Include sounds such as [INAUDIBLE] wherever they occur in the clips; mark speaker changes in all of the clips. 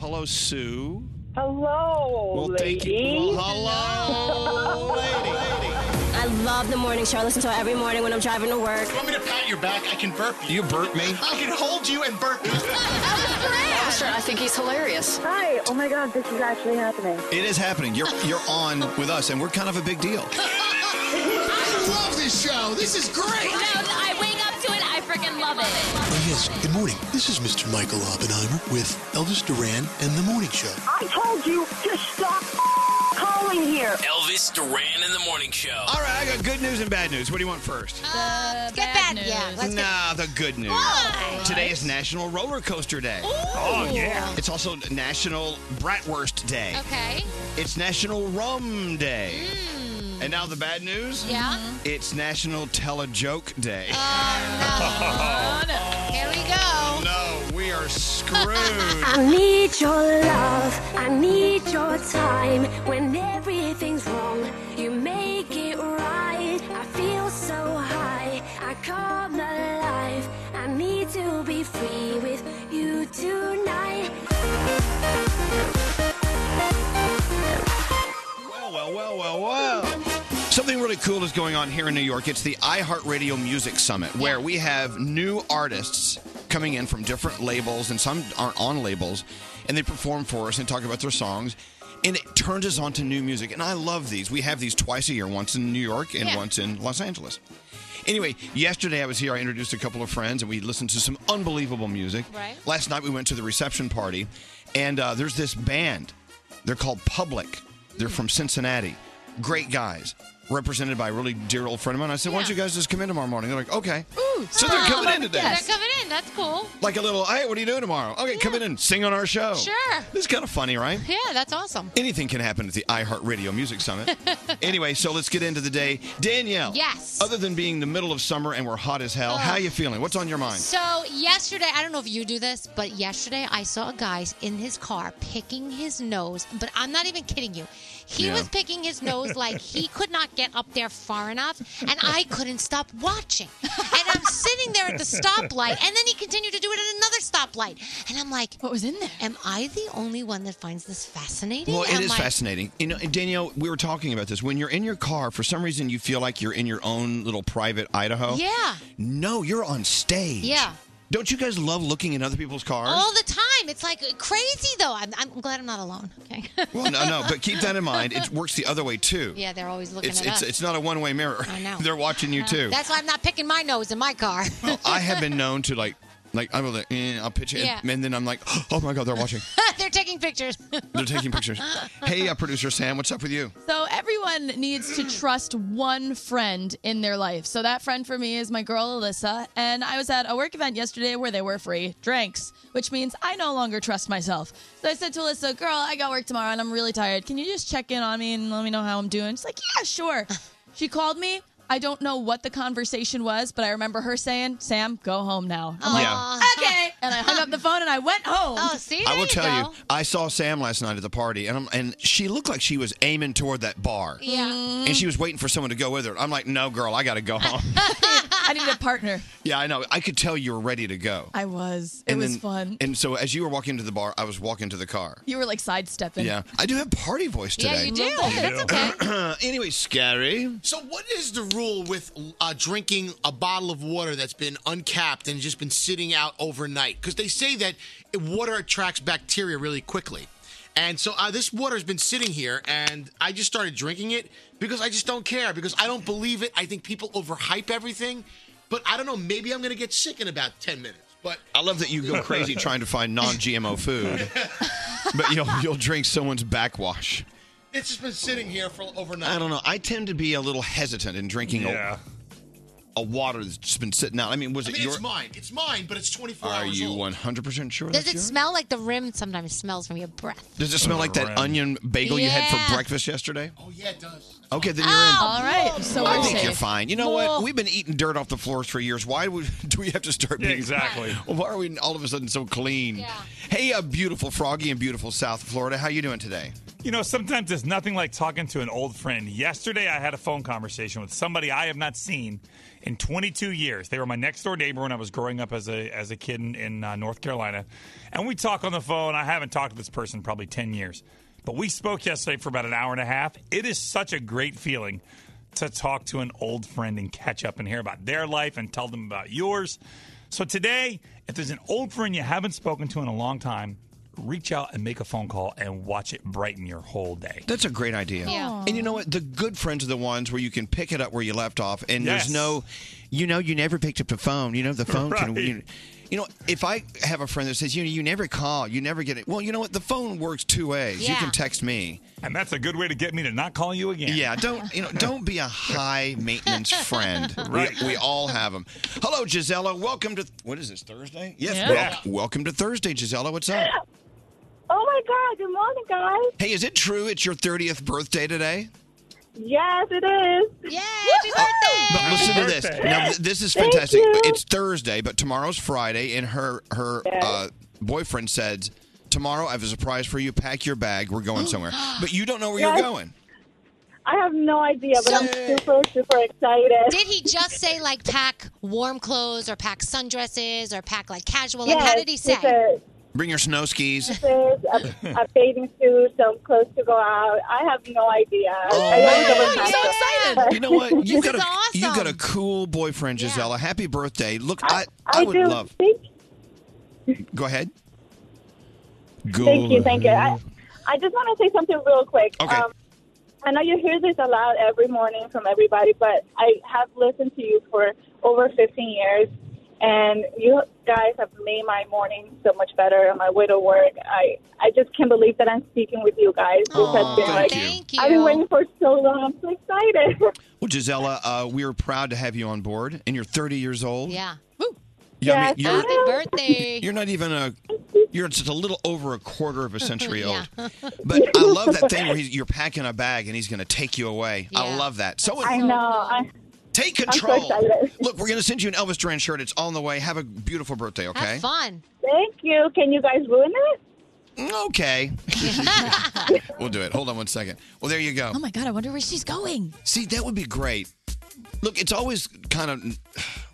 Speaker 1: Hello, Sue.
Speaker 2: Hello,
Speaker 1: Well,
Speaker 2: lady.
Speaker 1: thank you. Well,
Speaker 3: [LAUGHS]
Speaker 1: hello, lady.
Speaker 4: I love the morning show. I listen to it every morning when I'm driving to work.
Speaker 5: You want me to pat your back? I can burp you.
Speaker 1: You burp me.
Speaker 5: I can hold you and burp you.
Speaker 6: Sure, I think he's hilarious.
Speaker 2: Hi. Oh my God, this is actually happening.
Speaker 1: It is happening. You're you're on with us, and we're kind of a big deal.
Speaker 5: I love this show. This is great.
Speaker 7: I wake up to it. I freaking love it.
Speaker 8: Oh, yes. Good morning. This is Mr. Michael Oppenheimer with Elvis Duran and The Morning Show.
Speaker 2: I told you to stop calling here.
Speaker 9: Elvis Duran in the Morning Show.
Speaker 1: All right, I got good news and bad news. What do you want first?
Speaker 7: Let's get
Speaker 10: Uh, bad
Speaker 7: bad.
Speaker 10: news.
Speaker 7: Yeah. Let's get
Speaker 1: Nah, the good news.
Speaker 7: Why?
Speaker 1: Today is National Roller Coaster Day.
Speaker 7: Oh, yeah.
Speaker 1: It's also National Bratwurst Day.
Speaker 7: Okay. Mm.
Speaker 1: It's National Rum Day. And now the bad news.
Speaker 7: Yeah.
Speaker 1: It's National Tell a Joke Day.
Speaker 7: Oh, no. Here we go.
Speaker 1: no, we are screwed.
Speaker 4: [LAUGHS] I need your love. I need your time. When everything's wrong, you make it right. I feel so high. I come alive. I need to be free with you tonight.
Speaker 1: well, well, well, well, well. Something really cool is going on here in New York. It's the iHeartRadio Music Summit, where we have new artists coming in from different labels, and some aren't on labels, and they perform for us and talk about their songs. And it turns us on to new music. And I love these. We have these twice a year, once in New York and
Speaker 7: Yeah.
Speaker 1: once in Los Angeles. Anyway, yesterday I was here. I introduced a couple of friends, and we listened to some unbelievable music.
Speaker 7: Right.
Speaker 1: Last night we went to the reception party, and uh, there's this band. They're called Public. They're from Cincinnati. Great guys, represented by a really dear old friend of mine. I said, "Why don't you guys just come in tomorrow morning?" They're like, "Okay." so they're coming in today.
Speaker 7: They're coming in. That's cool.
Speaker 1: Like a little, "Hey, what are you doing tomorrow?" Okay, come in and sing on our show.
Speaker 7: Sure.
Speaker 1: This is kind of funny, right?
Speaker 7: Yeah,
Speaker 1: [LAUGHS]
Speaker 7: that's awesome.
Speaker 1: Anything can happen at the iHeartRadio Music
Speaker 7: [LAUGHS]
Speaker 1: Summit. anyway, so let's get into the day. Danielle.
Speaker 10: Yes.
Speaker 1: Other than being the middle of summer and we're hot as
Speaker 7: Oh.
Speaker 1: hell, how you feeling? What's on your mind?
Speaker 10: So yesterday, I don't know if you do this, but yesterday I saw a guy in his car picking his nose. But I'm not even kidding you. He
Speaker 1: Yeah.
Speaker 10: was picking his
Speaker 1: [LAUGHS]
Speaker 10: nose like he could not get up there far enough, and I couldn't stop watching. And I'm sitting there at the stoplight, and then he continued to do it at another stoplight. And I'm like,
Speaker 6: What was in there?
Speaker 10: Am I the only one that finds this fascinating?
Speaker 1: Well, it
Speaker 10: I'm
Speaker 1: is
Speaker 10: like,
Speaker 1: fascinating. You know, and Danielle, we were talking about this. When you're in your car, for some reason, you feel like you're in your own little private Idaho.
Speaker 10: Yeah.
Speaker 1: No, you're on stage.
Speaker 10: Yeah.
Speaker 1: Don't you guys love looking in other people's cars?
Speaker 10: All the time. It's like crazy, though. I'm, I'm glad I'm not alone. Okay.
Speaker 1: [LAUGHS] well, no, no, but keep that in mind. It works the other way too.
Speaker 10: [LAUGHS] yeah, they're always looking
Speaker 1: It's
Speaker 10: at
Speaker 1: it's
Speaker 10: us.
Speaker 1: it's not a one way mirror.
Speaker 10: I know.
Speaker 1: [LAUGHS] They're watching you too.
Speaker 10: That's why I'm not picking my nose in
Speaker 1: [LAUGHS]
Speaker 10: my car.
Speaker 1: I have
Speaker 10: [LAUGHS]
Speaker 1: been known to like like I will like, eh, I'll pitch it
Speaker 10: Yeah.
Speaker 1: and, then I'm like, [GASPS] oh my god, they're watching.
Speaker 10: [LAUGHS] They're taking pictures.
Speaker 1: They're taking
Speaker 10: [LAUGHS]
Speaker 1: pictures. Hey, uh, producer Sam, what's up with you?
Speaker 6: So everyone needs to trust one friend in their life. So that friend for me is my girl Alyssa, and I was at a work event yesterday where they were free drinks, which means I no longer trust myself. So I said to Alyssa, "Girl, I got work tomorrow and I'm really tired. Can you just check in on me and let me know how I'm doing?" She's like, "Yeah, sure." She called me. I don't know what the conversation was, but I remember her saying, "Sam, go home now." I'm like,
Speaker 1: Yeah.
Speaker 6: "Okay," and I hung up the phone and I went home.
Speaker 10: Oh, see, there
Speaker 1: I will
Speaker 10: you
Speaker 1: tell
Speaker 10: go.
Speaker 1: you, I saw Sam last night at the party, and I'm, and she looked like she was aiming toward that bar,
Speaker 10: Yeah.
Speaker 1: and she was waiting for someone to go with her. I'm like, no, girl, I got to
Speaker 10: [LAUGHS]
Speaker 1: go home.
Speaker 6: I needed a partner.
Speaker 1: yeah, I know. I could tell you were ready to go.
Speaker 6: I was. It
Speaker 1: and
Speaker 6: was
Speaker 1: then-
Speaker 6: fun.
Speaker 1: And so as you were walking to the bar, I was walking to the car.
Speaker 6: You were like sidestepping.
Speaker 1: Yeah, I do have party voice
Speaker 10: Yeah,
Speaker 1: today.
Speaker 10: you do. That's okay.
Speaker 1: anyway, scary.
Speaker 5: So, what is the rule with uh, drinking a bottle of water that's been uncapped and just been sitting out overnight? Because they say that water attracts bacteria really quickly. And so, uh, this water has been sitting here, and I just started drinking it because I just don't care, because I don't believe it. I think people overhype everything. But I don't know, maybe I'm going to get sick in about 10 minutes. But
Speaker 1: I love that [CLEARS THROAT] you [LAUGHS] go crazy trying to find non-GMO
Speaker 10: [LAUGHS]
Speaker 1: food, but you'll you'll drink someone's backwash.
Speaker 5: it's just been sitting here for overnight.
Speaker 1: I don't know. I tend to be a little hesitant in drinking
Speaker 9: Yeah.
Speaker 1: a, a water that's just been sitting out. I mean, was
Speaker 5: I
Speaker 1: it
Speaker 5: mean,
Speaker 1: your?
Speaker 5: it's mine. It's mine, but it's 24
Speaker 1: Are
Speaker 5: hours
Speaker 1: you
Speaker 5: old.
Speaker 1: 100% sure?
Speaker 10: Does
Speaker 1: that's
Speaker 10: it
Speaker 1: yours?
Speaker 10: smell like the rim sometimes smells from your breath?
Speaker 1: Does it smell like that
Speaker 9: Around.
Speaker 1: onion bagel you had for
Speaker 10: Yeah.
Speaker 1: breakfast yesterday?
Speaker 5: Oh, yeah, it does.
Speaker 1: Okay, then
Speaker 10: Oh.
Speaker 1: you're in.
Speaker 6: All right. So
Speaker 1: I
Speaker 6: we're
Speaker 1: think
Speaker 6: safe.
Speaker 1: you're fine. You know
Speaker 6: Well-
Speaker 1: what? We've been eating dirt off the floors for years. Why would, [LAUGHS] do we have to start
Speaker 9: Yeah,
Speaker 1: being
Speaker 9: exactly.
Speaker 1: Why are we all of a sudden so clean?
Speaker 10: Yeah.
Speaker 1: Hey, a beautiful froggy in beautiful South Florida. How you doing today?
Speaker 9: You know, sometimes there's nothing like talking to an old friend. Yesterday, I had a phone conversation with somebody I have not seen
Speaker 11: in 22 years. They were my next door neighbor when I was growing up as a as a kid in, in uh, North Carolina, and we talk on the phone. I haven't talked to this person in probably 10 years, but we spoke yesterday for about an hour and a half. It is such a great feeling to talk to an old friend and catch up and hear about their life and tell them about yours. So today, if there's an old friend you haven't spoken to in a long time, reach out and make a phone call and watch it brighten your whole day.
Speaker 1: That's a great idea.
Speaker 11: Yeah.
Speaker 1: And you know what? The good friends are the ones where you can pick it up where you left off, and
Speaker 11: Yes.
Speaker 1: there's no, you know, you never picked up the phone. You know, the phone can.
Speaker 11: Right.
Speaker 1: You, you know, if I have a friend that says, you know, you never call, you never get it. Well, you know what? The phone works two ways. You
Speaker 11: Yeah.
Speaker 1: can text me,
Speaker 11: and that's a good way to get me to not call you again.
Speaker 1: Yeah, don't you know? Don't be
Speaker 2: [LAUGHS]
Speaker 1: a [LAUGHS] high maintenance friend.
Speaker 11: Right.
Speaker 1: We, we all have them. Hello, Gisela. Welcome to what is this Thursday? Yes.
Speaker 2: Yeah.
Speaker 1: wel-
Speaker 2: Yeah.
Speaker 1: welcome to Thursday, Gisela. What's up?
Speaker 2: Oh my God! Good morning, guys.
Speaker 1: Hey, is it true it's your 30th birthday today?
Speaker 2: Yes, it is.
Speaker 10: Yay!
Speaker 1: But listen to this.
Speaker 2: birthday.
Speaker 1: Now, th- this is
Speaker 2: Thank
Speaker 1: fantastic.
Speaker 2: you.
Speaker 1: It's Thursday, but tomorrow's Friday, and her her uh, boyfriend said, "Tomorrow, I have a surprise for you. Pack your bag. We're
Speaker 2: [GASPS]
Speaker 1: going somewhere." But you don't know where
Speaker 2: Yes.
Speaker 1: you're going.
Speaker 2: I have no idea, but I'm super, super excited.
Speaker 10: Did he just say like pack warm clothes or pack sundresses or pack like casual? Like how
Speaker 2: Yes,
Speaker 10: did he say?
Speaker 2: said,
Speaker 1: Bring your snow skis. [LAUGHS]
Speaker 2: "This
Speaker 1: Hmm.
Speaker 2: is a, a bathing suit, some clothes to go out. I have no idea.
Speaker 1: Oh,
Speaker 2: I really don't
Speaker 1: I'm so
Speaker 2: excited.
Speaker 1: You
Speaker 2: [LAUGHS]
Speaker 1: know what? You've got a
Speaker 2: a.
Speaker 1: you've got a cool boyfriend, Gisela. Happy birthday! Look, I I,
Speaker 2: I
Speaker 1: would
Speaker 2: do.
Speaker 1: love. Go ahead.
Speaker 2: Thank you, thank you. I, I just want to say something real quick. Um,
Speaker 1: Okay.
Speaker 2: I know you hear this a lot every morning from everybody, but I have listened to you for over 15 years, and you guys have made my morning so much better and my way to work. I, I just can't believe that I'm speaking with you guys. This has been like, I've been waiting for so long. I'm so excited.
Speaker 1: Well, Gisela, uh, we are proud to have you on board, and you're 30 years old.
Speaker 10: Yeah.
Speaker 1: You know what I mean? You're-
Speaker 10: Happy birthday.
Speaker 1: [LAUGHS] You're not even a. You're just a little over a quarter of
Speaker 2: [LAUGHS]
Speaker 1: a
Speaker 7: [LAUGHS]
Speaker 1: century
Speaker 10: Yeah.
Speaker 1: old. But I love that thing where he's, you're packing a bag and he's going to take you away. I
Speaker 2: Yeah.
Speaker 1: love that. So
Speaker 2: I know. I,
Speaker 1: take
Speaker 2: I'm so
Speaker 1: control.
Speaker 2: excited.
Speaker 1: Look, we're going to send you an Elvis Duran shirt. It's on the way. Have a beautiful birthday. Okay.
Speaker 10: fun.
Speaker 2: Thank you. Can you guys ruin it?
Speaker 6: [LAUGHS]
Speaker 1: Okay. we'll do it. Hold on one second. Well, there you go.
Speaker 6: Oh my God, I wonder where she's going.
Speaker 1: See, that would be great. Look, it's always kind of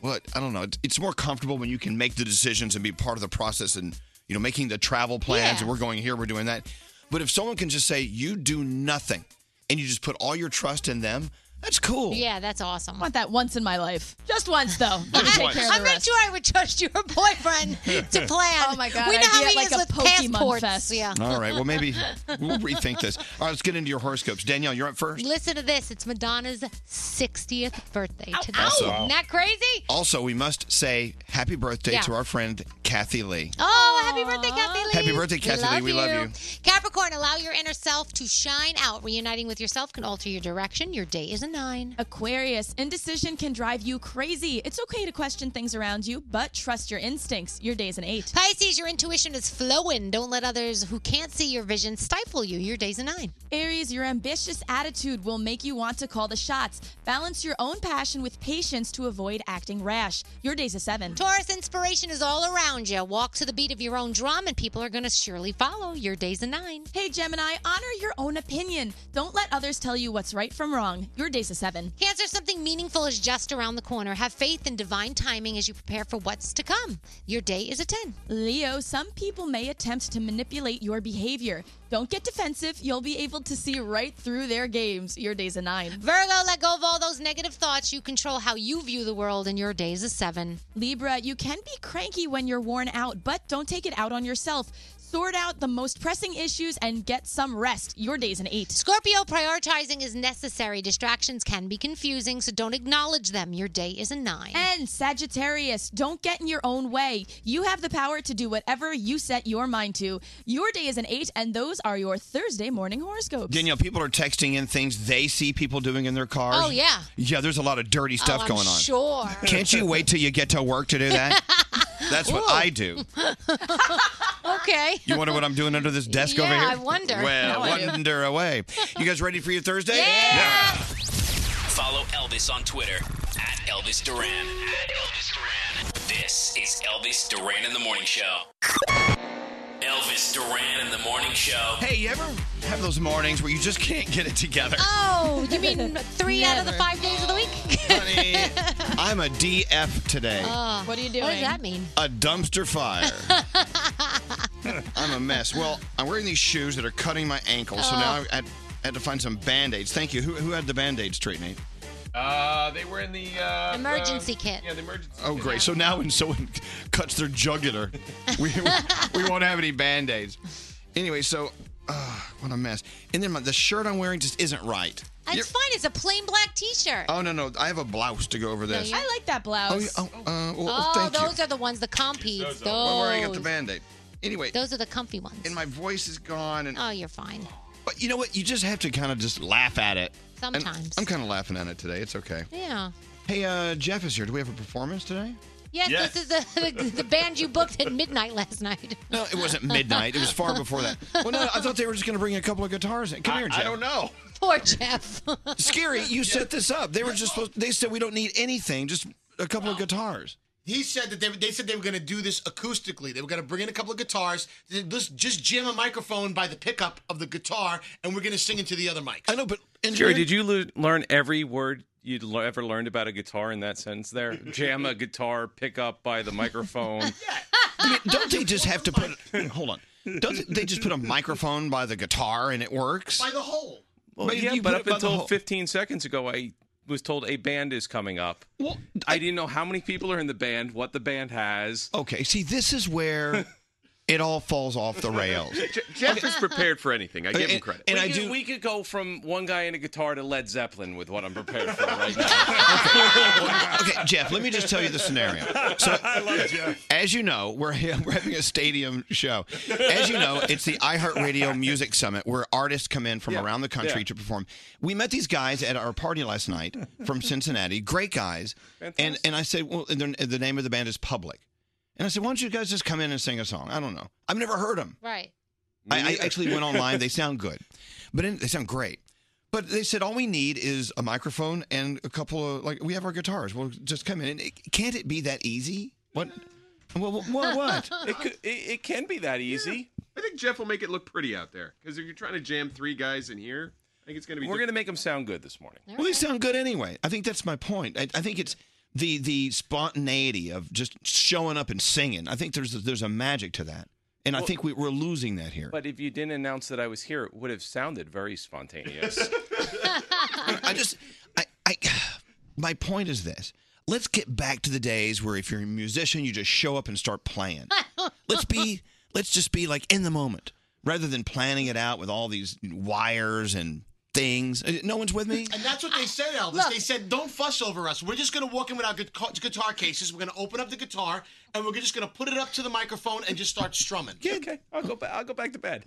Speaker 1: what I don't know. It's- It's more comfortable when you can make the decisions and be part of the process, and you know, making the travel plans. And we're going here, we're doing that. But if someone can just say you do nothing, and you just put all your trust in them, that's cool.
Speaker 10: Yeah, that's awesome.
Speaker 6: want that once in my life. Just once, though. Let me
Speaker 1: Just
Speaker 6: take
Speaker 1: once.
Speaker 6: care of the
Speaker 10: [LAUGHS] I'm not
Speaker 6: rest.
Speaker 10: sure I would trust your [LAUGHS] boyfriend to plan.
Speaker 6: Oh, my God,
Speaker 10: We
Speaker 6: I'd
Speaker 10: know
Speaker 6: be
Speaker 10: how
Speaker 6: at
Speaker 10: he
Speaker 6: like
Speaker 10: is
Speaker 6: a
Speaker 10: with
Speaker 6: Pokemon
Speaker 10: passports.
Speaker 6: fest.
Speaker 10: Yeah.
Speaker 1: All right.
Speaker 6: [LAUGHS]
Speaker 1: Well, maybe we'll rethink this. All right. Let's get into your horoscopes. Danielle, you're up first.
Speaker 10: Listen to this. It's Madonna's 60th birthday today.
Speaker 1: ow.
Speaker 10: Isn't that crazy?
Speaker 1: Also, we must say happy birthday
Speaker 10: Yeah.
Speaker 1: to our friend Kathy Lee.
Speaker 10: Oh, happy birthday, Kathy Lee.
Speaker 1: Happy birthday, Kathy Lee. We love you.
Speaker 10: Capricorn, allow your inner self to shine out. Reuniting with yourself can alter your direction. Your day is a nine.
Speaker 6: Aquarius, indecision can drive you crazy. It's okay to question things around you, but trust your instincts. Your day's an eight.
Speaker 10: Pisces, your intuition is flowing. Don't let others who can't see your vision stifle you. Your day's a nine.
Speaker 6: Aries, your ambitious attitude will make you want to call the shots. Balance your own passion with patience to avoid acting rash. Your day's a seven.
Speaker 10: Taurus, inspiration is all around you. Walk to the beat of your own drum, and people are going to surely follow. Oh, Your day's a nine.
Speaker 6: Hey, Gemini, honor your own opinion. Don't let others tell you what's right from wrong. Your day's a seven.
Speaker 10: Cancer, something meaningful is just around the corner. Have faith in divine timing as you prepare for what's to come. Your day is a 10.
Speaker 6: Leo, some people may attempt to manipulate your behavior. Don't get defensive. You'll be able to see right through their games. Your day's a nine.
Speaker 10: Virgo, let go of all those negative thoughts. You control how you view the world, and your day is a 7.
Speaker 6: Libra, you can be cranky when you're worn out, but don't take it out on yourself. Sort out the most pressing issues and get some rest. Your day's an eight.
Speaker 10: Scorpio, prioritizing is necessary. Distractions can be confusing, so don't acknowledge them. Your day is a 9.
Speaker 6: And Sagittarius, don't get in your own way. You have the power to do whatever you set your mind to. Your day is an eight, and those are your Thursday morning horoscopes.
Speaker 1: Danielle, people are texting in things they see people doing in their cars.
Speaker 6: Oh, yeah.
Speaker 1: Yeah, there's a lot of dirty stuff
Speaker 10: Oh, I'm
Speaker 1: going on.
Speaker 10: Sure.
Speaker 1: Can't you wait till you get to work to do
Speaker 10: [LAUGHS]
Speaker 1: that? That's what
Speaker 10: Ooh.
Speaker 1: I
Speaker 7: [LAUGHS]
Speaker 1: do.
Speaker 10: okay.
Speaker 1: You wonder what I'm doing under this desk
Speaker 10: Yeah,
Speaker 1: over here?
Speaker 10: I wonder.
Speaker 1: Well,
Speaker 10: Now I do.
Speaker 1: wonder away. You guys ready for your Thursday?
Speaker 9: Follow Elvis on Twitter at Elvis Duran. At Elvis Duran. This is Elvis Duran in the Morning Show. Elvis Duran in the morning show.
Speaker 1: Hey, you ever have those mornings where you just can't get it together?
Speaker 10: Oh, you
Speaker 1: [LAUGHS]
Speaker 10: mean three out of the five days of the week? [LAUGHS]
Speaker 1: I'm a DF today.
Speaker 10: what are you doing? What does that mean?
Speaker 1: a dumpster fire. [LAUGHS] I'm a mess. Well, I'm wearing these shoes that are cutting my ankle, so now
Speaker 10: Oh.
Speaker 1: I had, had to find some band aids. Thank you. Who, who had the band aids treat me?
Speaker 12: Uh, they were in the uh,
Speaker 10: Emergency
Speaker 12: the-
Speaker 10: kit.
Speaker 12: Yeah, the emergency.
Speaker 1: Oh, great. So now when someone [LAUGHS] cuts their
Speaker 10: [LAUGHS]
Speaker 1: jugular, we, we won't have any band aids. Anyway, so uh, what a mess. And then my, the shirt I'm wearing just isn't right.
Speaker 10: It's fine. It's a plain black T-shirt.
Speaker 1: Oh, no, no. I have a blouse to go over this.
Speaker 10: I
Speaker 6: like that blouse.
Speaker 1: Oh, yeah, oh, uh, well,
Speaker 10: Oh,
Speaker 1: thank you.
Speaker 10: those are the ones, the competes. Those.
Speaker 1: Well, where I got the band aid. Anyway,
Speaker 10: Those are the comfy ones.
Speaker 1: and my voice is gone. And
Speaker 10: oh, you're fine.
Speaker 1: But you know what? You just have to kind of just laugh at it. And
Speaker 10: Sometimes.
Speaker 1: I'm kind of laughing at it today. It's
Speaker 12: [LAUGHS]
Speaker 1: okay.
Speaker 10: Yeah.
Speaker 1: Hey, uh, Jeff is here. Do we have a performance today?
Speaker 10: Yes,
Speaker 1: Yes.
Speaker 10: this is the, [LAUGHS] the, the band you booked at midnight last night.
Speaker 1: No, it wasn't midnight. It was far before
Speaker 13: [LAUGHS]
Speaker 1: that. Well, no, I thought they were just going to bring a couple of guitars in. Come here, Jeff.
Speaker 12: Uh, I
Speaker 1: [LAUGHS]
Speaker 12: don't know. [LAUGHS]
Speaker 10: Poor Jeff.
Speaker 1: Scary, you set this up. They were just supposed. They said we don't need anything, just a couple of guitars.
Speaker 5: He said that they, they said they were going to do this acoustically. They were going to bring in a couple of guitars, th- this- just jam a microphone by the pickup of the guitar, and we're going to sing into the other mics. I
Speaker 1: know, but
Speaker 14: Jerry, did you lo- learn every word you'd le- ever learned about a guitar in that sentence [LAUGHS] there? Jam a guitar, pick up by the [LAUGHS] microphone.
Speaker 1: I mean, don't they just have to put? Hold on. Don't they just put a microphone by the guitar and it works?
Speaker 5: by the hole.
Speaker 14: Well,
Speaker 1: But if
Speaker 14: yeah,
Speaker 1: you
Speaker 14: but
Speaker 1: put
Speaker 14: up
Speaker 1: it by the
Speaker 14: until
Speaker 1: whole-
Speaker 14: 15 seconds ago, I was told a band is coming up. Well, I didn't know how many people are in the band, what the band has.
Speaker 1: Okay, see, this is
Speaker 12: [LAUGHS]
Speaker 1: where it all falls off the rails.
Speaker 14: Jeff is prepared for anything. I
Speaker 1: Okay,
Speaker 14: give him
Speaker 1: and-
Speaker 14: credit.
Speaker 1: and
Speaker 14: we
Speaker 1: I
Speaker 14: could,
Speaker 1: do-
Speaker 14: We could go from one guy and a guitar to Led Zeppelin with what I'm prepared
Speaker 1: [LAUGHS]
Speaker 14: for right now.
Speaker 1: Okay, Jeff, let me just tell you the scenario.
Speaker 14: [LAUGHS]
Speaker 1: So, As you know, we're, [LAUGHS] we're having a stadium show. As you know, it's the iHeartRadio Music Summit where artists come in from around the country
Speaker 14: Yeah.
Speaker 1: to perform. We met these guys at our party last night
Speaker 14: [LAUGHS]
Speaker 1: from Cincinnati, great guys. And, and I said, well, and their- the name of the band is Public. And I said, why don't you guys just come in and sing a song? I don't know. I've never heard them.
Speaker 10: Right.
Speaker 1: I, I actually went online. They sound good, but in, they sound great. But they said all we need is a microphone and a couple of like we have our guitars. We'll just come in. And it, can't it be that easy? What? Well, what? What?
Speaker 12: [LAUGHS]
Speaker 14: [LAUGHS] It, could, it, it can be that easy.
Speaker 12: uh, I think Jeff will make it look pretty out there because if you're trying to jam three guys in here, I think it's going to be.
Speaker 14: We're going to make them sound good this morning.
Speaker 1: Well, they sound good anyway. I think that's my point. I, I think it's the the spontaneity of just showing up and singing. I think there's there's a magic to that, and I
Speaker 14: Well-
Speaker 1: think we, we're losing that here.
Speaker 14: But if you didn't announce that I was here, it would have sounded very
Speaker 10: [LAUGHS]
Speaker 14: spontaneous.
Speaker 1: I
Speaker 7: [LAUGHS]
Speaker 1: just, I, I, my point is this. Let's get back to the days where if you're a musician, you just show up and start playing. let's be, let's just be like in the moment rather than planning it out with all these wires and things. Uh, No one's with me.
Speaker 5: And that's what they said, Elvis. They said, "Don't fuss over us. We're just going to walk in with our guitar, guitar cases. We're going to open up the guitar, and we're just going to put it up to the microphone and just start strumming."
Speaker 14: Yeah, okay. I'll go back. I'll go back to bed.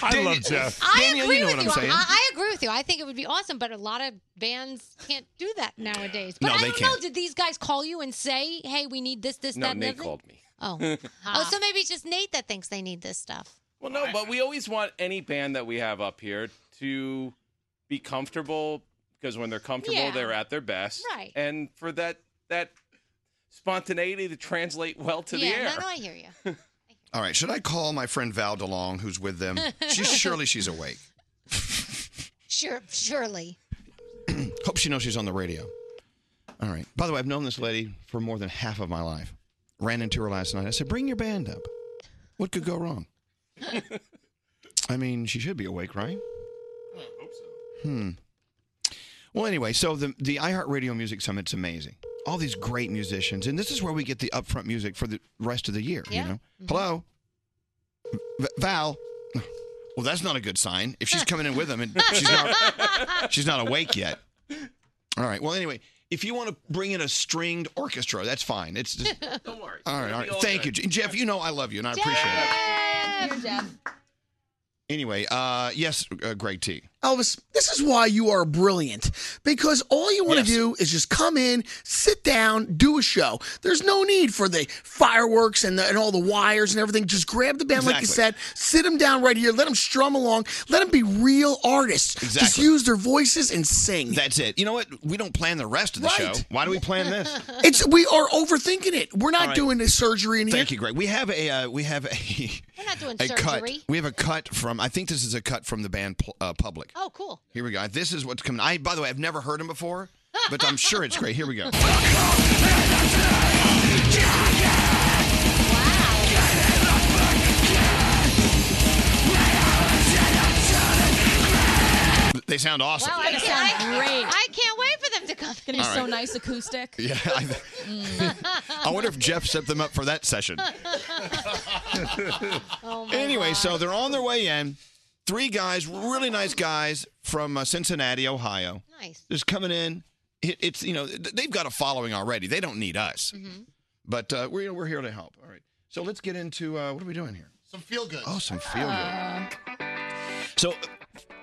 Speaker 11: I love Jeff.
Speaker 10: I agree with you. I, I agree with you. I think it would be awesome, but a lot of bands can't do that nowadays. But
Speaker 14: No,
Speaker 10: I
Speaker 14: they
Speaker 10: don't know.
Speaker 14: can't.
Speaker 10: Did these guys call you and say, "Hey, we need this, this,
Speaker 14: no,
Speaker 10: that"?
Speaker 14: Nate
Speaker 10: and the other
Speaker 14: called me.
Speaker 10: [LAUGHS]
Speaker 14: [LAUGHS]
Speaker 10: Oh. Oh, so maybe it's just Nate that thinks they need this stuff.
Speaker 14: well, no, but we always want any band that we have up here to be comfortable because when they're comfortable,
Speaker 10: Yeah.
Speaker 14: they're at their best.
Speaker 10: Right.
Speaker 14: And for that that spontaneity to translate well to
Speaker 10: yeah,
Speaker 14: the air.
Speaker 10: no, no, I hear you.
Speaker 1: All right, should I call my friend Val DeLong, who's with [LAUGHS] them? She's surely she's awake.
Speaker 10: Sure, surely.
Speaker 1: Hope she knows she's on the radio. All right. By the way, I've known this lady for more than half of my life. Ran into her last night. I said, "Bring your band up. What could go [LAUGHS] wrong?" I mean, she should be awake, right? Hmm. Well, anyway, so the the iHeartRadio Music Summit's amazing. All these great musicians, and this is where we get the upfront music for the rest of the year.
Speaker 13: Yeah.
Speaker 1: You know, hello, V- Val. Well, that's not a good sign. If she's coming in with them and she's not she's not awake yet. All right. Well, anyway, if you want to bring in a stringed orchestra, that's fine. It's just,
Speaker 10: [LAUGHS]
Speaker 12: Don't worry.
Speaker 1: all right. All right.
Speaker 12: It'll [LAUGHS] be
Speaker 1: Thank you,
Speaker 12: good.
Speaker 1: Je- Jeff. You know I love you, and I appreciate it.
Speaker 6: Jeff.
Speaker 1: Anyway, uh, yes, uh, Greg T.
Speaker 13: Elvis, this is why you are brilliant because all you want to do is just come in, sit down, do a show. There's no need for the fireworks and, the, and all the wires and everything. Just grab the band, like you said,
Speaker 1: Exactly.
Speaker 13: sit them down right here, let them strum along, let them be real artists. Just
Speaker 1: Exactly.
Speaker 13: use their voices and sing.
Speaker 1: That's it. You know what? We don't plan the rest of the
Speaker 13: Right.
Speaker 1: show. Why do we plan this?
Speaker 13: [LAUGHS] It's we are overthinking it. We're not
Speaker 1: All right.
Speaker 13: doing this surgery in here.
Speaker 1: Thank you, Greg. We have a uh, we have a
Speaker 10: We're not [LAUGHS] doing
Speaker 1: a cut.
Speaker 10: surgery.
Speaker 1: We have a cut from. I think this is a cut from the band Pl- uh, Public.
Speaker 10: Oh,
Speaker 1: [LAUGHS]
Speaker 10: cool.
Speaker 1: Here we go. This is what's coming. I by the way, I've never heard him before, but I'm sure it's great. Here
Speaker 10: [LAUGHS]
Speaker 1: we go. They sound awesome.
Speaker 10: Wow, I
Speaker 6: It's
Speaker 10: can't,
Speaker 6: gonna
Speaker 10: I,
Speaker 6: sound great.
Speaker 10: I can't wait for them to come. Mm. It's
Speaker 1: gonna be All so right.
Speaker 6: nice acoustic.
Speaker 1: Yeah, [LAUGHS] I, I wonder if Jeff set them up for that [LAUGHS]
Speaker 10: [LAUGHS]
Speaker 1: session. Oh, anyway, so they're on their way in. Three guys, really nice guys from uh, Cincinnati, Ohio.
Speaker 10: Nice.
Speaker 1: Just coming in. It, it's you know th- they've got a following already. They don't need us,
Speaker 6: Mm-hmm.
Speaker 1: but uh, we're we're here to help. All right. So let's get into uh, what are we doing here?
Speaker 5: Some feel good.
Speaker 1: Oh, some feel
Speaker 6: Ah.
Speaker 1: good. So,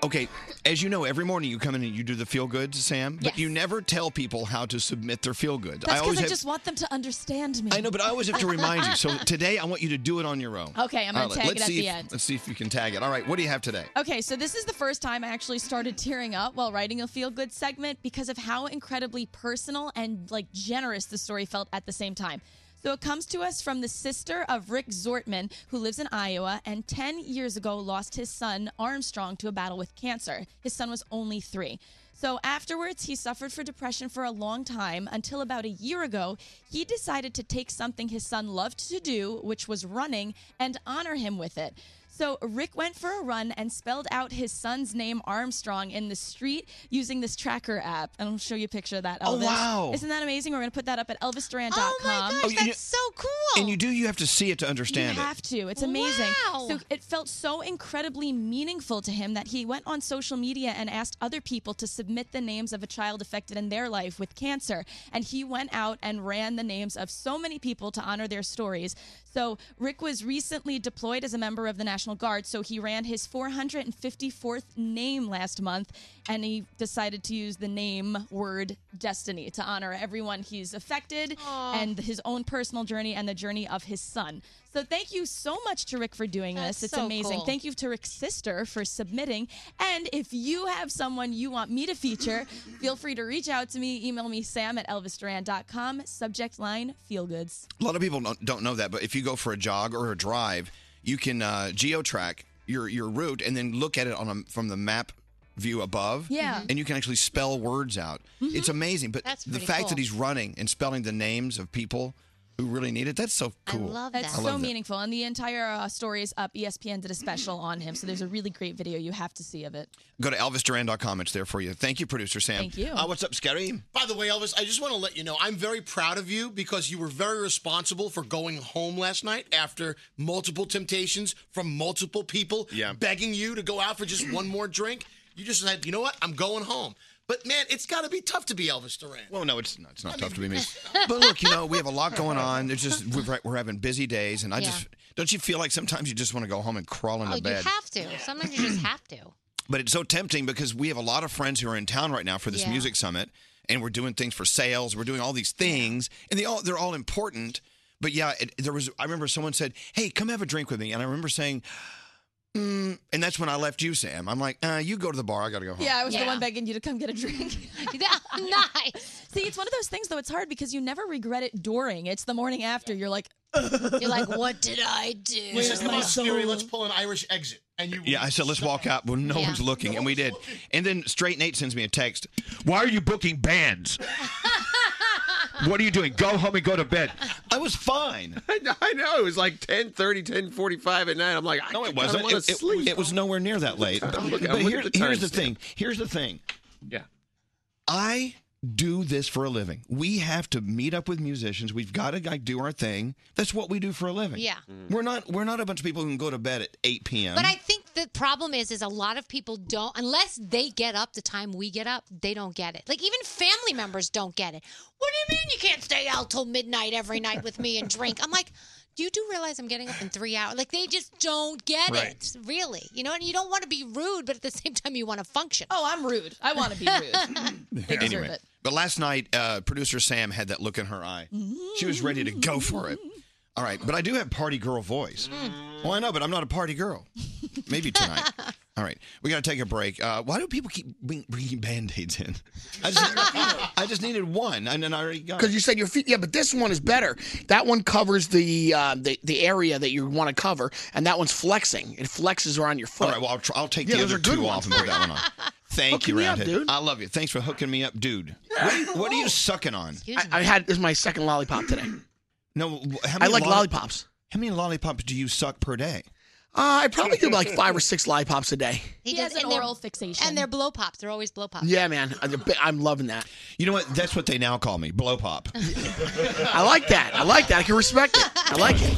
Speaker 1: okay, as you know, every morning you come in and you do the feel goods, Sam, but you never tell people how to submit their feel goods.
Speaker 6: That's because I,
Speaker 1: have,
Speaker 6: just want them to understand me.
Speaker 1: I know, but I always have to
Speaker 6: [LAUGHS]
Speaker 1: remind
Speaker 10: [LAUGHS]
Speaker 1: you. So today I want you to do it on your own.
Speaker 6: Okay, I'm gonna
Speaker 1: All right,
Speaker 6: tag
Speaker 1: let's
Speaker 6: it at
Speaker 1: see
Speaker 6: the
Speaker 1: if-
Speaker 6: end.
Speaker 1: Let's see if you can tag it. All right, what do you have today?
Speaker 6: Okay, so this is the first time I actually started tearing up while writing a feel good segment because of how incredibly personal and like generous the story felt at the same time. So it comes to us from the sister of Rick Zortman, who lives in Iowa and 10 years ago lost his son Armstrong to a battle with cancer. His son was only three. So afterwards, he suffered for depression for a long time until about a year ago, he decided to take something his son loved to do, which was running, and honor him with it. So Rick went for a run and spelled out his son's name Armstrong in the street using this tracker app. And I'll show you a picture of that,
Speaker 1: Oh,
Speaker 6: Elvis.
Speaker 1: wow.
Speaker 6: Isn't that amazing? We're going to put that up at elvisduran.com. Oh
Speaker 1: gosh, Oh, you- that's
Speaker 6: so cool.
Speaker 1: And you do, you have to see it to understand
Speaker 6: You
Speaker 1: it.
Speaker 6: have to. It's amazing. So it felt so incredibly meaningful to him that he went on social media and asked other people to submit the names of a child affected in their life with cancer. And he went out and ran the names of so many people to honor their stories. So Rick was recently deployed as a member of the National Guard. So he ran his 454th name last month and he decided to use the name word destiny to honor everyone he's affected and his own personal journey and the journey of his son. So thank you so much to Rick for doing
Speaker 10: That's
Speaker 6: this. It's
Speaker 10: so
Speaker 6: amazing.
Speaker 10: cool.
Speaker 6: Thank you to Rick's sister for submitting. And if you have someone you want me to feature, [LAUGHS] feel free to reach out to me. Email me sam at elvisduran.com. Subject line feel goods.
Speaker 1: A lot of people don't, don't know that, but if you go for a jog or a drive, you can uh, geotrack your, your route and then look at it on a, from the map view above. Mm-hmm.
Speaker 6: Yeah. Mhm.
Speaker 1: And you can actually spell words out. It's amazing. But
Speaker 6: That's
Speaker 1: the
Speaker 6: pretty
Speaker 1: fact
Speaker 6: cool.
Speaker 1: that he's running and spelling the names of people who really need it, that's so cool.
Speaker 6: That's
Speaker 1: I
Speaker 6: so
Speaker 1: love that.
Speaker 6: meaningful. And the entire uh, story is up. ESPN did a special on him. So there's a really great video you have to see of it.
Speaker 1: Go to elvisduran.com. It's there for you. Thank you, producer Sam.
Speaker 6: Thank you.
Speaker 1: Uh, what's up, Scary?
Speaker 5: By the way, Elvis, I just want to let you know I'm very proud of you because you were very responsible for going home last night after multiple temptations from multiple people begging you to go out for just one more drink. You just said, you know what? I'm going home. But man, it's got to be tough to be Elvis Duran.
Speaker 1: Well, no, it's not. It's not tough to be me. [LAUGHS] But look, you know, we have a lot going on. There's just we're, we're having busy days, and I
Speaker 10: Yeah.
Speaker 1: just don't you feel like sometimes you just want to go home and crawl into
Speaker 10: Oh, you
Speaker 1: bed.
Speaker 10: have to. Sometimes you just have to.
Speaker 1: but it's so tempting because we have a lot of friends who are in town right now for this
Speaker 10: Yeah.
Speaker 1: music summit, and we're doing things for sales. We're doing all these things, and they all they're all important. But yeah, it, there was. I remember someone said, "Hey, come have a drink with me," and I remember saying. Mm, and that's when I left you, Sam. I'm like, uh, you go to the bar. I got to go
Speaker 13: Uh-huh.
Speaker 1: home.
Speaker 6: Yeah, I was the one begging you to come get a
Speaker 10: [LAUGHS]
Speaker 6: drink. [LAUGHS]
Speaker 10: nice.
Speaker 6: See, it's one of those things though. It's hard because you never regret it during. It's the morning after. You're like,
Speaker 10: [LAUGHS] You're like, what did I do?
Speaker 6: [LAUGHS]
Speaker 5: You said, come on, Scary, let's pull an Irish exit. And you
Speaker 1: Yeah, I said, let's walk out when no
Speaker 5: Yeah.
Speaker 1: one's looking. and we did. And then Straight Nate sends me a text Why are you booking bands? what are you doing? Go home and go to bed. I was fine.
Speaker 12: [LAUGHS] I know, I know. It was like 10.30, 10.45 at night. I'm like, I
Speaker 1: No, it wasn't.
Speaker 12: want
Speaker 1: It,
Speaker 12: to
Speaker 1: it-
Speaker 12: sleep.
Speaker 1: it was nowhere near that late.
Speaker 12: I'm looking-
Speaker 1: but
Speaker 12: I'm looking
Speaker 1: here-
Speaker 12: at the
Speaker 1: here's the
Speaker 12: timestamp.
Speaker 1: thing. Here's the thing.
Speaker 12: Yeah.
Speaker 1: I do this for a living. We have to meet up with musicians. We've got to like, do our thing. That's what we do for a living.
Speaker 10: Yeah. Mm.
Speaker 1: We're not we're not a bunch of people who can go to bed at 8 p.m.
Speaker 10: But I think the problem is, is a lot of people don't, unless they get up the time we get up, they don't get it. Like even family members don't get it. What do you mean you can't stay out till midnight every night with me and drink? I'm like, you do realize I'm getting up in three hours. Like they just don't get
Speaker 11: Right.
Speaker 10: it, really. You know, and you don't want to be rude, but at the same time, you want to function. Oh,
Speaker 6: I'm rude. I want to be rude.
Speaker 1: [LAUGHS] They
Speaker 6: deserve it.
Speaker 1: But last night, uh, producer Sam had that look in her eye. She was ready to go for it. All right, but I do have party girl voice.
Speaker 6: Mm.
Speaker 1: Well, I know, but I'm not a party girl. Maybe
Speaker 6: [LAUGHS]
Speaker 1: tonight. All right, we got to take a break. Uh, why do people keep bring- bringing band aids in? I just, I just needed one, and then I already got it.
Speaker 13: Because you said your feet, yeah, but this one is better. That one covers the uh, the, the area that you want to cover, and that one's flexing. It flexes around your foot.
Speaker 1: All right, well, I'll, tr- I'll take
Speaker 13: Yeah,
Speaker 1: the
Speaker 13: those
Speaker 1: other
Speaker 13: are good
Speaker 1: two off
Speaker 13: ones.
Speaker 1: and put that one on. Thank
Speaker 13: Hooking
Speaker 1: you,
Speaker 13: me up,
Speaker 1: Roundhead.
Speaker 13: dude.
Speaker 1: I love you. Thanks for hooking me up, dude. What are you, what are you sucking on?
Speaker 13: I, I had this is my second lollipop today.
Speaker 1: No, how
Speaker 13: I
Speaker 1: many
Speaker 13: like
Speaker 1: lolli-
Speaker 13: lollipops.
Speaker 1: How many lollipops do you suck per day?
Speaker 13: Uh, I probably do like five or six lollipops a day.
Speaker 10: He,
Speaker 6: He has
Speaker 10: does
Speaker 6: an
Speaker 10: and they're-
Speaker 6: oral fixation.
Speaker 10: and they're blow pops. They're always blow pops. [LAUGHS]
Speaker 13: Yeah, man, I'm I'm loving that.
Speaker 1: You know what? That's what they now call me, blow pop.
Speaker 13: I like that. I like that. I can respect it. I like it.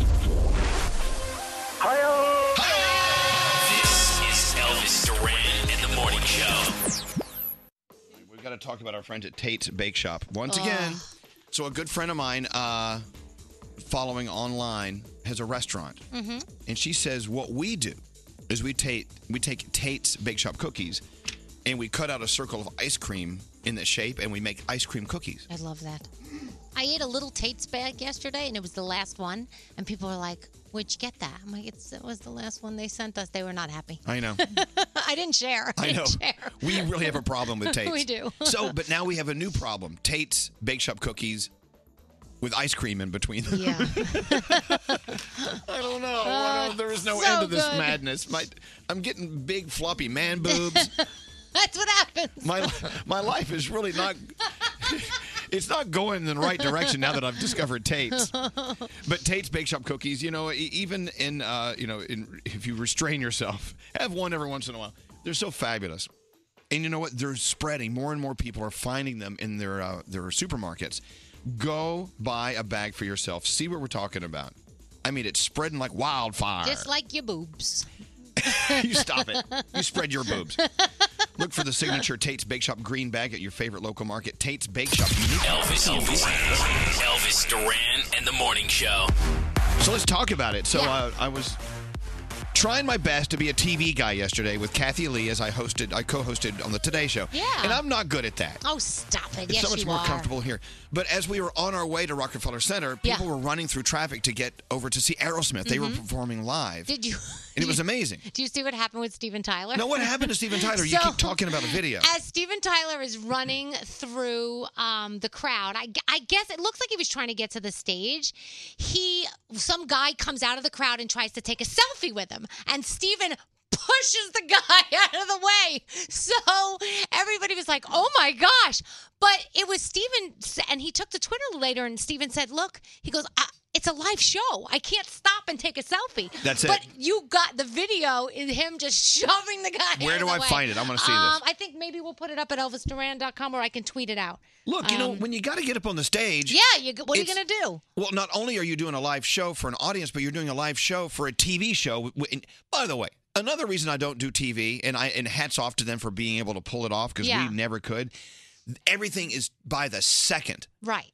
Speaker 9: This is Elvis Duran and the Morning Show.
Speaker 1: We've got to talk about our friends at Tate's Bake Shop once
Speaker 9: Ugh.
Speaker 1: again. So a good friend of mine, uh, following online, has a restaurant,
Speaker 3: Mm-hmm.
Speaker 1: and she says what we do is we take we take Tate's Bake Shop cookies, and we cut out a circle of ice cream in the shape, and we make ice cream cookies.
Speaker 10: I love that. [LAUGHS] I ate a little Tate's bag yesterday, and it was the last one. And people were like, "Where'd you get that?" I'm like, it's, "It was the last one they sent us." They were not happy.
Speaker 1: I know.
Speaker 10: [LAUGHS] I didn't share.
Speaker 1: I know.
Speaker 10: didn't share. [LAUGHS]
Speaker 1: We really have a problem with Tate's.
Speaker 10: We do. [LAUGHS]
Speaker 1: so, but now we have a new problem: Tate's Bake Shop cookies with ice cream in between. them. [LAUGHS]
Speaker 10: Yeah. [LAUGHS]
Speaker 1: I don't know.
Speaker 10: Uh,
Speaker 1: Wow, there is no
Speaker 10: so
Speaker 1: end to this
Speaker 10: good.
Speaker 1: madness. My, I'm getting big floppy man
Speaker 10: [LAUGHS]
Speaker 1: boobs.
Speaker 10: That's what happens.
Speaker 1: my my life is really not. [LAUGHS] It's not going in the right direction now that I've discovered
Speaker 10: [LAUGHS]
Speaker 1: Tate's. But Tate's Bake Shop cookies, you know, e- even in uh, you know, in, if you restrain yourself, [LAUGHS] have one every once in a while. They're so fabulous. And you know what? They're spreading. More and more people are finding them in their uh, their supermarkets. Go buy a bag for yourself. See what we're talking about. I mean, it's spreading like wildfire.
Speaker 10: [LAUGHS] Just like your boobs.
Speaker 1: [LAUGHS] you stop
Speaker 10: [LAUGHS]
Speaker 1: it. You spread your boobs. Look for the signature Tate's Bake Shop green bag at your favorite local market. Tate's Bake Shop.
Speaker 9: Elvis, Elvis, Elvis Duran and the Morning Show.
Speaker 1: So let's talk about it. So uh, I was trying my best to be a TV guy yesterday with Kathy Lee as I hosted, I co-hosted on the Today Show.
Speaker 10: Yeah.
Speaker 1: And I'm not good at that.
Speaker 10: Oh, stop it.
Speaker 1: It's
Speaker 10: yes,
Speaker 1: so much
Speaker 10: you
Speaker 1: more
Speaker 10: are.
Speaker 1: comfortable here. But as we were on our way to Rockefeller Center, people were running through traffic to get over to see Aerosmith. They were
Speaker 10: Mhm.
Speaker 1: performing live,
Speaker 10: Did you? [LAUGHS]
Speaker 1: and it was amazing.
Speaker 10: Do you see what happened with Steven Tyler?
Speaker 1: Now, what happened to Steven Tyler? you
Speaker 10: [LAUGHS] So-
Speaker 1: keep talking about a video.
Speaker 10: As Steven Tyler is running through um, the crowd, I, gu- I guess it looks like he was trying to get to the stage. He, some guy comes out of the crowd and tries to take a selfie with him, and Steven pushes the [LAUGHS] guy out of the way. So everybody was like, "Oh my gosh!" But it was Steven, and he took to Twitter later, and Steven said, "Look," he goes. I, it's a live show. I can't stop and take a selfie.
Speaker 1: That's it.
Speaker 10: But you got the video is him just [LAUGHS] shoving the guy.
Speaker 1: Where
Speaker 10: out
Speaker 1: do
Speaker 10: of the
Speaker 1: I
Speaker 10: way.
Speaker 1: find it? I wanna see
Speaker 10: Um,
Speaker 1: this.
Speaker 10: I think maybe we'll put it up at elvisduran.com or I can tweet it out.
Speaker 1: Look, you know,
Speaker 10: Um,
Speaker 1: when you got to get up on the stage.
Speaker 10: yeah, you, g- what are you
Speaker 1: it's-
Speaker 10: going to do?
Speaker 1: Well, not only are you doing a live show for an audience, but you're doing a live show for a TV show. W- w- and By the way, another reason I don't do TV, and I and hats off to them for being able to pull it off because
Speaker 10: Yeah.
Speaker 1: we never could. Everything is by the second.
Speaker 10: Right.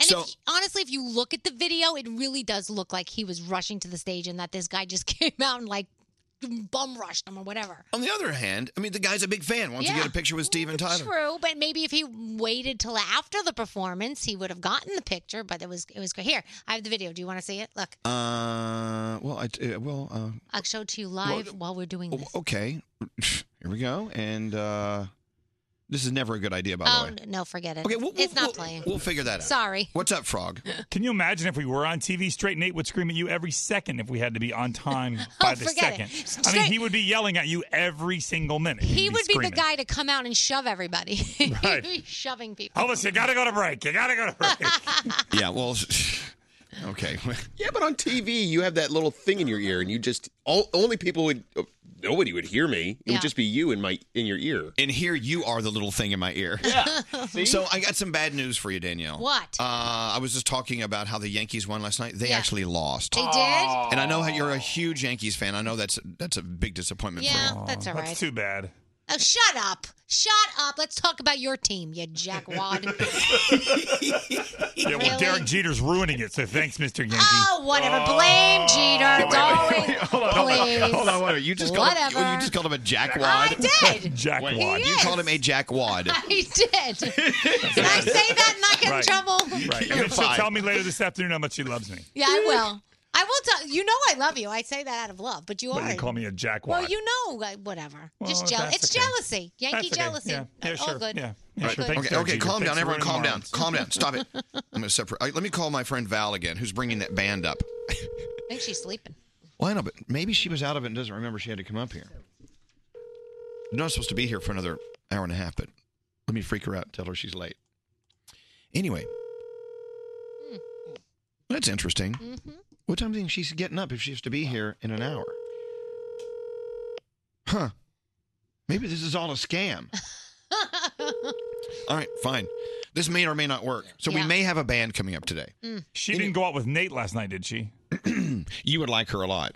Speaker 1: so
Speaker 10: Honestly, if you look at the video, it really does look like he was rushing to the stage and that this guy just [LAUGHS] came out and like bum rushed him or whatever.
Speaker 1: on the other hand, I mean, the guy's a big fan. Wants to
Speaker 10: Yeah.
Speaker 1: get a picture with Steven Tyler.
Speaker 10: True, but maybe if he waited till after the performance, he would have gotten the picture. But it was it was great. Here, I have the video. Do you want to see it? Look,
Speaker 1: Uh, well, I uh, well, uh,
Speaker 10: I'll show it to you live
Speaker 1: Well,
Speaker 10: while we're doing
Speaker 1: oh,
Speaker 10: this.
Speaker 1: okay. [LAUGHS] Here we go, and uh, this is never a good idea, by the
Speaker 10: Oh
Speaker 1: way.
Speaker 10: n- no, forget it.
Speaker 1: Okay, we'll-
Speaker 10: it's not playing.
Speaker 1: We'll figure that out.
Speaker 10: Sorry.
Speaker 1: What's up, Frog?
Speaker 11: Can you imagine if we were on TV? Straight Nate would scream at you every second if we had to be on
Speaker 10: [LAUGHS]
Speaker 11: time by the
Speaker 10: Oh, forget
Speaker 11: second.
Speaker 10: it.
Speaker 11: I mean,
Speaker 10: Straight-
Speaker 11: he would be yelling at you every single minute.
Speaker 10: He would be the
Speaker 11: screaming.
Speaker 10: guy to come out and shove everybody. [LAUGHS] He'd
Speaker 11: Right.
Speaker 10: be
Speaker 11: [LAUGHS]
Speaker 10: shoving people.
Speaker 11: Elvis, you gotta go to break. You gotta go to
Speaker 10: [LAUGHS]
Speaker 11: break.
Speaker 1: yeah, well, [LAUGHS] okay. [LAUGHS]
Speaker 15: Yeah, but on TV, you have that little thing in your ear, and you just all, only people would nobody would hear me. It
Speaker 10: Yeah.
Speaker 15: would just be you in my in your ear.
Speaker 1: And here you are the little thing in my ear. [LAUGHS] So I got some bad news for you, Danielle.
Speaker 10: What?
Speaker 1: Uh, I was just talking about how the Yankees won last night. They
Speaker 10: Yeah.
Speaker 1: actually lost. Oh.
Speaker 10: They did? Aw.
Speaker 1: And I know how you're a huge Yankees fan. I know that's that's a big disappointment.
Speaker 10: Yeah,
Speaker 1: for you.
Speaker 10: that's all That's right. too
Speaker 11: bad.
Speaker 10: Oh, shut up. Shut up. Let's talk about your team,
Speaker 11: [LAUGHS]
Speaker 10: you jackwad.
Speaker 11: Yeah, well, Derek Jeter's ruining it, so thanks, Mr. Yankee.
Speaker 1: Uh,
Speaker 10: oh, whatever. Blame
Speaker 1: Oh.
Speaker 10: Jeter. Don't.
Speaker 1: Hold on, hold on,
Speaker 10: Please.
Speaker 1: hold on, Oh, wait a minute. You just called
Speaker 10: Whatever.
Speaker 1: him, you just called him a jackwad. [LAUGHS]
Speaker 10: I did.
Speaker 1: jackwad.
Speaker 10: He
Speaker 1: You
Speaker 10: is.
Speaker 1: called him a
Speaker 10: [LAUGHS]
Speaker 1: jackwad.
Speaker 10: I did. Oh,
Speaker 1: [LAUGHS]
Speaker 10: Did I say that and I get in
Speaker 11: Right.
Speaker 10: trouble?
Speaker 11: Right.
Speaker 1: [LAUGHS] You're
Speaker 11: And she'll
Speaker 1: fine.
Speaker 11: tell me later this afternoon how much she loves me.
Speaker 10: Yeah, I
Speaker 11: [LAUGHS]
Speaker 10: will. I will tell you. Know I love you. I say that out of love, but you
Speaker 11: What
Speaker 10: are.
Speaker 11: you call me a jackwad?
Speaker 10: well, you know, uh, whatever. Just
Speaker 11: Well,
Speaker 10: jeal-
Speaker 11: that's
Speaker 10: It's
Speaker 11: okay.
Speaker 10: jealousy. Yankee
Speaker 11: That's okay.
Speaker 10: jealousy.
Speaker 11: Yeah. Yeah,
Speaker 10: All
Speaker 11: sure.
Speaker 10: good.
Speaker 11: Yeah.
Speaker 1: All right.
Speaker 11: Sure. Thanks,
Speaker 1: Okay,
Speaker 11: Derek
Speaker 1: okay,
Speaker 11: Jeter.
Speaker 1: calm down,
Speaker 11: Thanks for
Speaker 1: everyone. Calm
Speaker 11: ruining
Speaker 1: down.
Speaker 11: Marlins.
Speaker 1: Calm down.
Speaker 11: [LAUGHS]
Speaker 1: Stop it. I'm gonna separate. all right, Let me call my friend Val again, who's bringing that band up.
Speaker 10: I think she's sleeping.
Speaker 1: Well, I know, but maybe she was out of it and doesn't remember she had to come up here. You're not supposed to be here for another hour and a half, but let me freak her out and tell her she's late. Anyway, that's interesting.
Speaker 10: Mm-hmm.
Speaker 1: What time do you think she's getting up if she has to be here in an hour? Huh. Maybe this is all a scam. all right, fine. This may or may not work. So we
Speaker 11: Yeah.
Speaker 1: may have a band coming up today.
Speaker 11: She didn't go out with Nate last night, did she?
Speaker 1: [CLEARS THROAT] You would like her a lot.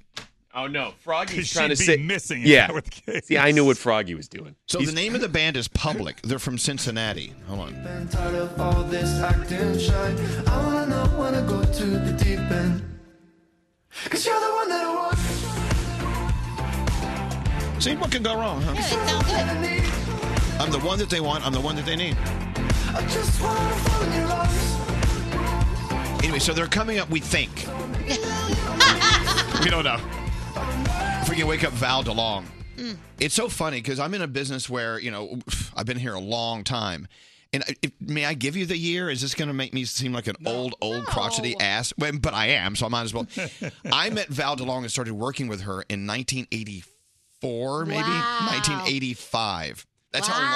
Speaker 12: Oh no, Froggy's
Speaker 11: She'd
Speaker 12: trying to
Speaker 11: be
Speaker 12: say
Speaker 11: missing. if
Speaker 15: Yeah.
Speaker 11: that [LAUGHS] were the case.
Speaker 15: See, I knew what Froggy was doing.
Speaker 1: So the name of the band is Public. They're from Cincinnati. Hold on.
Speaker 3: Been tired of all this acting shy. I wanna not wanna go to the deep end. Cause you're the one that I want.
Speaker 1: See what can go wrong, huh? I'm the one that they want. I'm the one that they need.
Speaker 3: I just wanna fall in your arms.
Speaker 1: Anyway, so they're coming up. We think. we don't know. If we can wake up Val DeLong.
Speaker 3: Mm.
Speaker 1: It's so funny because I'm in a business where you know I've been here a long time. And I- if, may I give you the year? Is this going to make me seem like an old, old crotchety ass? Well, But I am, so I might as
Speaker 3: [LAUGHS]
Speaker 1: well. I met Val DeLong and started working with her in 1984, maybe 1985. That's how long we've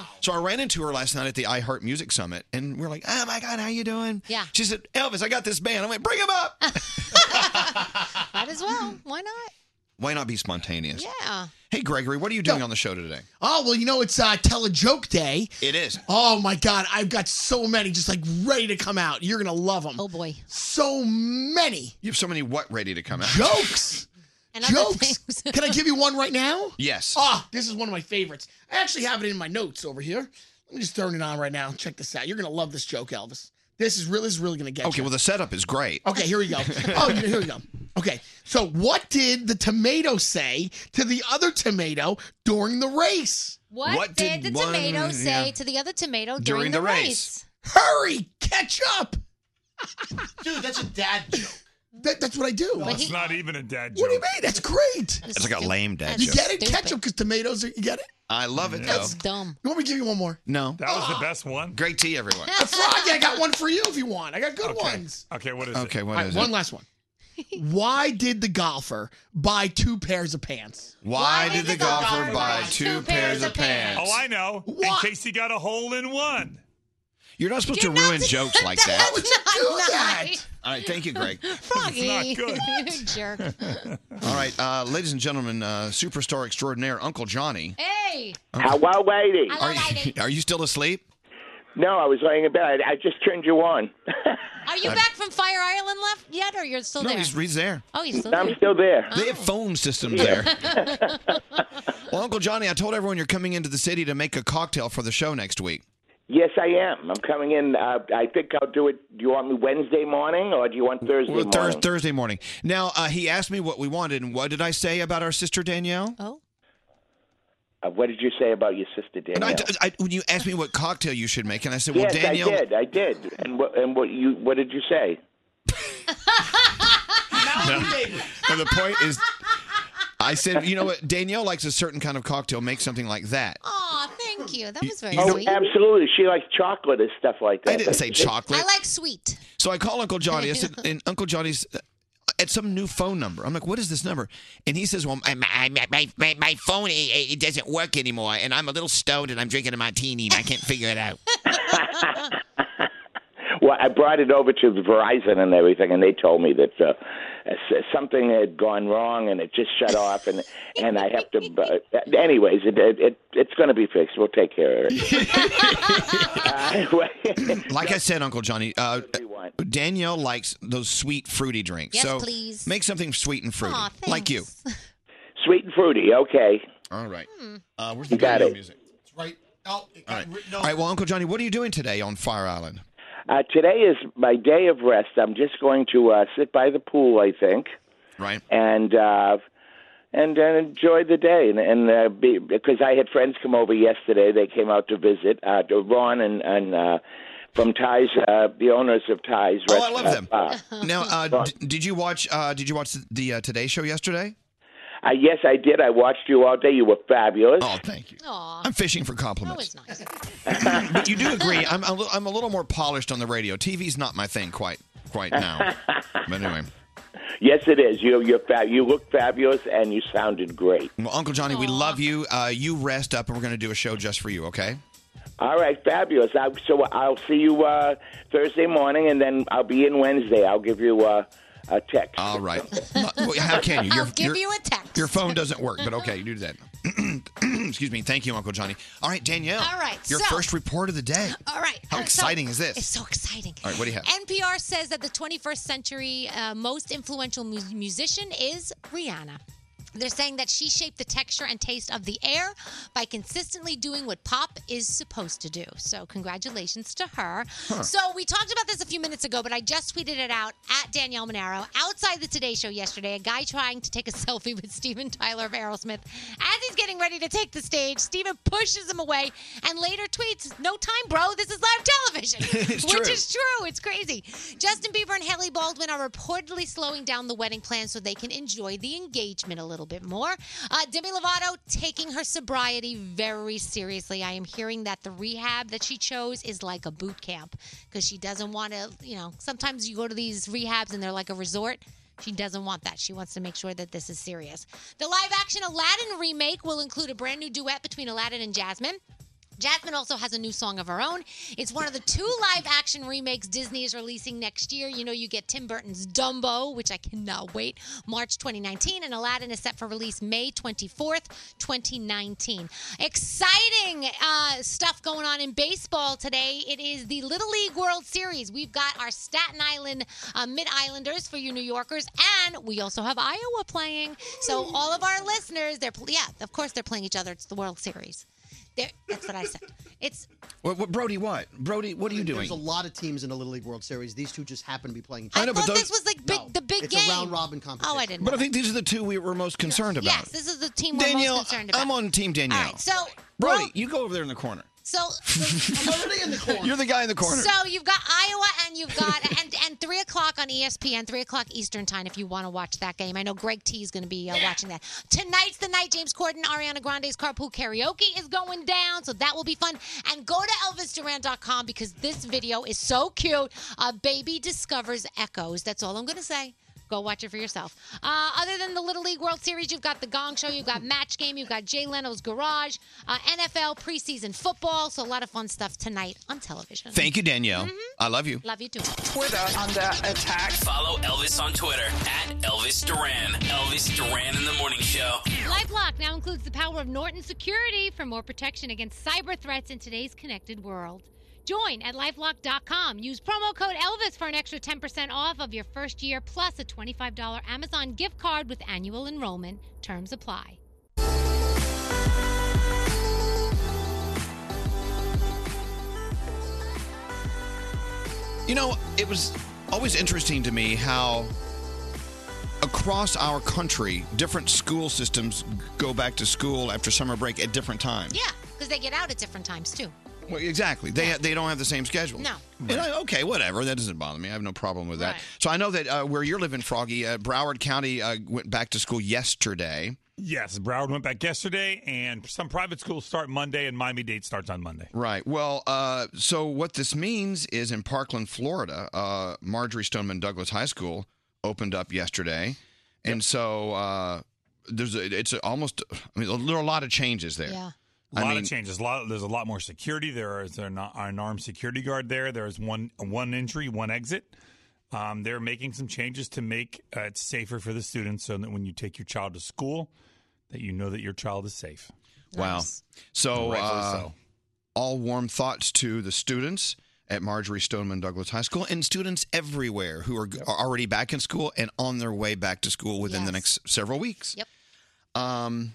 Speaker 3: Wow.
Speaker 1: so I ran into her last night at the iHeart Music Summit, and we are like, "Oh my God, how you doing?" Yeah. She said, "Elvis, I got this band." I went, "Bring him up."
Speaker 10: Might as well. Why not?
Speaker 1: Why not be spontaneous?
Speaker 10: Yeah.
Speaker 1: Hey, Gregory, what are you doing on the show today?
Speaker 13: Oh, well, you know, it's uh, Tell a Joke Day.
Speaker 1: It is.
Speaker 13: Oh, my God. I've got so many just like ready to come out. You're going to love them. Oh,
Speaker 10: boy.
Speaker 13: So many
Speaker 1: You have so many what ready to come out?
Speaker 13: jokes. jokes. Can I give you one right now?
Speaker 1: Yes.
Speaker 13: Ah, this is one of my favorites. I actually have it in my notes over here. Let me just turn it on right now. Check this out. You're going to love this joke, Elvis. This is really, this is really going to get you.
Speaker 1: Okay. Well, the setup is great.
Speaker 13: Okay, here
Speaker 1: [LAUGHS]
Speaker 13: we go. Oh, you- here we go. Okay, so what did the tomato say to the other tomato during the race?
Speaker 10: What, did, the tomato say to the other tomato during, the, race?
Speaker 13: Hurry, catch up! Dude, that's a dad joke. That, that's what I do.
Speaker 11: Well, it's not even a dad joke.
Speaker 13: what do you mean? That's great.
Speaker 1: It's like a lame dad
Speaker 13: You
Speaker 1: joke.
Speaker 13: get it? Ketchup because tomatoes are, you get it?
Speaker 1: I love it though.
Speaker 10: dumb.
Speaker 13: You want me to give you one more?
Speaker 1: No.
Speaker 11: That was the best one.
Speaker 1: Great tea, everyone.
Speaker 13: Uh, Froggy, I got one for you if you want. I got good ones.
Speaker 11: Okay, what is it?
Speaker 1: Okay, what
Speaker 13: All right,
Speaker 1: is
Speaker 13: one
Speaker 1: it?
Speaker 13: last one. Why did the golfer buy two pairs of pants?
Speaker 1: Why, did the golfer buy two pairs of pants?
Speaker 11: Oh, I know. In case he got a hole in one.
Speaker 1: You're not supposed to ruin jokes [LAUGHS] like that.
Speaker 10: [LAUGHS]
Speaker 13: do that?
Speaker 1: All right, thank you, Greg.
Speaker 10: Froggy.
Speaker 11: It's
Speaker 10: you
Speaker 1: [LAUGHS]
Speaker 10: [LAUGHS] jerk.
Speaker 1: All right, uh, ladies and gentlemen, uh, superstar extraordinaire Uncle Johnny.
Speaker 10: Hey.
Speaker 16: Hello, lady.
Speaker 1: Are you, [LAUGHS] are you still asleep?
Speaker 16: No, I was laying in bed. I just turned you on.
Speaker 10: Are you back from Fire Island left yet, or you're still
Speaker 1: no,
Speaker 10: there?
Speaker 1: he's, he's there.
Speaker 10: Oh, he's still
Speaker 16: I'm
Speaker 10: there. Oh.
Speaker 16: still there.
Speaker 1: They have phone systems there.
Speaker 16: [LAUGHS]
Speaker 1: well, Uncle Johnny, I told everyone you're coming into the city to make a cocktail for the show next week.
Speaker 16: [LAUGHS] Yes, I am. I'm coming in. Uh, I think I'll do it. Do you want me Wednesday morning or do you want Thursday
Speaker 1: Well,
Speaker 16: morning?
Speaker 1: Thurs Thursday morning. Now, uh, he asked me what we wanted, and what did I say about our sister Danielle?
Speaker 10: Oh.
Speaker 16: Uh, what did you say about your sister Danielle?
Speaker 1: I, I- when you asked me what cocktail you should make, and I said, well,
Speaker 16: yes,
Speaker 1: Danielle.
Speaker 16: [LAUGHS] I did. I did. And what? And what you? What did you say?
Speaker 1: No, the point is, I said, you know what? Danielle likes a certain kind of cocktail. Make something like that.
Speaker 10: Aw, thank you. That was very
Speaker 16: oh,
Speaker 10: sweet.
Speaker 16: absolutely. She likes chocolate and stuff like that.
Speaker 1: I didn't say chocolate.
Speaker 10: I like sweet.
Speaker 1: So I call Uncle Johnny.
Speaker 16: [LAUGHS]
Speaker 1: I said, and Uncle Johnny's uh, at some new phone number. I'm like, what is this number? And he says, well, my, my, my, my, my phone, it, it doesn't work anymore. And I'm a little stoned and I'm drinking a martini and I can't figure it
Speaker 16: [LAUGHS]
Speaker 1: out.
Speaker 16: Well, I brought it over to Verizon and everything, and they told me that uh, s- something had gone wrong and it just shut off, and and I have to. Uh, anyways, it, it, it it's going to be fixed. We'll take
Speaker 1: [LAUGHS]
Speaker 16: care of it.
Speaker 1: like I said, Uncle Johnny, uh, Danielle likes those sweet, fruity drinks.
Speaker 16: Yes,
Speaker 1: so
Speaker 16: please.
Speaker 1: make something sweet and fruity.
Speaker 16: [LAUGHS] Aw,
Speaker 1: like you.
Speaker 16: Sweet and fruity. Okay.
Speaker 1: All right.
Speaker 10: Hmm.
Speaker 1: Uh, where's the
Speaker 16: You got
Speaker 1: radio
Speaker 16: it.
Speaker 1: music?
Speaker 5: It's right. Oh, it
Speaker 1: All
Speaker 5: got
Speaker 1: right.
Speaker 5: written
Speaker 1: All
Speaker 5: over.
Speaker 1: right. Well, Uncle Johnny, what are you doing today on Fire Island?
Speaker 16: Uh, today is my day of rest. I'm just going to uh, sit by the pool, I think.
Speaker 1: Right.
Speaker 16: And uh, and uh, enjoy the day. And, and uh, be, because I had friends come over yesterday, they came out to visit. Uh, to Ron and and uh, from Ties, uh, the owners of Ties.
Speaker 1: Oh, I love them.
Speaker 16: Uh,
Speaker 1: Now, uh,
Speaker 16: [LAUGHS]
Speaker 1: d- did you watch? Uh, did you watch the uh, Today Show yesterday?
Speaker 16: uh, yes, I did. I watched you all day. You were fabulous.
Speaker 1: Oh, thank you. I'm fishing for compliments.
Speaker 10: It's nice.
Speaker 1: but you do agree. I'm a, li- I'm a little more polished on the radio. TV's not my thing quite quite
Speaker 10: [LAUGHS]
Speaker 1: now. but anyway,
Speaker 16: Yes, it is. You you're fab- you look fabulous, and you sounded great.
Speaker 1: well, Uncle Johnny, we love you. Uh, you rest up, and we're going to do a show just for you. Okay.
Speaker 16: All right, fabulous. I, so I'll see you uh, Thursday morning, and then I'll be in Wednesday. I'll give you uh, a text.
Speaker 1: All right. Well, how can you? Your,
Speaker 10: [LAUGHS] I'll give
Speaker 1: your-
Speaker 10: you a text.
Speaker 1: Your phone doesn't work, but okay, you do that. [CLEARS THROAT] Excuse me. Thank you, Uncle Johnny. All right, Danielle.
Speaker 10: All right,
Speaker 1: Your
Speaker 10: so-
Speaker 1: first report of the day.
Speaker 10: [GASPS] All right.
Speaker 1: How
Speaker 10: Uh, so-
Speaker 1: exciting is this?
Speaker 10: It's so exciting.
Speaker 1: All right, what do you have?
Speaker 10: NPR says that the 21st century uh, most influential mu- musician is Rihanna. They're saying that she shaped the texture and taste of the air by consistently doing what pop is supposed to do. So, congratulations to her.
Speaker 17: Huh.
Speaker 10: So, we talked about this a few minutes ago, but I just tweeted it out at Danielle Monaro outside the Today Show yesterday. A guy trying to take a [LAUGHS] selfie with Steven Tyler of Aerosmith. As he's getting ready to take the stage, Steven pushes him away and later tweets, No time, bro. This is live television.
Speaker 17: [LAUGHS] It's
Speaker 10: Which
Speaker 17: true.
Speaker 10: is true. It's crazy. Justin Bieber and Haley Baldwin are reportedly slowing down the wedding plan so they can enjoy the engagement a little bit more. Uh, Demi Lovato taking her sobriety very seriously. I am hearing that the rehab that she chose is like a boot camp because she doesn't want to, you know, sometimes you go to these rehabs and they're like a resort. She doesn't want that. She wants to make sure that this is serious. The live action Aladdin remake will include a brand new duet between Aladdin and Jasmine. Jasmine also has a new song of her own. It's one of the two live action remakes Disney is releasing next year. You know, you get Tim Burton's Dumbo, which I cannot wait, March 2019, and Aladdin is set for release May 24th, 2019. Exciting uh, stuff going on in baseball today. It is the Little League World Series. We've got our Staten Island uh, Mid Islanders for you New Yorkers, and we also have Iowa playing. So, all of our listeners, they're, pl- yeah, of course, they're playing each other. It's the World Series. There, that's what I said.
Speaker 18: [LAUGHS]
Speaker 10: It's
Speaker 1: What, what, Brody, what? Brody, what are you doing?
Speaker 18: There's a lot of teams in the Little League World Series. These two just happen to be playing. Each
Speaker 1: I
Speaker 18: other.
Speaker 1: know, but those- this
Speaker 10: was like big, the big
Speaker 18: it's
Speaker 10: game.
Speaker 18: a round robin competition.
Speaker 10: Oh, I didn't.
Speaker 1: But
Speaker 10: know
Speaker 1: I think these are the two we were most concerned
Speaker 10: that.
Speaker 1: about.
Speaker 10: yes, this is the team we're
Speaker 1: Danielle,
Speaker 10: most concerned about.
Speaker 1: I'm on Team Danielle.
Speaker 10: All right, so
Speaker 1: Brody, you go over there in the corner.
Speaker 18: [LAUGHS]
Speaker 10: so in the corner.
Speaker 1: [LAUGHS] You're the guy in the corner.
Speaker 10: So you've got Iowa and you've got [LAUGHS] and and three o'clock on E ESPN, three o'clock Eastern time if you want to watch that game. I know Greg T is going to be uh, watching that tonight's the night. James Corden, Ariana Grande's carpool karaoke is going down, so that will be fun. And go to ElvisDuran.com because this video is so cute. A baby discovers echoes. That's all I'm going to say. Go watch it for yourself. Uh, other than the Little League World Series, you've got the Gong Show, you've got Match Game, you've got Jay Leno's Garage, uh, NFL preseason football. So a lot of fun stuff tonight on television.
Speaker 1: Thank you, Danielle.
Speaker 10: Mm-hmm.
Speaker 1: I love you.
Speaker 10: Love you too.
Speaker 17: Twitter under attack.
Speaker 9: Follow Elvis on Twitter at Elvis Duran. Elvis Duran in the morning show.
Speaker 10: LifeLock now includes the power of Norton Security for more protection against cyber threats in today's connected world. Join at lifelock.com. Use promo code Elvis for an extra 10% off of your first year plus a $25 Amazon gift card with annual enrollment. Terms apply.
Speaker 1: You know, it was always interesting to me how across our country, different school systems go back to school after summer break at different times.
Speaker 10: Yeah, because they get out at different times too.
Speaker 1: Well, exactly. They they don't have the same schedule.
Speaker 10: No.
Speaker 1: And I- okay, whatever. That doesn't bother me. I have no problem with that. So I know that uh, where you're living, Froggy, uh, Broward County uh, went back to school yesterday.
Speaker 11: Yes, Broward went back yesterday, and some private schools start Monday, and Miami Dade starts on Monday.
Speaker 1: Right. Well, uh, so what this means is in Parkland, Florida, uh, Marjorie Stoneman Douglas High School opened up yesterday, and so uh, there's a, it's a almost I mean there are a lot of changes there.
Speaker 11: A
Speaker 1: I
Speaker 11: lot of
Speaker 1: mean-
Speaker 11: changes. A lot, there's a lot more security. There is an, an armed security guard there. There's one one entry, one exit. Um, they're making some changes to make uh, it safer for the students, so that when you take your child to school, that you know that your child is safe.
Speaker 1: Wow. So,
Speaker 11: Rightfully
Speaker 1: uh,
Speaker 11: so.
Speaker 1: all warm thoughts to the students at Marjorie Stoneman Douglas High School and students everywhere who are, are already back in school and on their way back to school within the next several weeks.
Speaker 10: Yep.
Speaker 1: Um,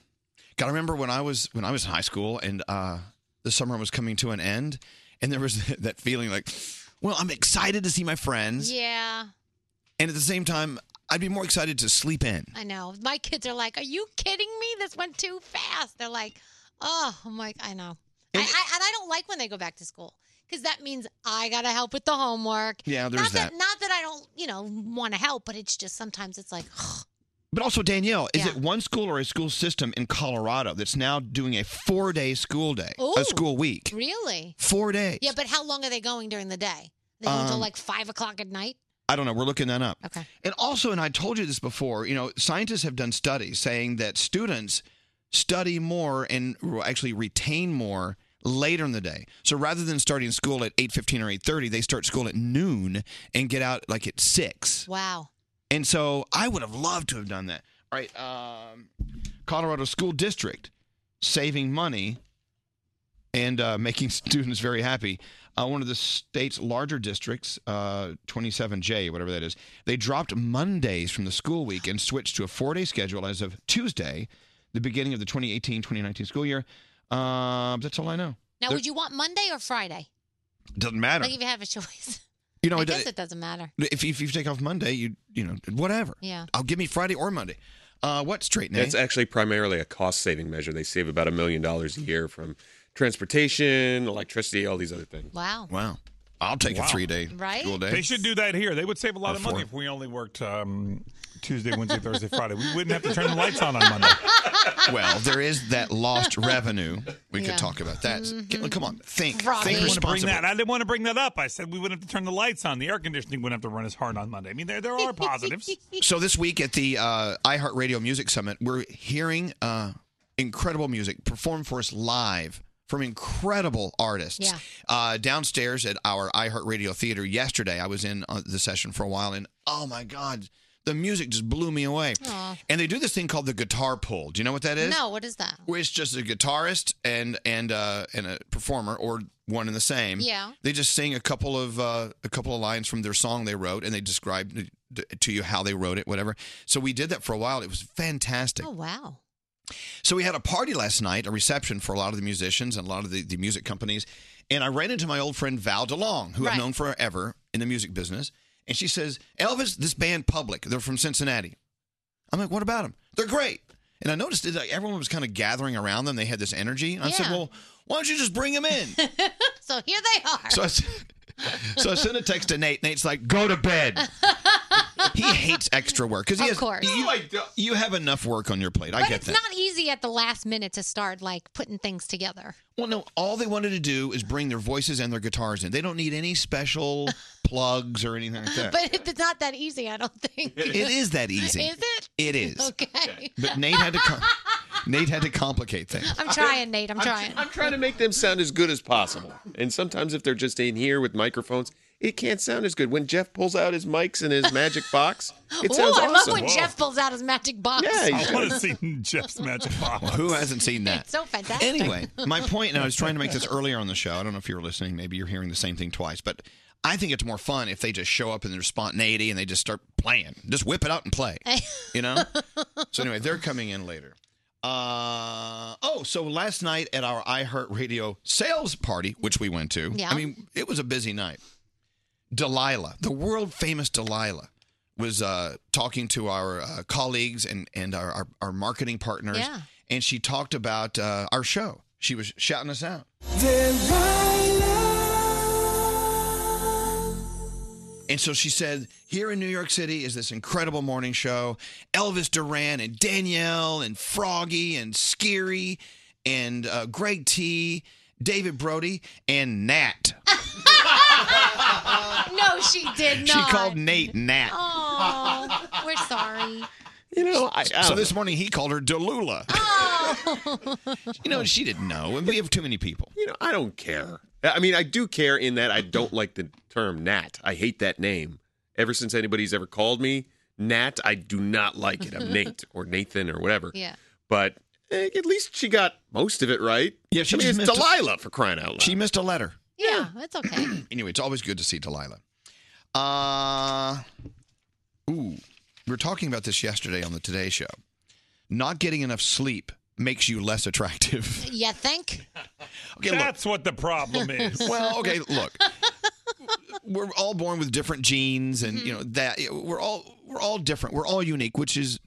Speaker 1: God, I remember when I was when I was in high school and uh, the summer was coming to an end, and there was [LAUGHS] that feeling like, well, I'm excited to see my friends,
Speaker 10: Yeah,
Speaker 1: and at the same time, I'd be more excited to sleep in.
Speaker 10: I know. My kids are like, "Are you kidding me? This went too fast." They're like, "Oh, I'm like, I know." I, I, and I don't like when they go back to school because that means I gotta help with the homework.
Speaker 1: Yeah, there's
Speaker 10: not that,
Speaker 1: that.
Speaker 10: Not that I don't, you know, want to help, but it's just sometimes it's like, [GASPS]
Speaker 1: But also, Danielle, is
Speaker 10: Yeah.
Speaker 1: it one school or a school system in Colorado that's now doing a four day school day,
Speaker 10: Ooh.
Speaker 1: a school week?
Speaker 10: Really?
Speaker 1: Four days.
Speaker 10: Yeah, but how long are they going during the day? They go until
Speaker 1: Um,
Speaker 10: like five o'clock at night.
Speaker 1: I don't know. We're looking that up.
Speaker 10: Okay.
Speaker 1: And also, and I told you this before, you know, scientists have done studies saying that students study more and re- actually retain more later in the day. So rather than starting school at 8:15 or 8:30, they start school at noon and get out like at 6.
Speaker 10: Wow.
Speaker 1: And so I would have loved to have done that. All right, um Colorado School District saving money and uh, making [LAUGHS] students very happy. Uh, one of the state's larger districts, uh, 27J, whatever that is, they dropped Mondays from the school week and switched to a four day schedule as of Tuesday, the beginning of the 2018 2019 school year. Uh, that's all I know.
Speaker 10: Now,
Speaker 1: There-
Speaker 10: would you want Monday or Friday?
Speaker 1: Doesn't matter.
Speaker 10: Like if you have a choice.
Speaker 1: You know,
Speaker 10: [LAUGHS] I
Speaker 1: it-
Speaker 10: guess it doesn't matter.
Speaker 1: If, if you take off Monday, you you know whatever.
Speaker 10: Yeah.
Speaker 1: I'll give me Friday or Monday. Uh, what straight Nate?
Speaker 15: That's actually primarily a cost saving measure. They save about a million dollars a year from transportation, electricity, all these other things.
Speaker 10: Wow.
Speaker 1: Wow. I'll take
Speaker 11: Wow.
Speaker 1: a three day school day.
Speaker 11: They should do that here. They would save a lot
Speaker 1: Or
Speaker 11: of money
Speaker 1: four.
Speaker 11: if we only worked um, Tuesday, Wednesday, Thursday, Friday. We wouldn't have to turn the lights on on Monday.
Speaker 1: [LAUGHS] well, [LAUGHS] there is that
Speaker 10: [LAUGHS]
Speaker 1: lost revenue. We
Speaker 11: Yeah.
Speaker 1: could talk about that.
Speaker 10: Mm-hmm.
Speaker 1: C- Come on, think,
Speaker 11: I
Speaker 1: think
Speaker 11: didn't want to bring
Speaker 1: responsibly.
Speaker 11: that. I didn't want to bring that up. I said we wouldn't have to turn the lights on. The air conditioning wouldn't have to run as hard on Monday. I mean, there there
Speaker 10: [LAUGHS]
Speaker 11: are positives.
Speaker 1: So this week at the uh, iHeartRadio Music Summit, we're hearing uh, incredible music performed for us live from incredible artists.
Speaker 19: Yeah.
Speaker 1: Uh, downstairs at our iHeartRadio theater yesterday, I was in uh, the session for a while, and oh my God, the music just blew me away.
Speaker 10: Aw.
Speaker 1: And they do this thing called the guitar pull. Do you know what that is?
Speaker 10: No, what is that?
Speaker 1: where it's just a guitarist and and uh, and a performer or one and the same.
Speaker 10: Yeah.
Speaker 1: They just sing a couple of uh, a couple of lines from their song they wrote, and they describe th- th- to you how they wrote it, whatever. So we did that for a while. It was fantastic.
Speaker 10: Oh wow. [LAUGHS]
Speaker 1: So we had a party last night, a reception for a lot of the musicians and a lot of the, the music companies. And I ran into my old friend Val DeLong, who I've known forever in the music business. And she says, Elvis, this band Public, they're from Cincinnati. I'm like, what about them? They're great. And I noticed that like, everyone was kind of gathering around them. They had this energy. And I said,
Speaker 10: Yeah.
Speaker 1: well, why don't you just bring them
Speaker 10: [LAUGHS]
Speaker 1: in?
Speaker 10: So here they are.
Speaker 1: so, I, s- so I sent a text to Nate. Nate's like, go to
Speaker 10: [LAUGHS]
Speaker 1: bed. he hates extra work because he
Speaker 10: Of
Speaker 1: has.
Speaker 10: course.
Speaker 1: You, you have enough work on your plate. I
Speaker 10: [LAUGHS] but
Speaker 1: get
Speaker 10: it's
Speaker 1: that.
Speaker 10: not easy at the last minute to start like putting things together.
Speaker 1: Well, no, all they wanted to do is bring their voices and their guitars in. They don't need any special plugs or anything like that.
Speaker 10: But it's not that easy, I don't think.
Speaker 1: it is that easy.
Speaker 10: Is it?
Speaker 1: It is.
Speaker 10: Okay.
Speaker 1: But Nate had to com- Nate had to complicate things.
Speaker 10: [LAUGHS] I'm trying, Nate. I'm trying.
Speaker 15: I'm trying to make them sound as good as possible. And sometimes if they're just in here with microphones, it can't sound as good. When Jeff pulls out his mics and his magic box, it
Speaker 10: Ooh,
Speaker 15: sounds
Speaker 10: I
Speaker 15: awesome.
Speaker 10: love when Jeff pulls out his magic box.
Speaker 15: Yeah,
Speaker 11: I want to see Jeff's magic box.
Speaker 1: Who hasn't seen that?
Speaker 10: It's so fantastic.
Speaker 1: Anyway, my point, and I was trying to make this earlier on the show. I don't know if you were listening. Maybe you're hearing the same thing twice, but I think it's more fun if they just show up in their spontaneity and they just start playing. Just whip it out and
Speaker 10: [LAUGHS]
Speaker 1: play. You know? so, anyway, they're coming in later. Uh, oh, so last night at our iHeartRadio sales party, which we went to,
Speaker 19: Yeah.
Speaker 1: I mean, it was a busy night. Delilah, the world famous Delilah, was uh, talking to our uh, colleagues and, and our, our, our marketing partners.
Speaker 19: Yeah.
Speaker 1: And she talked about uh, our show. She was shouting us out. And so she said, here in New York City is this incredible morning show. Elvis Duran and Danielle and Froggy and Scary and uh, Greg T, David Brody, and Nat.
Speaker 10: [LAUGHS] no, she did not.
Speaker 1: She called Nate Nat.
Speaker 10: Oh,
Speaker 1: [LAUGHS]
Speaker 10: we're sorry.
Speaker 1: You know,
Speaker 10: I- I
Speaker 1: so
Speaker 10: don't
Speaker 1: this morning he called her Delula. you know, she didn't know. And we have too many people.
Speaker 15: You know, I don't care. I mean, I do care in that I don't like the term Nat. I hate that name. Ever since anybody's ever called me Nat, I do not like it.
Speaker 10: [LAUGHS]
Speaker 15: I'm Nate or Nathan or whatever.
Speaker 10: Yeah.
Speaker 15: But eh, at least she got most of it right.
Speaker 1: Yeah, she
Speaker 15: I mean,
Speaker 1: just
Speaker 15: it's
Speaker 1: missed a-
Speaker 15: Delilah for crying out loud.
Speaker 1: She missed a letter.
Speaker 10: Yeah, that's okay.
Speaker 1: [CLEARS THROAT] anyway, it's always good to see Delilah. Uh, ooh, we were talking about this yesterday on the Today Show. Not getting enough sleep makes you less attractive. [LAUGHS]
Speaker 10: You think?
Speaker 1: Okay, That's
Speaker 11: what the
Speaker 1: [LAUGHS]
Speaker 11: problem is.
Speaker 1: well, okay, look. We're all born with different genes and you know
Speaker 11: Mm-hmm.
Speaker 1: that we're all we're all different. We're all unique, which is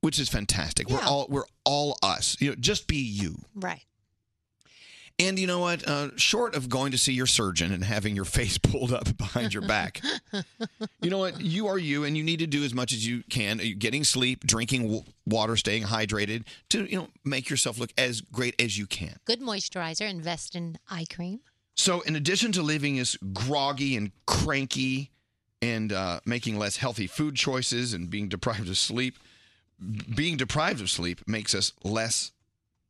Speaker 1: which is fantastic. We're
Speaker 10: Yeah.
Speaker 1: all we're all us. You know, just be you.
Speaker 10: Right.
Speaker 1: And you know what? Uh, short of going to see your surgeon and having your [LAUGHS] face pulled up behind your back, you know what? You are you, and you need to do as much as you can. You're Getting sleep, drinking w- water, staying hydrated to you know make yourself look as great as you can.
Speaker 10: Good moisturizer. Invest in eye cream.
Speaker 1: So, in addition to leaving us groggy and cranky, and uh, making less healthy food choices, and being deprived of sleep, b- being deprived of sleep makes us less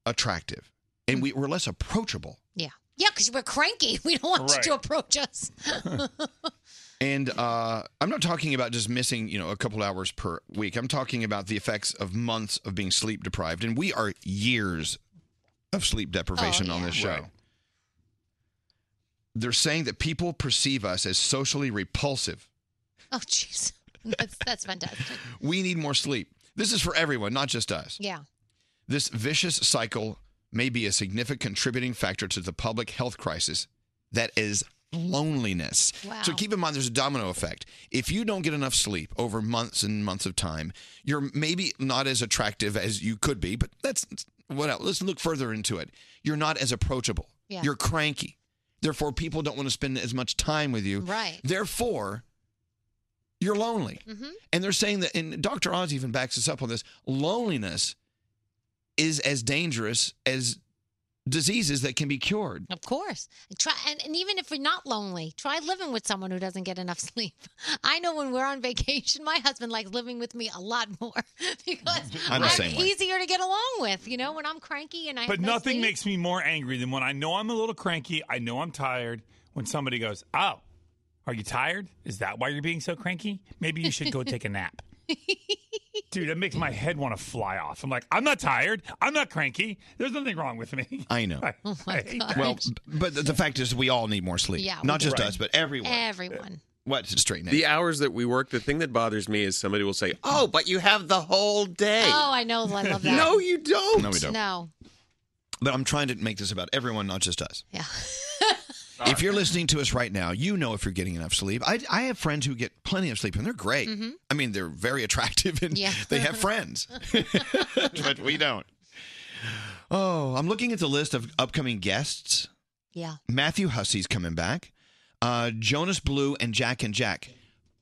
Speaker 1: attractive, and we, we're less approachable.
Speaker 10: Yeah. Yeah, because we're cranky. [LAUGHS] We don't want you to
Speaker 1: Right.
Speaker 10: approach us. [LAUGHS]
Speaker 1: And uh, I'm not talking about just missing, you know, a couple hours per week. I'm talking about the effects of months of being sleep deprived, and we are years of sleep deprivation on this show.
Speaker 19: Right.
Speaker 1: They're saying that people perceive us as socially repulsive.
Speaker 10: oh, jeez. That's, that's fantastic.
Speaker 1: We need more sleep. This is for everyone, not just us.
Speaker 10: Yeah.
Speaker 1: This vicious cycle may be a significant contributing factor to the public health crisis that is loneliness.
Speaker 19: Wow.
Speaker 1: So keep in mind there's a domino effect. If you don't get enough sleep over months and months of time, you're maybe not as attractive as you could be, but that's what else? Let's look further into it. You're not as approachable.
Speaker 19: Yeah.
Speaker 1: You're cranky. Therefore, people don't want to spend as much time with you.
Speaker 19: Right.
Speaker 1: Therefore, you're lonely.
Speaker 19: Mhm.
Speaker 1: And they're saying that, and Dr. Oz even backs us up on this loneliness is as dangerous as diseases that can be cured.
Speaker 10: Of course. Try and, and even if we're not lonely, try living with someone who doesn't get enough [LAUGHS] sleep. I know when we're on vacation, my husband likes living with me a lot more [LAUGHS] because
Speaker 1: [LAUGHS]
Speaker 11: I'm
Speaker 10: I'm,
Speaker 11: the same way.
Speaker 10: easier to get along with. You know, when I'm cranky and I
Speaker 11: But
Speaker 10: have no
Speaker 11: nothing
Speaker 10: sleep.
Speaker 11: makes me more angry than when I know I'm a little cranky, I know I'm tired, when somebody goes, Oh, are you tired? Is that why you're being so cranky? Maybe you
Speaker 10: [LAUGHS]
Speaker 11: should go take a nap. Dude, that makes my head want to fly off. I'm like, I'm not tired. I'm not cranky. There's nothing wrong with me. [LAUGHS]
Speaker 1: I know.
Speaker 10: Oh my God.
Speaker 1: Well, b- but the- the fact is, we all need more sleep.
Speaker 10: Yeah,
Speaker 1: Not
Speaker 10: we
Speaker 1: just
Speaker 10: do.
Speaker 1: us, but everyone.
Speaker 10: Everyone.
Speaker 1: What? Straight
Speaker 15: The hours that we work, the thing that bothers me is somebody will say, "Oh, but you have the whole day."
Speaker 10: Oh, I know. I love that.
Speaker 15: No, you don't.
Speaker 1: No, we don't.
Speaker 10: No.
Speaker 1: But I'm trying to make this about everyone, not just us. [LAUGHS]
Speaker 10: Yeah.
Speaker 1: if you're listening to us right now, you know if you're getting enough sleep. I, I have friends who get plenty of sleep and they're great.
Speaker 10: Mm-hmm.
Speaker 19: Mhm.
Speaker 1: I mean, they're very attractive and
Speaker 19: Yeah.
Speaker 1: they have
Speaker 10: [LAUGHS]
Speaker 1: friends, but we don't. Oh, I'm looking at the list of upcoming guests.
Speaker 10: Yeah.
Speaker 1: Matthew Hussey's coming back. Uh, Jonas Blue and Jack and Jack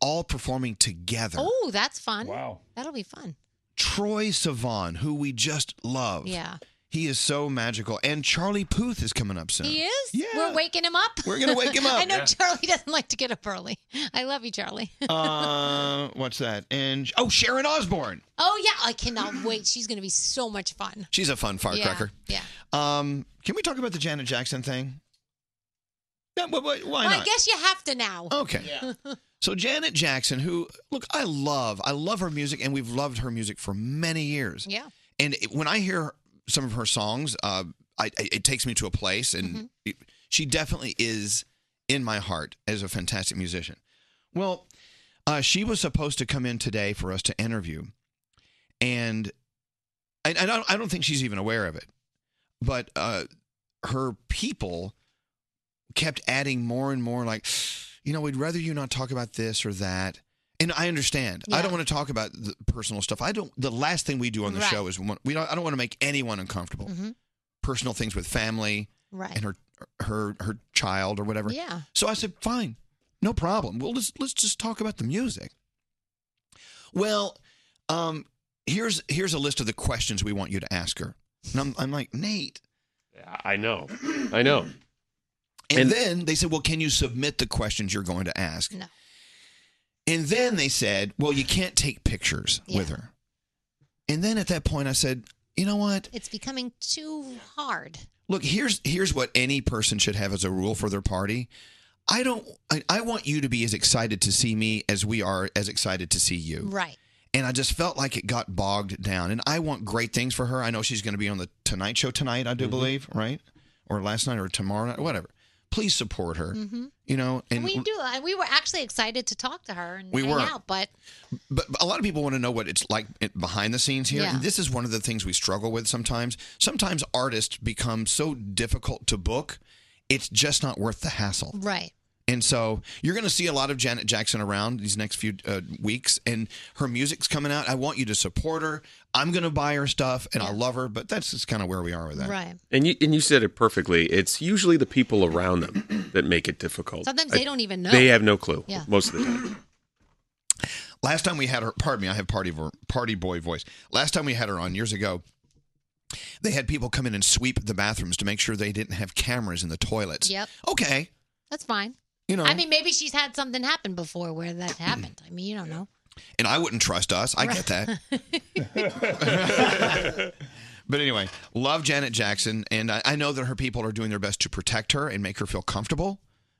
Speaker 1: all performing together.
Speaker 10: Oh, that's fun. Wow. That'll be fun.
Speaker 1: Troy Savon, who we just love.
Speaker 10: Yeah.
Speaker 1: He is so magical. And Charlie Puth is coming up soon.
Speaker 10: He is? Yeah. We're waking him up.
Speaker 1: We're gonna wake him up.
Speaker 10: [LAUGHS] I know
Speaker 1: Yeah.
Speaker 10: Charlie doesn't like to get up early. I love you, Charlie.
Speaker 1: uh, what's that? And oh, Sharon Osbourne.
Speaker 10: [LAUGHS] Oh yeah, I cannot wait. She's gonna be so much fun.
Speaker 1: She's a fun firecracker.
Speaker 10: Yeah.
Speaker 1: Um, can we talk about the Janet Jackson thing? No, wh- wh- why
Speaker 10: Well,
Speaker 1: not?
Speaker 10: I guess you have to now.
Speaker 1: Okay. So Janet Jackson, who look, I love, I love her music, and we've loved her music for many years.
Speaker 10: Yeah.
Speaker 1: And it- when I hear some of her songs, uh, I, I- it takes me to a place, and
Speaker 10: Mm-hmm.
Speaker 1: it- she definitely is in my heart as a fantastic musician. Well, uh, she was supposed to come in today for us to interview, and I, I don't, I don't think she's even aware of it, but uh, her people kept adding more and more like you know we'd rather you not talk about this or that and i understand i don't want to talk about the personal stuff i don't the last thing we do on the
Speaker 19: Right.
Speaker 1: show is we want- we don't, i don't want to make anyone uncomfortable
Speaker 3: Mm-hmm.
Speaker 1: personal things with family
Speaker 10: Mm-hmm. Right.
Speaker 1: and her her her child or whatever
Speaker 19: Yeah.
Speaker 1: so i said fine no problem well let's let's just talk about the music well um here's here's a list of the questions we want you to ask her and i'm, I'm like nate
Speaker 15: I know. I know.
Speaker 1: and, then they said, well, can you submit the questions you're going to ask?
Speaker 10: No.
Speaker 1: And then they said, well, you can't take pictures with her. And then at that point, I said, [LAUGHS] you know what?
Speaker 10: It's becoming too hard.
Speaker 1: Look, here's here's what any person should have as a rule for their party. I don't. I, I want you to be as excited to see me as we are as excited to see you.
Speaker 10: Right.
Speaker 1: And I just felt like it got bogged down. And I want great things for
Speaker 10: Mm-hmm.
Speaker 1: her. I know she's going to be on the Tonight Show tonight, I do believe, right? Or last night or tomorrow night, whatever. Please support her.
Speaker 10: Mhm.
Speaker 1: You know,
Speaker 10: And we do, and we were actually excited to talk to her and
Speaker 1: We
Speaker 10: hang
Speaker 1: were.
Speaker 10: out, but
Speaker 1: But, but a lot of people want to know what it's like it- behind the scenes here.
Speaker 10: Yeah.
Speaker 1: And this is one of the things we struggle with sometimes. Sometimes artists become so difficult to book, it's just not worth the hassle.
Speaker 10: right.
Speaker 1: And so you're going to see a lot of Janet Jackson around these next few uh, weeks, and her music's coming out. I want you to support her. I'm going to buy her stuff, and I love her. But that's just kind of where we are with that.
Speaker 10: Right.
Speaker 15: And you and you said it perfectly. It's usually the people around them [CLEARS THROAT] that make it difficult.
Speaker 10: Sometimes
Speaker 15: I-
Speaker 10: they don't even know.
Speaker 15: They have no clue.
Speaker 10: Yeah.
Speaker 15: Most of the time.
Speaker 1: [CLEARS THROAT] Last time we had her, pardon me, I have party vo- party boy voice. Last time we had her on years ago, they had people come in and sweep the bathrooms to make sure they didn't have cameras in the toilets.
Speaker 10: Yep.
Speaker 1: Okay.
Speaker 10: That's fine.
Speaker 1: You know.
Speaker 10: I mean, maybe she's had something happen before where that
Speaker 1: [CLEARS THROAT]
Speaker 10: happened. I mean, you don't know.
Speaker 1: And I wouldn't trust us. I get
Speaker 10: [LAUGHS]
Speaker 1: that. But anyway, love Janet Jackson, and I, I know that her people are doing their best to protect her and make her feel comfortable,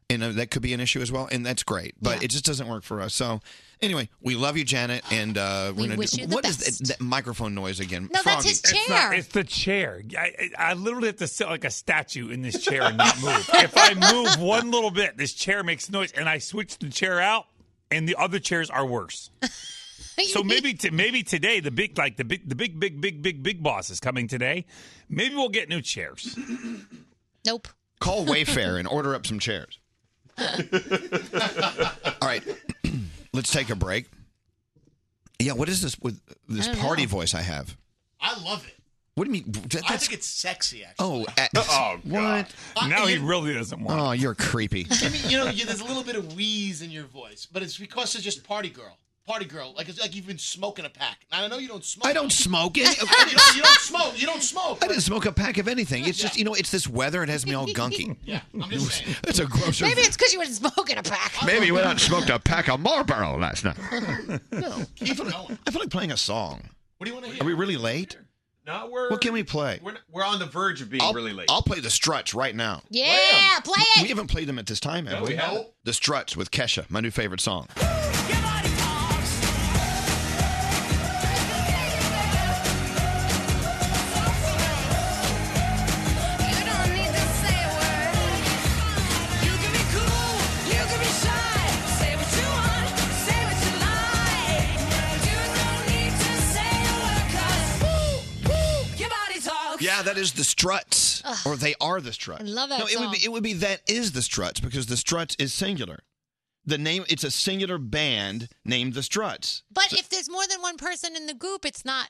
Speaker 1: and uh, that could be an issue as well. And that's great, but it just doesn't work for us. So anyway, we love you, Janet, and uh,
Speaker 10: We
Speaker 1: gonna
Speaker 10: wish
Speaker 1: do,
Speaker 10: you the
Speaker 1: what is that, that microphone noise again?
Speaker 10: No, that's his
Speaker 11: It's,
Speaker 10: chair.
Speaker 11: not- it's the chair. I, I I literally have to sit like a statue in this chair and not move. if I move one little bit, this chair makes noise, and I switch the chair out, and the other chairs are
Speaker 10: [LAUGHS]
Speaker 11: worse. So maybe to, maybe today the big like the big the big big big big big boss is coming today. Maybe we'll get new chairs.
Speaker 10: Nope.
Speaker 1: Call Wayfair and order up some chairs. All right, [CLEARS THROAT] let's take a break. Yeah, what is this with this
Speaker 5: I don't
Speaker 1: party
Speaker 5: know.
Speaker 1: voice I have?
Speaker 5: I love it.
Speaker 1: What do you mean? That,
Speaker 5: I
Speaker 1: that's
Speaker 5: think it's sexy,
Speaker 1: oh,
Speaker 5: actually.
Speaker 1: uh, what?
Speaker 11: Now he really doesn't want.
Speaker 1: Oh, you're creepy.
Speaker 5: Jimmy, you know, you, there's a little bit of wheeze in your voice, but it's because it's just party girl. Party girl, like it's like you've been smoking a pack. And I know you don't smoke.
Speaker 1: I don't smoke
Speaker 5: [LAUGHS]
Speaker 1: it.
Speaker 5: you, don't, you don't smoke. You don't smoke.
Speaker 1: I didn't smoke a pack of anything. It's just you know, it's this weather. It has me all gunky.
Speaker 5: [LAUGHS] Yeah,
Speaker 1: I'm just That's [LAUGHS] a grosser. [LAUGHS]
Speaker 10: Maybe it's because you were smoking a pack.
Speaker 1: Maybe went out and smoked a pack of Marlboro last night.
Speaker 5: [LAUGHS] No, keep going.
Speaker 1: I feel like playing a song.
Speaker 5: What do you want to hear?
Speaker 1: Are we really late?
Speaker 12: No, we're
Speaker 1: What can we play?
Speaker 12: we're, we're on the verge of being
Speaker 1: I'll,
Speaker 12: really late.
Speaker 1: I'll play the Struts right now.
Speaker 10: Yeah, play it.
Speaker 1: We haven't played them at this time, have
Speaker 12: No, we haven't.
Speaker 1: The Struts with Kesha, my new favorite song. Yeah, that is the Struts,
Speaker 10: Ugh.
Speaker 1: or they are the Struts.
Speaker 10: I love that
Speaker 1: No, it would be
Speaker 10: song.
Speaker 1: it would be that is the Struts because the Struts is singular. The name it's a singular band named the Struts.
Speaker 10: [LAUGHS] But if there's more than one person in the group, it's not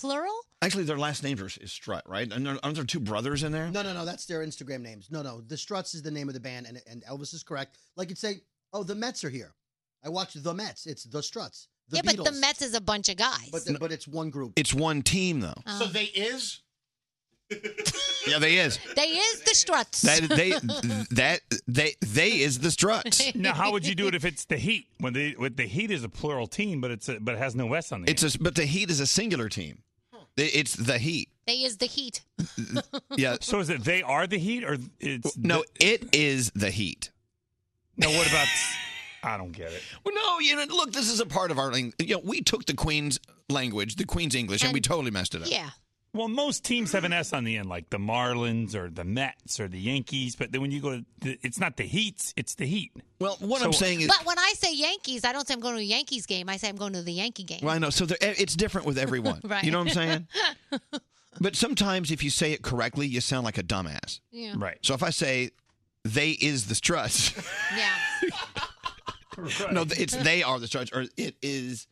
Speaker 10: plural.
Speaker 1: Actually, their last name is, is Strut, right? And there- aren't there two brothers in there?
Speaker 18: No, no, no. That's their Instagram names. No, no. The Struts is the name of the band, and, and Elvis is correct. Like you'd say, oh, the Mets are here. I watched the Mets. It's the Struts. The
Speaker 10: yeah,
Speaker 18: Beatles.
Speaker 10: but the Mets is a bunch of guys.
Speaker 18: But, the- but it's one group.
Speaker 1: It's one team though.
Speaker 10: Oh.
Speaker 5: So they is.
Speaker 1: Yeah, they is.
Speaker 10: they is the struts.
Speaker 1: That
Speaker 18: [LAUGHS]
Speaker 1: they
Speaker 10: [LAUGHS]
Speaker 1: that they they is the
Speaker 11: [LAUGHS]
Speaker 1: Struts.
Speaker 11: Now, how would you do it if it's the Heat? When the with the Heat is a plural team, but it's a, but it has no S on the
Speaker 1: It's a but the Heat is a singular team. It's the
Speaker 11: [LAUGHS]
Speaker 1: Heat.
Speaker 10: they is the heat.
Speaker 1: [LAUGHS] Yeah.
Speaker 11: So is it they are the Heat or it's
Speaker 1: No, it is the Heat.
Speaker 11: No, what about? I don't get it.
Speaker 1: Well, no, you know, look, this is a part of our language. You know, we took the Queen's language, the Queen's English, and, we totally messed it up.
Speaker 11: Well, most teams have an S on the end, like the Marlins or the Mets or the Yankees. But then when you go, to the, it's not the Heats, it's the Heat.
Speaker 1: Well, what I'm saying is,
Speaker 10: But when I say Yankees, I don't say I'm going to a Yankees game. I say I'm going to the Yankee game.
Speaker 1: well, I know. So there, e, it's different with everyone.
Speaker 10: [LAUGHS] Right.
Speaker 1: You know what I'm saying? but sometimes if you say it correctly, you sound like a dumbass.
Speaker 10: Yeah.
Speaker 11: Right.
Speaker 1: So if I say they is the struts, [LAUGHS]
Speaker 10: Yeah.
Speaker 1: no,
Speaker 10: [LAUGHS]
Speaker 1: it's they are the struts, or it is.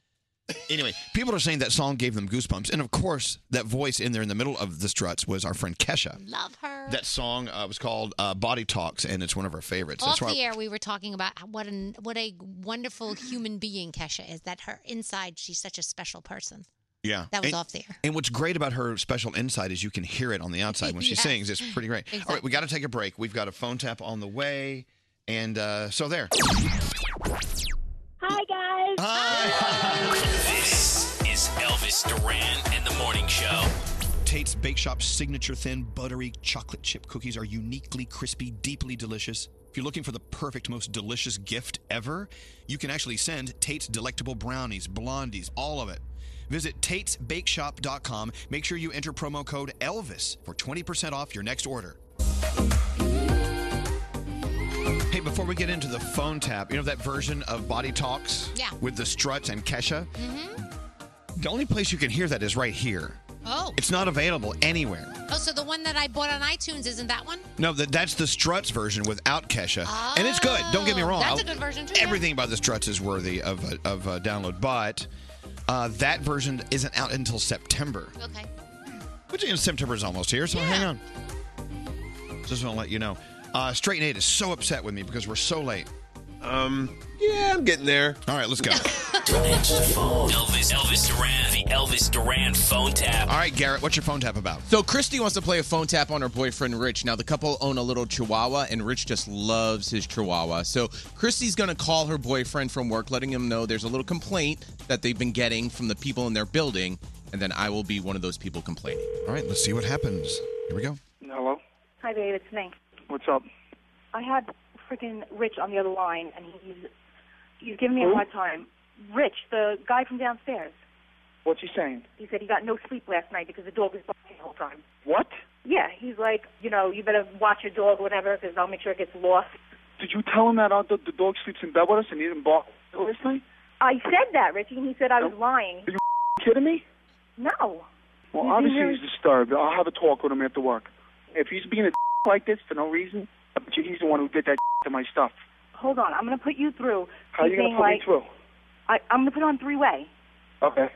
Speaker 1: Anyway, people are saying that song gave them goosebumps, and of course, that voice in there in the middle of the struts was our friend Kesha.
Speaker 10: Love her.
Speaker 1: That song uh, was called uh, "Body Talks," and it's one of her favorites.
Speaker 10: Off
Speaker 1: That's why
Speaker 10: the air, we were talking about what an what a wonderful human being Kesha is. That her inside, she's such a special person.
Speaker 1: Yeah.
Speaker 10: That was
Speaker 1: And-
Speaker 10: off the air.
Speaker 1: And what's great about her special insight is you can hear it on the outside when she
Speaker 10: [LAUGHS] Yes.
Speaker 1: sings. It's pretty great. All right, we got to take a break. We've got a phone tap on the way. And uh, so there.
Speaker 2: Hi, guys.
Speaker 9: This is Elvis Duran and the Morning Show.
Speaker 1: Tate's Bake Shop's signature thin, buttery chocolate chip cookies are uniquely crispy, deeply delicious. If you're looking for the perfect, most delicious gift ever, you can actually send Tate's Delectable Brownies, Blondies, all of it. Visit Tate'sBakeShop.com. Make sure you enter promo code ELVIS for 20% off your next order. Hey, before we get into the phone tap, you know that version of Body Talks
Speaker 10: Yeah.
Speaker 1: with the Struts and Kesha?
Speaker 10: Mm-hmm.
Speaker 1: The only place you can hear that is right here.
Speaker 10: Oh.
Speaker 1: It's not available anywhere.
Speaker 10: Oh, so the one that I bought on iTunes isn't that one?
Speaker 1: No, that that's the Struts version without Kesha, and it's good. Don't get me wrong.
Speaker 10: Oh, That's a
Speaker 1: I'll-
Speaker 10: good version too. yeah.
Speaker 1: Everything about the Struts is worthy of a, of a download, but uh, that version isn't out until September.
Speaker 10: Okay.
Speaker 1: Which in September's almost here, so hang on. Just want to let you know. Uh, Straight Nate is so upset with me because we're so late. Um, yeah, I'm getting there. All right,
Speaker 10: [LAUGHS]
Speaker 1: let's go.
Speaker 9: Don't answer the phone. Elvis, Elvis Duran, the Elvis Duran phone tap.
Speaker 1: All right, Garrett, what's your phone tap about?
Speaker 19: So Christy wants to play a phone tap on her boyfriend Rich. Now the couple own a little Chihuahua, and Rich just loves his Chihuahua. So Christy's gonna call her boyfriend from work, letting him know there's a little complaint that they've been getting from the people in their building, and then I will be one of those people complaining.
Speaker 1: All right, let's see what happens. Here we go.
Speaker 20: Hello. Hi, babe. It's me.
Speaker 19: What's up?
Speaker 20: I had freaking Rich on the other line, and he's he's giving me
Speaker 21: Who?
Speaker 20: a hard time. Rich, the guy from downstairs.
Speaker 21: What's he saying?
Speaker 20: He said he got no sleep last night because the dog was barking the whole time.
Speaker 21: What?
Speaker 20: Yeah, he's like, you know, you better watch your dog, or whatever, because I'll make sure it gets lost.
Speaker 21: Did you tell him that our, the, the dog sleeps in bed with us and he didn't bark last night?
Speaker 20: I said that, Richie, and he said I was lying.
Speaker 21: Oh. Are you kidding me?
Speaker 20: No.
Speaker 21: Well,
Speaker 20: He's
Speaker 21: obviously
Speaker 20: being
Speaker 21: he's disturbed. I'll have a talk with him after work. If he's being a [LAUGHS] like this for no reason, I bet you he's the one who did that [LAUGHS] to my stuff.
Speaker 20: Hold on, I'm gonna put you through.
Speaker 21: How are
Speaker 20: He's
Speaker 21: you going
Speaker 20: being
Speaker 21: to put
Speaker 20: like,
Speaker 21: me through?
Speaker 20: I, I'm gonna put on three-way.
Speaker 21: Okay.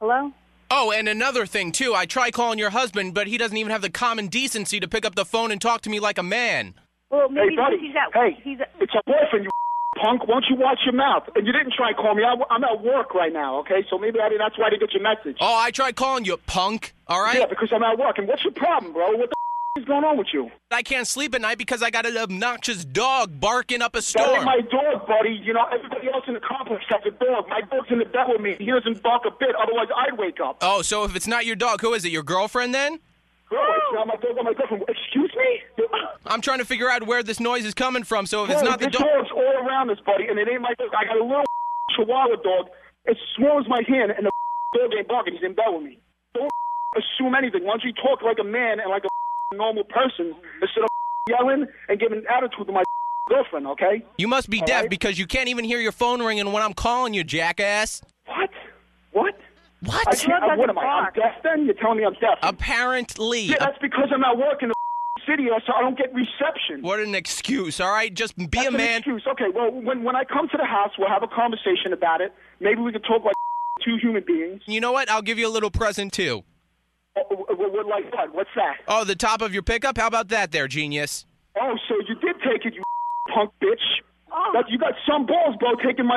Speaker 20: Hello.
Speaker 22: Oh, and another thing, too. I try calling your husband, but he doesn't even have the common decency to pick up the phone and talk to me like a man.
Speaker 20: Well, maybe
Speaker 21: hey, buddy.
Speaker 20: Richie's out.
Speaker 21: hey,
Speaker 20: he's
Speaker 21: it's your boyfriend, you [LAUGHS] punk. Why don't you watch your mouth? And you didn't try to call me. I, am at work right now, okay? So maybe I, didn't- that's why I didn't get your message.
Speaker 22: Oh, I tried calling you, punk. All right?
Speaker 21: Yeah, because I'm at work. And what's your problem, bro? What the [LAUGHS] is going on with you?
Speaker 22: I can't sleep at night because I got an obnoxious dog barking up a
Speaker 21: That
Speaker 22: storm.
Speaker 21: ain't my dog, buddy. You know, everybody else in the complex has a dog. My dog's in the bed with me. He doesn't bark a bit, otherwise I'd wake up.
Speaker 22: Oh, so if it's not your dog, who is it? Your girlfriend then?
Speaker 21: Bro, it's not my dog or my girlfriend. Excuse me?
Speaker 22: I'm trying to figure out where this noise is coming from. So if it's
Speaker 21: Bro,
Speaker 22: not the
Speaker 21: this
Speaker 22: dog,
Speaker 21: dog's all around us, buddy, and it ain't my dog. I got a little [LAUGHS] chihuahua dog. It swarms my hand, and the [LAUGHS] dog ain't barking. He's in bed with me. Don't [LAUGHS] assume anything. Why don't you talk like a man and like a [LAUGHS] normal person instead of [LAUGHS] yelling and giving attitude to my [LAUGHS] girlfriend, okay?
Speaker 22: you must be
Speaker 21: All
Speaker 22: deaf
Speaker 21: right.
Speaker 22: because you can't even hear your phone ringing when I'm calling you, jackass.
Speaker 21: What? What? What? I can't, I, what am I? I'm deaf then? You're telling me I'm deaf?
Speaker 22: Apparently.
Speaker 21: Yeah, that's because I'm at work in [LAUGHS] the city, so I don't get reception.
Speaker 22: What an excuse, all right? Just be
Speaker 21: That's
Speaker 22: a man.
Speaker 21: An excuse. Okay, well, when, when I come to the house, we'll have a conversation about it. Maybe we could talk like [LAUGHS] two human beings.
Speaker 22: You know what? I'll give you a little present too.
Speaker 21: Uh, w- w- w- like what? What's that?
Speaker 22: Oh, the top of your pickup? How about that there, genius?
Speaker 21: Oh, so you did take it, you [LAUGHS] punk bitch. That, you got some balls, bro, taking my.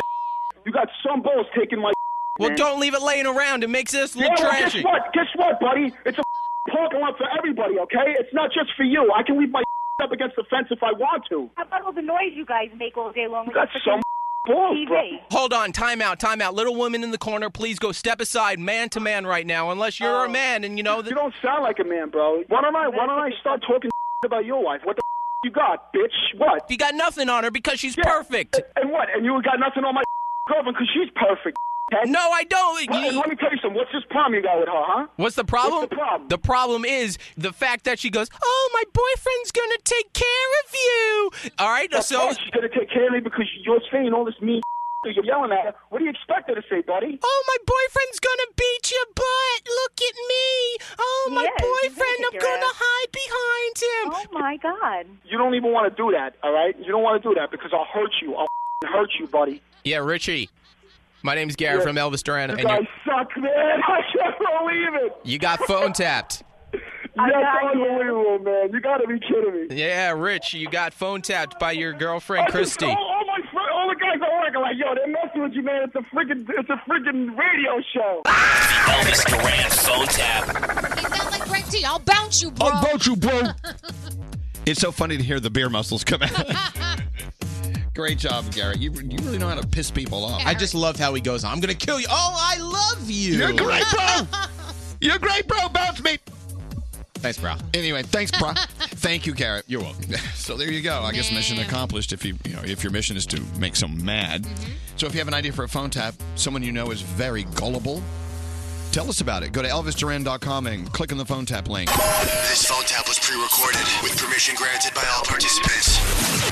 Speaker 21: You got some balls taking my.
Speaker 22: [LAUGHS] Well,
Speaker 21: man.
Speaker 22: don't leave it laying around. It makes this
Speaker 21: Yeah,
Speaker 22: look
Speaker 21: well,
Speaker 22: trashy.
Speaker 21: guess what? Guess what, buddy? It's a [LAUGHS] parking lot for everybody, okay? It's not just for you. I can leave my [LAUGHS] up against the fence if I want to.
Speaker 20: How about all the noise you guys make all day long? with
Speaker 21: That's
Speaker 20: your
Speaker 21: some balls,
Speaker 20: TV.
Speaker 21: bro.
Speaker 22: Hold on, time out, time out. Little woman in the corner, please go step aside, man to man, right now. Unless you're
Speaker 21: Oh.
Speaker 22: a man, and you know that
Speaker 21: You don't sound like a man, bro. Why don't I? Why don't I start talking [LAUGHS] about your wife? What the [LAUGHS] you got, bitch? What?
Speaker 22: You got nothing on her because she's perfect.
Speaker 21: And what? And you got nothing on my [LAUGHS] girlfriend because she's perfect. head?
Speaker 22: No, I don't.
Speaker 21: Well, let me tell you something. What's this problem you got with her, huh?
Speaker 22: What's the problem?
Speaker 21: What's the problem?
Speaker 22: is the fact that she goes, "Oh, my boyfriend's gonna take care of you." All right,
Speaker 21: Of
Speaker 22: so
Speaker 21: course she's gonna take care of me because you're saying all this mean. that You're yelling at her. What do you expect her to say, buddy?
Speaker 22: Oh, my boyfriend's gonna beat your butt. Look at me. Oh, my
Speaker 21: Yes, he's gonna
Speaker 22: boyfriend,
Speaker 21: kick
Speaker 22: I'm
Speaker 21: your
Speaker 22: gonna
Speaker 21: ass.
Speaker 22: hide behind him.
Speaker 20: Oh my God.
Speaker 21: You don't even want to do that, all right? You don't want to do that because I'll hurt you. I'll hurt you, buddy.
Speaker 22: Yeah, Richie. My name's Gary
Speaker 21: Yeah.
Speaker 22: from Elvis Duran,
Speaker 21: You
Speaker 22: and
Speaker 21: guys
Speaker 22: you
Speaker 21: suck, man. [LAUGHS] I can't believe it.
Speaker 22: you got phone tapped.
Speaker 21: That's unbelievable, man. You gotta be kidding me.
Speaker 22: Yeah, Rich, you got phone tapped by your girlfriend Christy.
Speaker 21: All, all my fr- all the guys at work are like, yo, they're messing with you, man. It's a freaking, it's a freaking radio show.
Speaker 9: Elvis Duran phone tap.
Speaker 10: Like Greg T, I'll bounce you, bro.
Speaker 1: I'll bounce you, bro. It's so funny to hear the beer muscles come out. [LAUGHS] Great job, Garrett. You, you really know how to piss people off.
Speaker 19: I just love how he goes. I'm gonna kill you. Oh, I love you.
Speaker 1: You're great, bro. You're great, bro. Bounce me.
Speaker 19: Thanks, bro.
Speaker 1: [LAUGHS] Anyway, thanks, bro. Thank you, Garrett. You're welcome. [LAUGHS] so there you go. I guess mission accomplished. If you, you know, if your mission is to make someone mad. So if you have an idea for a phone tap, someone you know is very gullible, Tell us about it. Go to ElvisDuran.com and click on the phone tap link.
Speaker 4: This phone tap was pre-recorded with permission granted by all participants.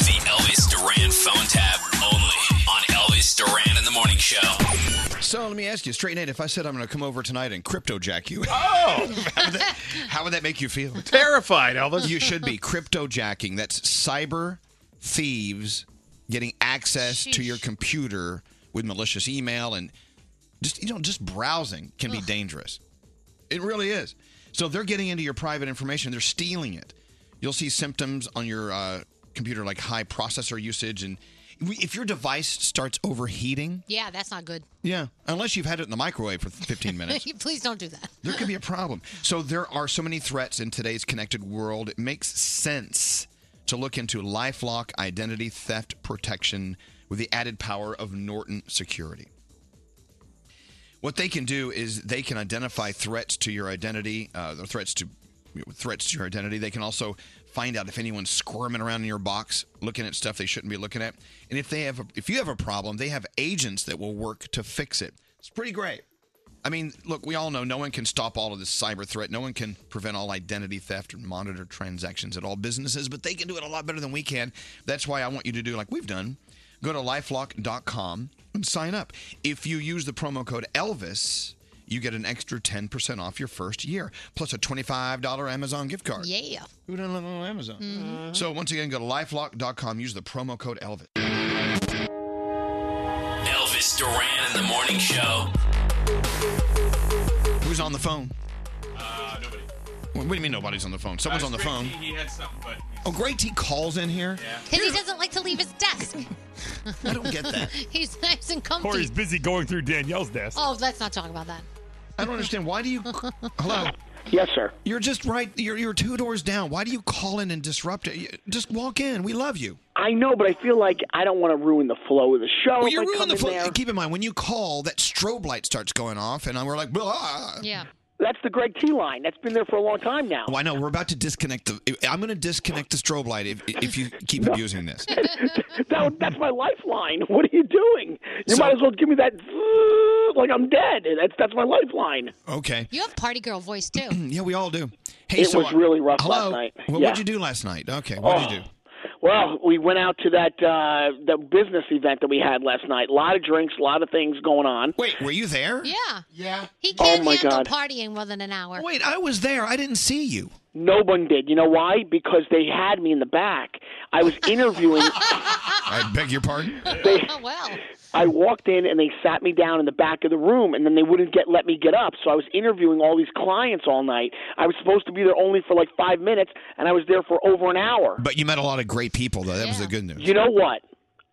Speaker 9: The Elvis Duran phone tap only on Elvis Duran and the Morning Show.
Speaker 1: So let me ask you, straight in, if I said I'm going to come over tonight and cryptojack you, [LAUGHS] how would that make you feel? [LAUGHS] Terrified, Elvis. You should be. Cryptojacking. That's cyber thieves getting access to your computer with malicious email and just you know just browsing can be dangerous. It really is. So they're getting into your private information. They're stealing it. You'll see symptoms on your uh, computer like high processor usage and we- if your device starts overheating,
Speaker 10: Yeah, that's not good.
Speaker 1: yeah, unless you've had it in the microwave for 15 minutes.
Speaker 10: [LAUGHS] Please don't do that.
Speaker 1: There could be a problem. So there are so many threats in today's connected world. It makes sense to look into LifeLock identity theft protection with the added power of Norton Security. What they can do is they can identify threats to your identity, uh, the threats to threats to your identity. They can also find out if anyone's squirming around in your box, looking at stuff they shouldn't be looking at. And if they have, a, if you have a problem, they have agents that will work to fix it. It's pretty great. I mean, look, we all know no one can stop all of this cyber threat. No one can prevent all identity theft or monitor transactions at all businesses, but they can do it a lot better than we can. That's why I want you to do like we've done. Go to lifelock.com and sign up. If you use the promo code Elvis, you get an extra 10% off your first year, plus a $25 Amazon gift card.
Speaker 10: [LAUGHS] Yeah. Mm-hmm.
Speaker 1: Who doesn't on Amazon? So once again, go to lifelock.com, use the promo code Elvis.
Speaker 9: Elvis Duran and the Morning Show.
Speaker 1: Who's on the phone? Uh, nobody. What do you mean nobody's on the phone?
Speaker 11: Uh,
Speaker 1: Someone's on the phone.
Speaker 11: He had something, but
Speaker 1: Oh, Great T calls in here.
Speaker 10: Because he doesn't like to leave his desk.
Speaker 1: [LAUGHS] I don't
Speaker 11: [LAUGHS]
Speaker 1: get that.
Speaker 10: [LAUGHS] He's nice and comfy.
Speaker 11: Corey's busy going through Danielle's desk.
Speaker 10: Oh, let's not talk about that.
Speaker 1: I don't understand. Why
Speaker 11: [LAUGHS]
Speaker 1: do you? Hello.
Speaker 8: Yes, sir.
Speaker 1: You're just right. You're, you're two doors down. Why do you call in and disrupt it? You- Just walk in. We love you.
Speaker 8: I know, but I feel like I don't want to ruin the flow of the show.
Speaker 1: well,
Speaker 8: if
Speaker 1: you're
Speaker 8: I
Speaker 1: ruining
Speaker 8: come
Speaker 1: the
Speaker 8: in
Speaker 1: flow.
Speaker 8: Oh,
Speaker 1: [LAUGHS]
Speaker 8: there.
Speaker 1: Keep in mind when you call, that strobe light starts going off, and we're like, blah.
Speaker 10: Yeah.
Speaker 8: That's the Greg T line. That's been there for a long time now.
Speaker 1: Oh, I know. We're about to disconnect the. I'm going to disconnect the strobe light if, if you keep abusing
Speaker 8: [LAUGHS]
Speaker 1: this.
Speaker 8: That- that's my lifeline. [LAUGHS] What are you doing? You
Speaker 1: So-
Speaker 8: might as well give me that [LAUGHS] zzzz, like I'm dead. That's that's my lifeline.
Speaker 1: Okay.
Speaker 10: You have party girl voice too.
Speaker 1: yeah, we all do. Hey,
Speaker 8: it
Speaker 1: so
Speaker 8: was really rough
Speaker 1: hello?
Speaker 8: last night.
Speaker 1: What
Speaker 8: yeah.
Speaker 1: would you do last night? Okay, what did
Speaker 8: Oh.
Speaker 1: you do?
Speaker 8: Well, we went out to that uh, the business event that we had last night. A lot of drinks, a lot of things going on.
Speaker 1: Wait, were you there?
Speaker 10: Yeah.
Speaker 8: Yeah.
Speaker 10: He
Speaker 8: Oh,
Speaker 10: can't
Speaker 8: my
Speaker 10: handle
Speaker 8: God.
Speaker 10: partying more than an hour.
Speaker 1: Wait, I
Speaker 10: [LAUGHS]
Speaker 1: was there. I didn't see you.
Speaker 8: No one did. You know why? Because they had me in the back. I
Speaker 1: [LAUGHS]
Speaker 8: was interviewing.
Speaker 1: I beg your pardon.
Speaker 8: They,
Speaker 10: well.
Speaker 8: I walked in and they sat me down in the back of the room, and then they wouldn't get let me get up. So I was interviewing all these clients all night. I was supposed to be there only for like five minutes, and I was there for over an hour.
Speaker 1: But you met a lot of great people, though. That was the good news.
Speaker 8: You know what?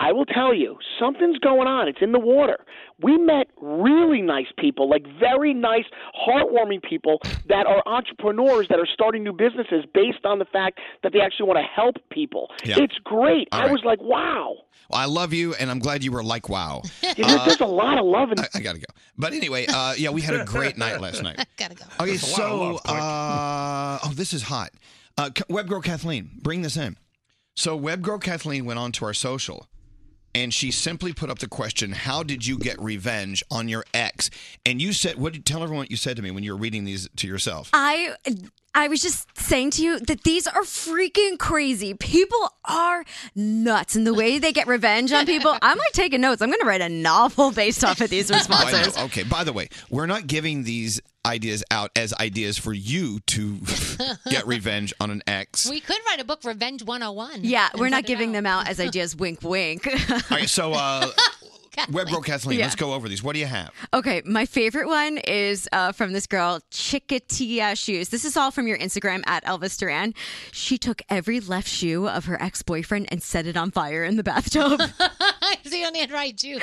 Speaker 8: I will tell you, something's going on. It's in the water. We met really nice people, like very nice, heartwarming people that are entrepreneurs that are starting new businesses based on the fact that they actually want to help people.
Speaker 1: Yeah.
Speaker 8: It's great.
Speaker 1: All
Speaker 8: I
Speaker 1: right.
Speaker 8: was like, wow.
Speaker 1: Well, I love you, and I'm glad you were like,
Speaker 8: [LAUGHS]
Speaker 1: wow. Uh,
Speaker 8: You know, there's a lot of love in
Speaker 1: I, I gotta go. But anyway, uh, yeah, we had a great night last
Speaker 8: [LAUGHS]
Speaker 1: night.
Speaker 10: [LAUGHS] gotta go.
Speaker 1: Okay,
Speaker 8: There's a lot of
Speaker 1: so
Speaker 8: love, Click.
Speaker 1: uh, oh, this is hot. Uh, C- Web girl Kathleen, bring this in. So web girl Kathleen went on to our social, and she simply put up the question: How did you get revenge on your ex? And you said, "What? did- Tell everyone what you said to me when you were reading these to yourself."
Speaker 23: I I was just saying to you that these are freaking crazy. People are nuts, and the way they get revenge on
Speaker 10: [LAUGHS]
Speaker 23: people. I'm like taking notes. I'm going to write a novel based off of [LAUGHS] these
Speaker 1: Oh, I
Speaker 23: responses.
Speaker 10: [LAUGHS]
Speaker 1: know. Okay. By the way, we're not giving these ideas out as ideas for you to get revenge on an ex.
Speaker 10: We could write a book, Revenge 101.
Speaker 23: Yeah,
Speaker 10: and
Speaker 23: we're
Speaker 10: put
Speaker 23: not
Speaker 10: it
Speaker 23: giving them out as
Speaker 10: [LAUGHS]
Speaker 23: ideas. Wink, wink. [LAUGHS]
Speaker 1: All right. So, uh, Web Girl Kathleen,
Speaker 23: Yeah.
Speaker 1: let's go over these. What do you have?
Speaker 23: Okay, my favorite one is uh, from this girl, Chickatia Shoes. This is all from your Instagram at Elvis Duran. She took every left shoe of her ex boyfriend and set it on fire in the bathtub.
Speaker 10: [LAUGHS] out. so you don't need to write Jew.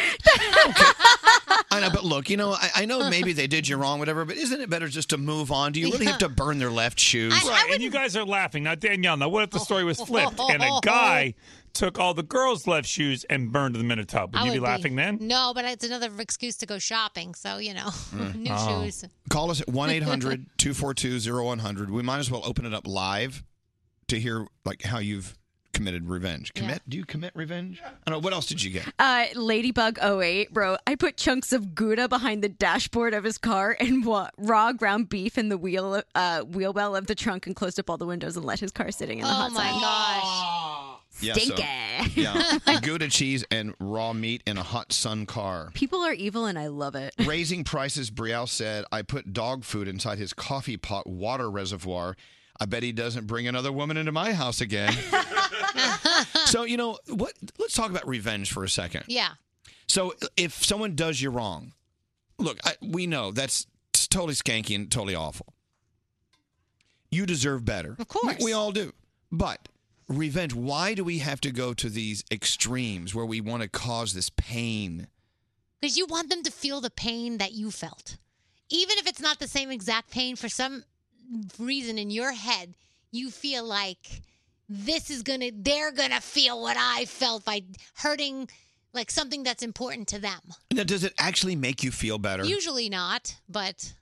Speaker 1: I know, but look, you know, I, I know maybe they did you wrong, whatever, but isn't it better just to move on? Do you really have to burn their left shoes?
Speaker 11: right, and you guys are laughing. Now, Danielle, now what if
Speaker 10: Oh,
Speaker 11: the story was flipped and a guy took all the girls' left shoes and burned them in a tub? Would
Speaker 10: I
Speaker 11: you be
Speaker 10: would
Speaker 11: laughing then?
Speaker 10: No, but it's another excuse to go shopping. So, you know, [LAUGHS]
Speaker 11: Mm.
Speaker 10: new
Speaker 1: Oh.
Speaker 10: shoes.
Speaker 1: Call us at 1 800 242 0100. We might as well open it up live to hear like how you've committed revenge. Commit? Do you commit revenge? I don't know. What else did you get?
Speaker 23: Uh, Ladybug 08 wrote, I put chunks of Gouda behind the dashboard of his car and wa- raw ground beef in the wheel uh, wheel well of the trunk and closed up all the windows and let his car sitting in the
Speaker 10: Oh
Speaker 23: hot
Speaker 10: my
Speaker 23: sun.
Speaker 10: gosh.
Speaker 23: Stinky.
Speaker 1: Yeah. So, yeah. Gouda cheese and raw meat in a hot sun car.
Speaker 23: People are evil and I love it.
Speaker 1: Raising prices, Brielle said, I put dog food inside his coffee pot water reservoir. I bet he doesn't bring another woman into my house again. so, you know, what let's talk about revenge for a second.
Speaker 10: Yeah.
Speaker 1: So if someone does you wrong, look, I, we know that's totally skanky and totally awful. You deserve better. Of course. We, we all do. But revenge, why do we have to go to these extremes where we want to cause this pain?
Speaker 10: Because you want them to feel the pain that you felt. Even if it's not the same exact pain, for some reason in your head, you feel like this is going to, they're going to feel what I felt by hurting like something that's important to them.
Speaker 1: Now, does it actually make you feel better?
Speaker 10: Usually not, but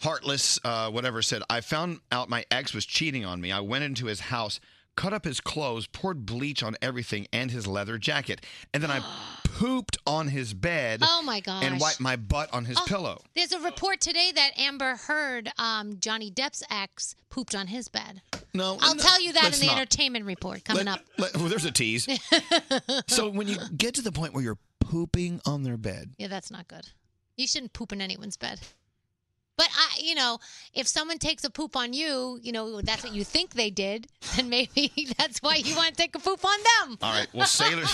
Speaker 1: Heartless, uh, whatever, said, I found out my ex was cheating on me. I went into his house, cut up his clothes, poured bleach on everything and his leather jacket. And then
Speaker 10: [GASPS]
Speaker 1: I pooped on his bed.
Speaker 10: Oh, my gosh.
Speaker 1: And wiped my butt on his
Speaker 10: Oh.
Speaker 1: pillow.
Speaker 10: there's a report today that Amber Heard, um, Johnny Depp's ex, pooped on his bed.
Speaker 1: No,
Speaker 10: I'll
Speaker 1: no,
Speaker 10: tell you that
Speaker 1: Oh,
Speaker 10: in
Speaker 1: uh, let's
Speaker 10: the
Speaker 1: not.
Speaker 10: entertainment report coming
Speaker 1: Let-
Speaker 10: up.
Speaker 1: let- well, there's a
Speaker 10: [LAUGHS]
Speaker 1: tease. so when you get to the point where you're pooping on their bed,
Speaker 10: Yeah, that's not good. You shouldn't poop in anyone's bed. But I, you know, if someone takes a poop on you, you know that's what you think they did, [LAUGHS] then maybe that's why you want to take a poop on
Speaker 1: [LAUGHS]
Speaker 10: them.
Speaker 1: All right.
Speaker 10: [LAUGHS]
Speaker 1: Well, Sailor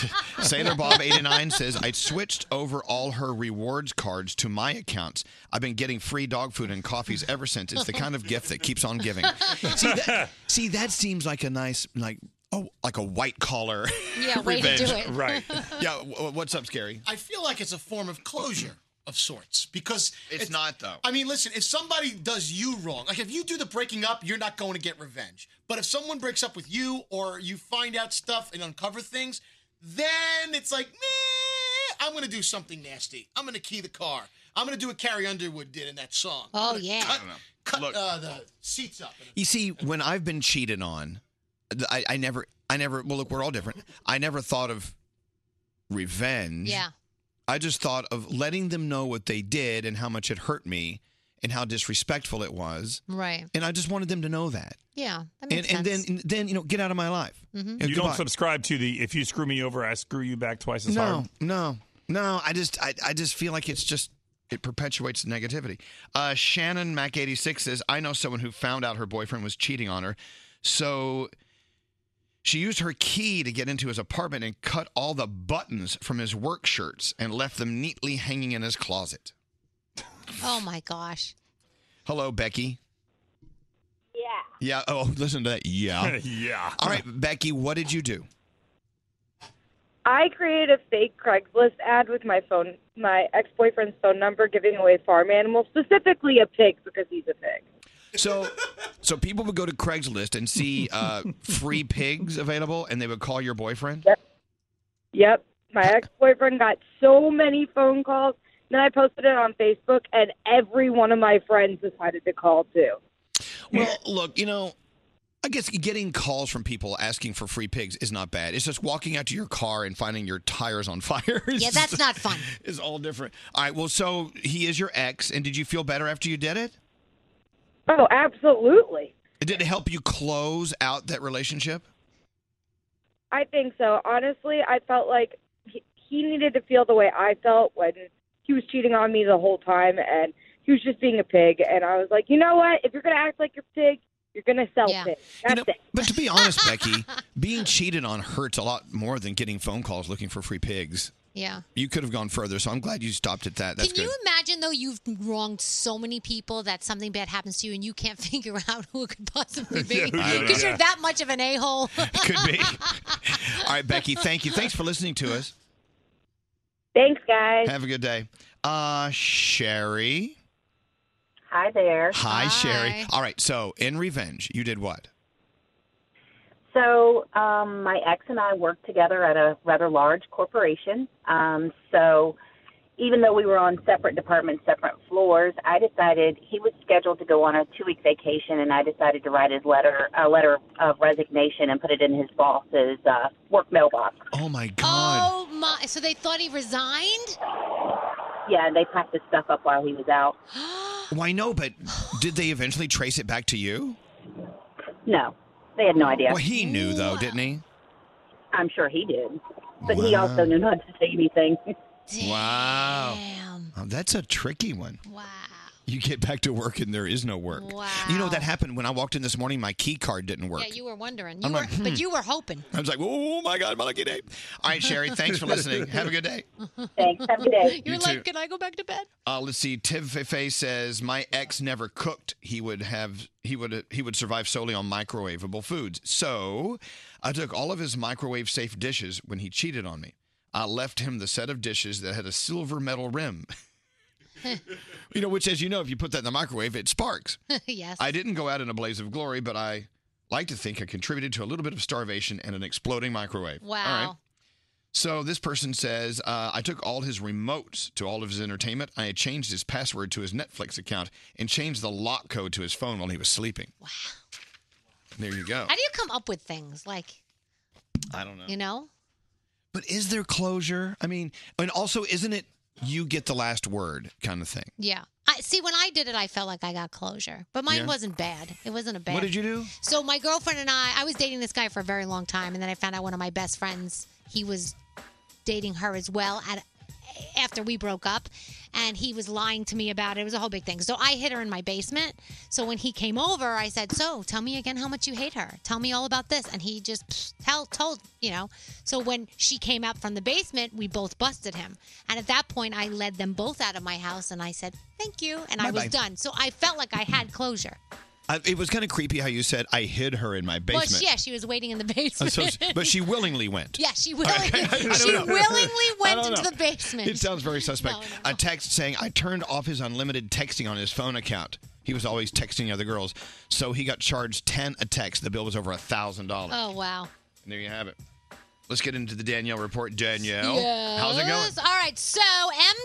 Speaker 1: Sailor Bob eighty nine says I switched over all her rewards cards to my accounts. I've been getting free dog food and coffees ever since. It's the kind of gift that keeps on
Speaker 10: [LAUGHS]
Speaker 1: giving. See, that, see, that seems like a nice like oh like a white collar
Speaker 10: Yeah, way to do
Speaker 1: revenge.
Speaker 10: it.
Speaker 1: right? [LAUGHS] Yeah. w- w- What's up, Scary?
Speaker 5: I feel like it's a form of closure of sorts because
Speaker 1: It's not, though.
Speaker 5: I mean, listen, if somebody does you wrong, like if you do the breaking up, you're not going to get revenge. But if someone breaks up with you or you find out stuff and uncover things, then it's like, meh, I'm going to do something nasty. I'm going to key the car. I'm going to do what Carrie Underwood did in that song.
Speaker 10: [LAUGHS] Oh,
Speaker 5: I'm gonna
Speaker 10: yeah.
Speaker 5: Cut,
Speaker 10: I don't know.
Speaker 5: cut uh, the seats up.
Speaker 1: You see, when I've been cheated on, th- I, I never, I never. Well, look, we're all different. I never thought of revenge.
Speaker 10: Yeah.
Speaker 1: I just thought of letting them know what they did and how much it hurt me and how disrespectful it was,
Speaker 3: Mm-hmm.
Speaker 10: Right.
Speaker 1: and I just wanted them to know that.
Speaker 10: Yeah. That
Speaker 1: And
Speaker 10: makes
Speaker 1: and then
Speaker 10: sense.
Speaker 1: and then you know, get out of my life.
Speaker 10: Mhm.
Speaker 1: Yeah,
Speaker 11: You don't
Speaker 1: goodbye.
Speaker 11: subscribe to the if you screw me over, I screw you back twice as
Speaker 1: No,
Speaker 11: hard.
Speaker 1: no, no. I just, I, I just feel like it's just. It perpetuates negativity. Uh, Shannon Mac eighty six says, "I know someone who found out her boyfriend was cheating on her, so she used her key to get into his apartment and cut all the buttons from his work shirts and left them neatly hanging in his closet."
Speaker 10: oh my gosh.
Speaker 1: Hello, Becky.
Speaker 2: Yeah.
Speaker 1: Yeah. Oh, listen to that. Yeah.
Speaker 11: [LAUGHS] yeah.
Speaker 1: All right, Becky. What did you do?
Speaker 6: I created a fake Craigslist ad with my phone, my ex-boyfriend's phone number, giving away farm animals, specifically a pig because he's a pig.
Speaker 1: So, so people would go to Craigslist and see uh, free pigs available, and they would call your boyfriend.
Speaker 6: Yep, my ex-boyfriend got so many phone calls. Then I posted it on Facebook, and every one of my friends decided to call too.
Speaker 1: Well, look, you know, I guess getting calls from people asking for free pigs is not bad. It's just walking out to your car and finding your tires on [LAUGHS] fire.
Speaker 10: Yeah, that's not fun.
Speaker 1: It's all different. All right. Well, so he is your ex, and did you feel better after you did it?
Speaker 6: Oh, absolutely.
Speaker 1: Did it help you close out that relationship?
Speaker 6: I think so. Honestly, I felt like he, he needed to feel the way I felt when he was cheating on me the whole time, and he was just being a pig. And I was like, you know what? If you're gonna act like you're a pig, you're gonna sell pigs. That's it.
Speaker 1: But to be
Speaker 10: [LAUGHS]
Speaker 1: honest, Becky, being cheated on hurts a lot more than getting phone calls looking for free pigs.
Speaker 10: Yeah.
Speaker 1: You could have gone further, so I'm glad you stopped at that. That's
Speaker 10: Can
Speaker 1: good.
Speaker 10: you imagine though you've wronged so many people that something bad happens to you and you can't [LAUGHS] figure out who it could possibly
Speaker 1: [LAUGHS] Yeah, who
Speaker 10: be
Speaker 1: did it?
Speaker 10: because
Speaker 1: Yeah.
Speaker 10: you're that much of an a
Speaker 1: [LAUGHS]
Speaker 10: hole.
Speaker 1: Could be. All right, Becky, thank you. Thanks for listening to us.
Speaker 6: Thanks, guys.
Speaker 1: Have a good day. Uh, Sherry.
Speaker 7: Hi there.
Speaker 1: Hi, Sherry. All right, so in revenge, you did what?
Speaker 7: So, um, my ex and I worked together at a rather large corporation. Um, so, even though we were on separate departments, separate floors, I decided he was scheduled to go on a two-week vacation, and I decided to write his letter, a letter of resignation, and put it in his boss's uh, work mailbox.
Speaker 1: Oh my
Speaker 10: Oh my! So they thought he resigned?
Speaker 7: Yeah, and they packed his stuff up while he was out.
Speaker 1: Why no? But did they eventually trace it back to you?
Speaker 7: No, they had no idea.
Speaker 1: Oh, Well, he knew though, didn't he?
Speaker 7: I'm sure he did, but he
Speaker 1: Wow.
Speaker 7: also knew not to say anything. [LAUGHS]
Speaker 1: Wow. Oh, that's a tricky one. Wow. You get back to work and there is no work. Wow. You know that happened when I walked in this morning. My key card didn't work.
Speaker 10: Yeah, you were wondering. You
Speaker 1: I'm
Speaker 10: were,
Speaker 1: like, hmm.
Speaker 10: but you were hoping.
Speaker 1: I was like, oh my god, my lucky day. All right, Sherry. Thanks for listening. [LAUGHS] Have a good
Speaker 10: [LAUGHS]
Speaker 1: day.
Speaker 7: Thanks. Have a good day.
Speaker 10: You're
Speaker 1: You
Speaker 10: like,
Speaker 1: too.
Speaker 10: can I go back to bed? [LAUGHS]
Speaker 1: Uh, let's see. Tivfefe says my ex never cooked. He would have he would he would survive solely on microwavable foods. So I took all of his microwave safe dishes when he cheated on me. I left him the set of dishes that had a silver metal rim. [LAUGHS] you know, which, as you know, if you put that in the microwave, it sparks.
Speaker 10: yes.
Speaker 1: I didn't go out in a blaze of glory, but I like to think I contributed to a little bit of starvation and an exploding microwave. All right.
Speaker 10: Wow.
Speaker 1: So this person says, uh, I took all his remotes to all of his entertainment. I had changed his password to his Netflix account and changed the lock code to his phone while he was sleeping. Wow. There you go.
Speaker 10: How do you come up with things like
Speaker 1: I don't know.
Speaker 10: you know?
Speaker 1: But is there closure? I mean, and also, isn't it you get the last word kind of thing?
Speaker 10: Yeah. I see. When I did it, I felt like I got closure, but mine
Speaker 1: Yeah.
Speaker 10: wasn't bad. It wasn't a bad.
Speaker 1: What did you do?
Speaker 10: So my girlfriend and I, I was dating this guy for a very long time, and then I found out one of my best friends, he was dating her as well at after we broke up and he was lying to me about it. It was a whole big thing. So I hid her in my basement. So when he came over, I said, "So, tell me again how much you hate her. Tell me all about this." And he just psh, tell told, you know. So when she came out from the basement, we both busted him. And at that point, I led them both out of my house and I said, "Thank you." And I was
Speaker 1: Bye-bye.
Speaker 10: done. So I felt like I had closure.
Speaker 1: I, it was kind of creepy how you said, I hid her in my basement.
Speaker 10: Well, yeah, she was waiting in the [LAUGHS]
Speaker 1: Uh,
Speaker 10: basement.
Speaker 1: so- but she willingly went.
Speaker 10: [LAUGHS] Yeah,
Speaker 1: [LAUGHS]
Speaker 10: she willingly,
Speaker 1: don't
Speaker 10: she
Speaker 1: know.
Speaker 10: willingly
Speaker 1: I
Speaker 10: went
Speaker 1: don't
Speaker 10: into
Speaker 1: know.
Speaker 10: the basement.
Speaker 1: It
Speaker 10: [LAUGHS]
Speaker 1: sounds very suspect. A text saying, I turned off his unlimited texting on his phone account. He was always texting other girls. So he got charged 10 a text. The bill was over a $1,000.
Speaker 10: oh wow.
Speaker 1: And there you have it. Let's get into the Danielle report. Danielle, how's it going?
Speaker 10: Yes. All right. So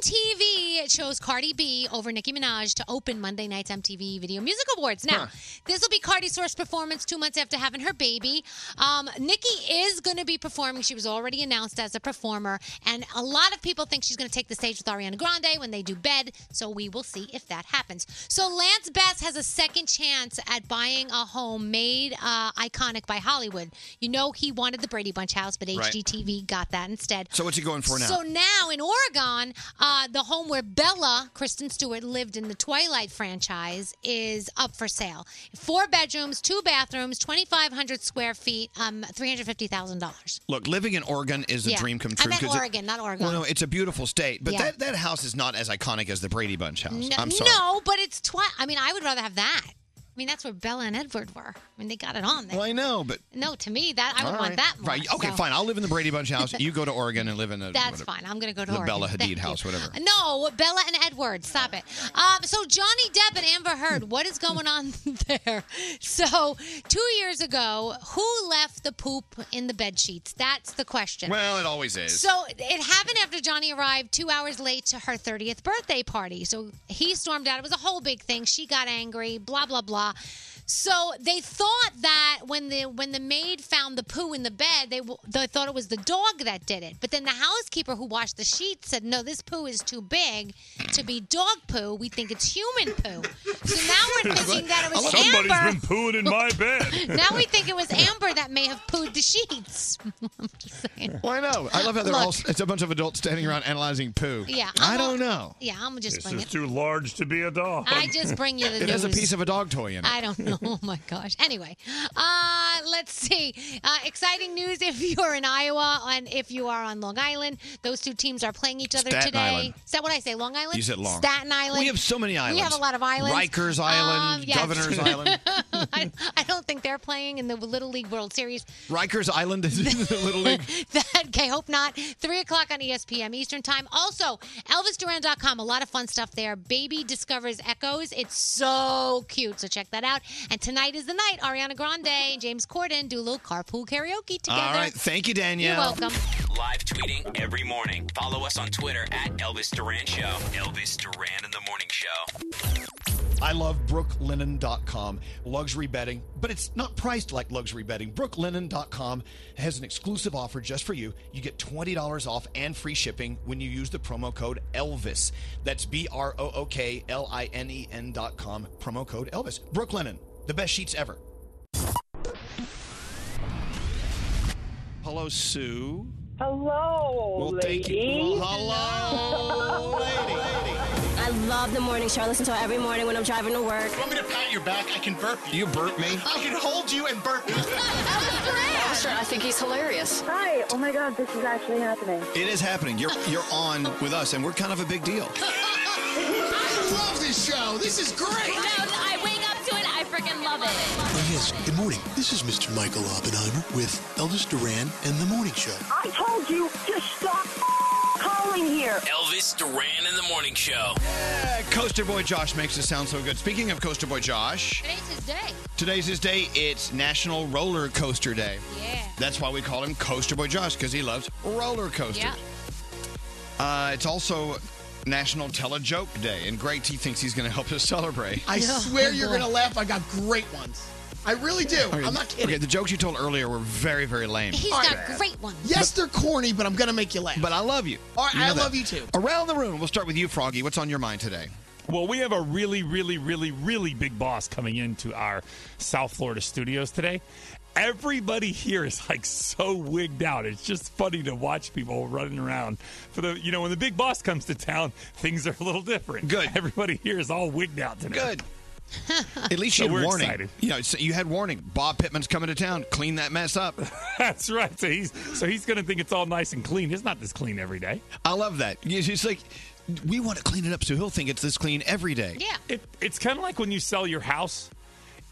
Speaker 10: MTV chose Cardi B over Nicki Minaj to open Monday night's MTV Video Music Awards. Now, this will be Cardi's first performance two months after having her baby. Um, Nicki is going to be performing. She was already announced as a performer, and a lot of people think she's going to take the stage with Ariana Grande when they do Bed. So we will see if that happens. So Lance Bass has a second chance at buying a home made uh, iconic by Hollywood. You know he wanted the Brady Bunch house, but
Speaker 1: Right.
Speaker 10: HGTV got that instead.
Speaker 1: So what's he going for now?
Speaker 10: So now in Oregon, uh, the home where Bella Kristen Stewart lived in the Twilight franchise is up for sale. Four bedrooms, two bathrooms, twenty five hundred square feet, um, three hundred fifty thousand dollars.
Speaker 1: Look, living in Oregon is a
Speaker 10: Yeah.
Speaker 1: dream come
Speaker 10: I
Speaker 1: true.
Speaker 10: meant
Speaker 1: 'cause it-
Speaker 10: Oregon, not Oregon.
Speaker 1: Well, no, it's a beautiful state, but
Speaker 10: Yeah.
Speaker 1: that, that house is not as iconic as the Brady Bunch house.
Speaker 10: No,
Speaker 1: I'm sorry.
Speaker 10: no, but it's twi- I mean, I would rather have that. I mean, that's where Bella and Edward were. I mean, they got it on there.
Speaker 1: Well, I know, but
Speaker 10: No, to me, that I would
Speaker 1: All
Speaker 10: want
Speaker 1: right.
Speaker 10: that more.
Speaker 1: Right. Okay,
Speaker 10: so.
Speaker 1: fine. I'll live in the Brady Bunch
Speaker 10: [LAUGHS]
Speaker 1: house. You go to Oregon and live in a
Speaker 10: That's
Speaker 1: whatever.
Speaker 10: fine. I'm going to go to
Speaker 1: the
Speaker 10: Oregon.
Speaker 1: Bella Hadid
Speaker 10: Thank you.
Speaker 1: house, whatever.
Speaker 10: No, Bella and Edward. Stop it. Um, so Johnny Depp and Amber Heard. What is going on [LAUGHS] there? [LAUGHS] So two years ago, who left the poop in the bed sheets? That's the question.
Speaker 1: Well, it always is.
Speaker 10: So it happened after Johnny arrived two hours late to her 30th birthday party. So he stormed out. It was a whole big thing. She got angry. Blah blah blah. So they thought that when the when the maid found the poo in the bed, they w- they thought it was the dog that did it. But then the housekeeper who washed the sheets said, "No, this poo is too big to be dog poo. We think it's human poo." So now we're thinking
Speaker 1: [LAUGHS]
Speaker 10: that it was
Speaker 11: Somebody's
Speaker 10: Amber.
Speaker 11: been pooing in my bed.
Speaker 10: [LAUGHS] now we think it was Amber that may have pooed the sheets.
Speaker 1: Well, I know. I love how they're all. It's a bunch of adults standing around analyzing poo.
Speaker 10: Yeah,
Speaker 1: I
Speaker 10: I'm all-
Speaker 1: don't know.
Speaker 10: Yeah, I'm gonna just
Speaker 11: This
Speaker 10: bring
Speaker 11: is
Speaker 10: it.
Speaker 11: too large to be a dog.
Speaker 10: I just bring you
Speaker 1: [LAUGHS]
Speaker 10: the
Speaker 1: It has a
Speaker 10: news.
Speaker 1: piece of a dog toy in it.
Speaker 10: I don't
Speaker 1: [LAUGHS]
Speaker 10: know. [LAUGHS] Oh my gosh. Anyway, uh, let's see. Uh, exciting news if you're in Iowa and if you are on Long Island. Those two teams are playing each other
Speaker 1: Staten
Speaker 10: today.
Speaker 1: Island.
Speaker 10: Is that what I say? Long Island.
Speaker 1: You said long.
Speaker 10: Staten Island.
Speaker 1: We have so many islands.
Speaker 10: We have a lot of islands.
Speaker 1: Rikers Island,
Speaker 10: Um, yes. [LAUGHS]
Speaker 1: Governor's Island.
Speaker 10: I, I don't think they're playing in the Little League World Series.
Speaker 1: Rikers Island is [LAUGHS] in the Little League.
Speaker 10: [LAUGHS] that okay hope not three o'clock on E espn eastern time also elvisduran.com a lot of fun stuff there baby discovers echoes it's so cute so check that out and tonight is the night ariana grande and james corden do a little carpool karaoke together
Speaker 1: All right. Thank you, Danielle.
Speaker 10: you're welcome
Speaker 9: Live tweeting every morning. Follow us on Twitter at Elvis Duran Show. Elvis Duran in the Morning Show.
Speaker 1: I love brooklinen.com luxury bedding, but it's not priced like luxury bedding. brooklinen.com has an exclusive offer just for you. You get $20 off and free shipping when you use the promo code Elvis. That's B R O O K L I N E N.com promo code Elvis. Brooklinen, the best sheets ever. Hello Sue.
Speaker 14: Hello,
Speaker 1: Well,
Speaker 14: lady.
Speaker 1: thank you. Well, hello,
Speaker 14: lady. I love the morning show. I listen to it every morning when I'm driving to work.
Speaker 5: You want me to pat your back? I can burp you.
Speaker 1: You burp me?
Speaker 5: I can hold you and burp you. I
Speaker 14: think he's hilarious.
Speaker 6: Hi. Oh my God, this is actually happening.
Speaker 1: It is happening. You're you're on with us and we're kind of a big deal.
Speaker 14: I
Speaker 5: love this show. This is great.
Speaker 14: No, no, I wake up to it. I freaking love it.
Speaker 13: Oh, yes. Good morning. This is Mr. Michael Oppenheimer with Elvis Duran and the Morning Show.
Speaker 14: I told you to stop calling here.
Speaker 9: Elvis Duran in the Morning Show.
Speaker 1: Yeah, Coaster Boy Josh makes it sound so good. Speaking of Coaster Boy Josh,
Speaker 10: Today's his day.
Speaker 1: today's his day. It's National Roller Coaster Day.
Speaker 10: Yeah.
Speaker 1: That's why we call him Coaster Boy Josh because he loves roller coasters.
Speaker 10: [LAUGHS] Yeah.
Speaker 1: Uh, it's also National Tell a Joke Day, and Greg T thinks he's going to help us celebrate.
Speaker 3: I swear
Speaker 1: [LAUGHS]
Speaker 3: you're going to laugh. I got great ones. I really do.
Speaker 1: Okay,
Speaker 3: I'm not kidding.
Speaker 1: Okay, the jokes you told earlier were very, very lame.
Speaker 3: He's
Speaker 10: got great ones.
Speaker 3: Yes, they're corny, but I'm going to make you laugh.
Speaker 1: But I love you.
Speaker 3: All right,
Speaker 1: know
Speaker 3: I
Speaker 1: that.
Speaker 3: love you too.
Speaker 1: Around the room, we'll start with you, Froggy. What's on your mind today?
Speaker 11: Well, we have a really, really, really, really big boss coming into our South Florida studios today. Everybody here is like so wigged out. It's just funny to watch people running around. For the you know, when the big boss comes to town, things are a little different. Good. Everybody here is all wigged out today.
Speaker 1: Good. At least
Speaker 11: So
Speaker 1: you had
Speaker 11: we're
Speaker 1: warning.
Speaker 11: excited.
Speaker 1: You know, so you had warning. Bob Pittman's coming to town. Clean that mess up.
Speaker 11: [LAUGHS] That's right. So he's so he's gonna think it's all nice and clean. It's not this clean every day.
Speaker 1: I love that. It's just like we want to clean it up so he'll think it's this clean every day.
Speaker 10: Yeah.
Speaker 11: It, it's kind of like when you sell your house.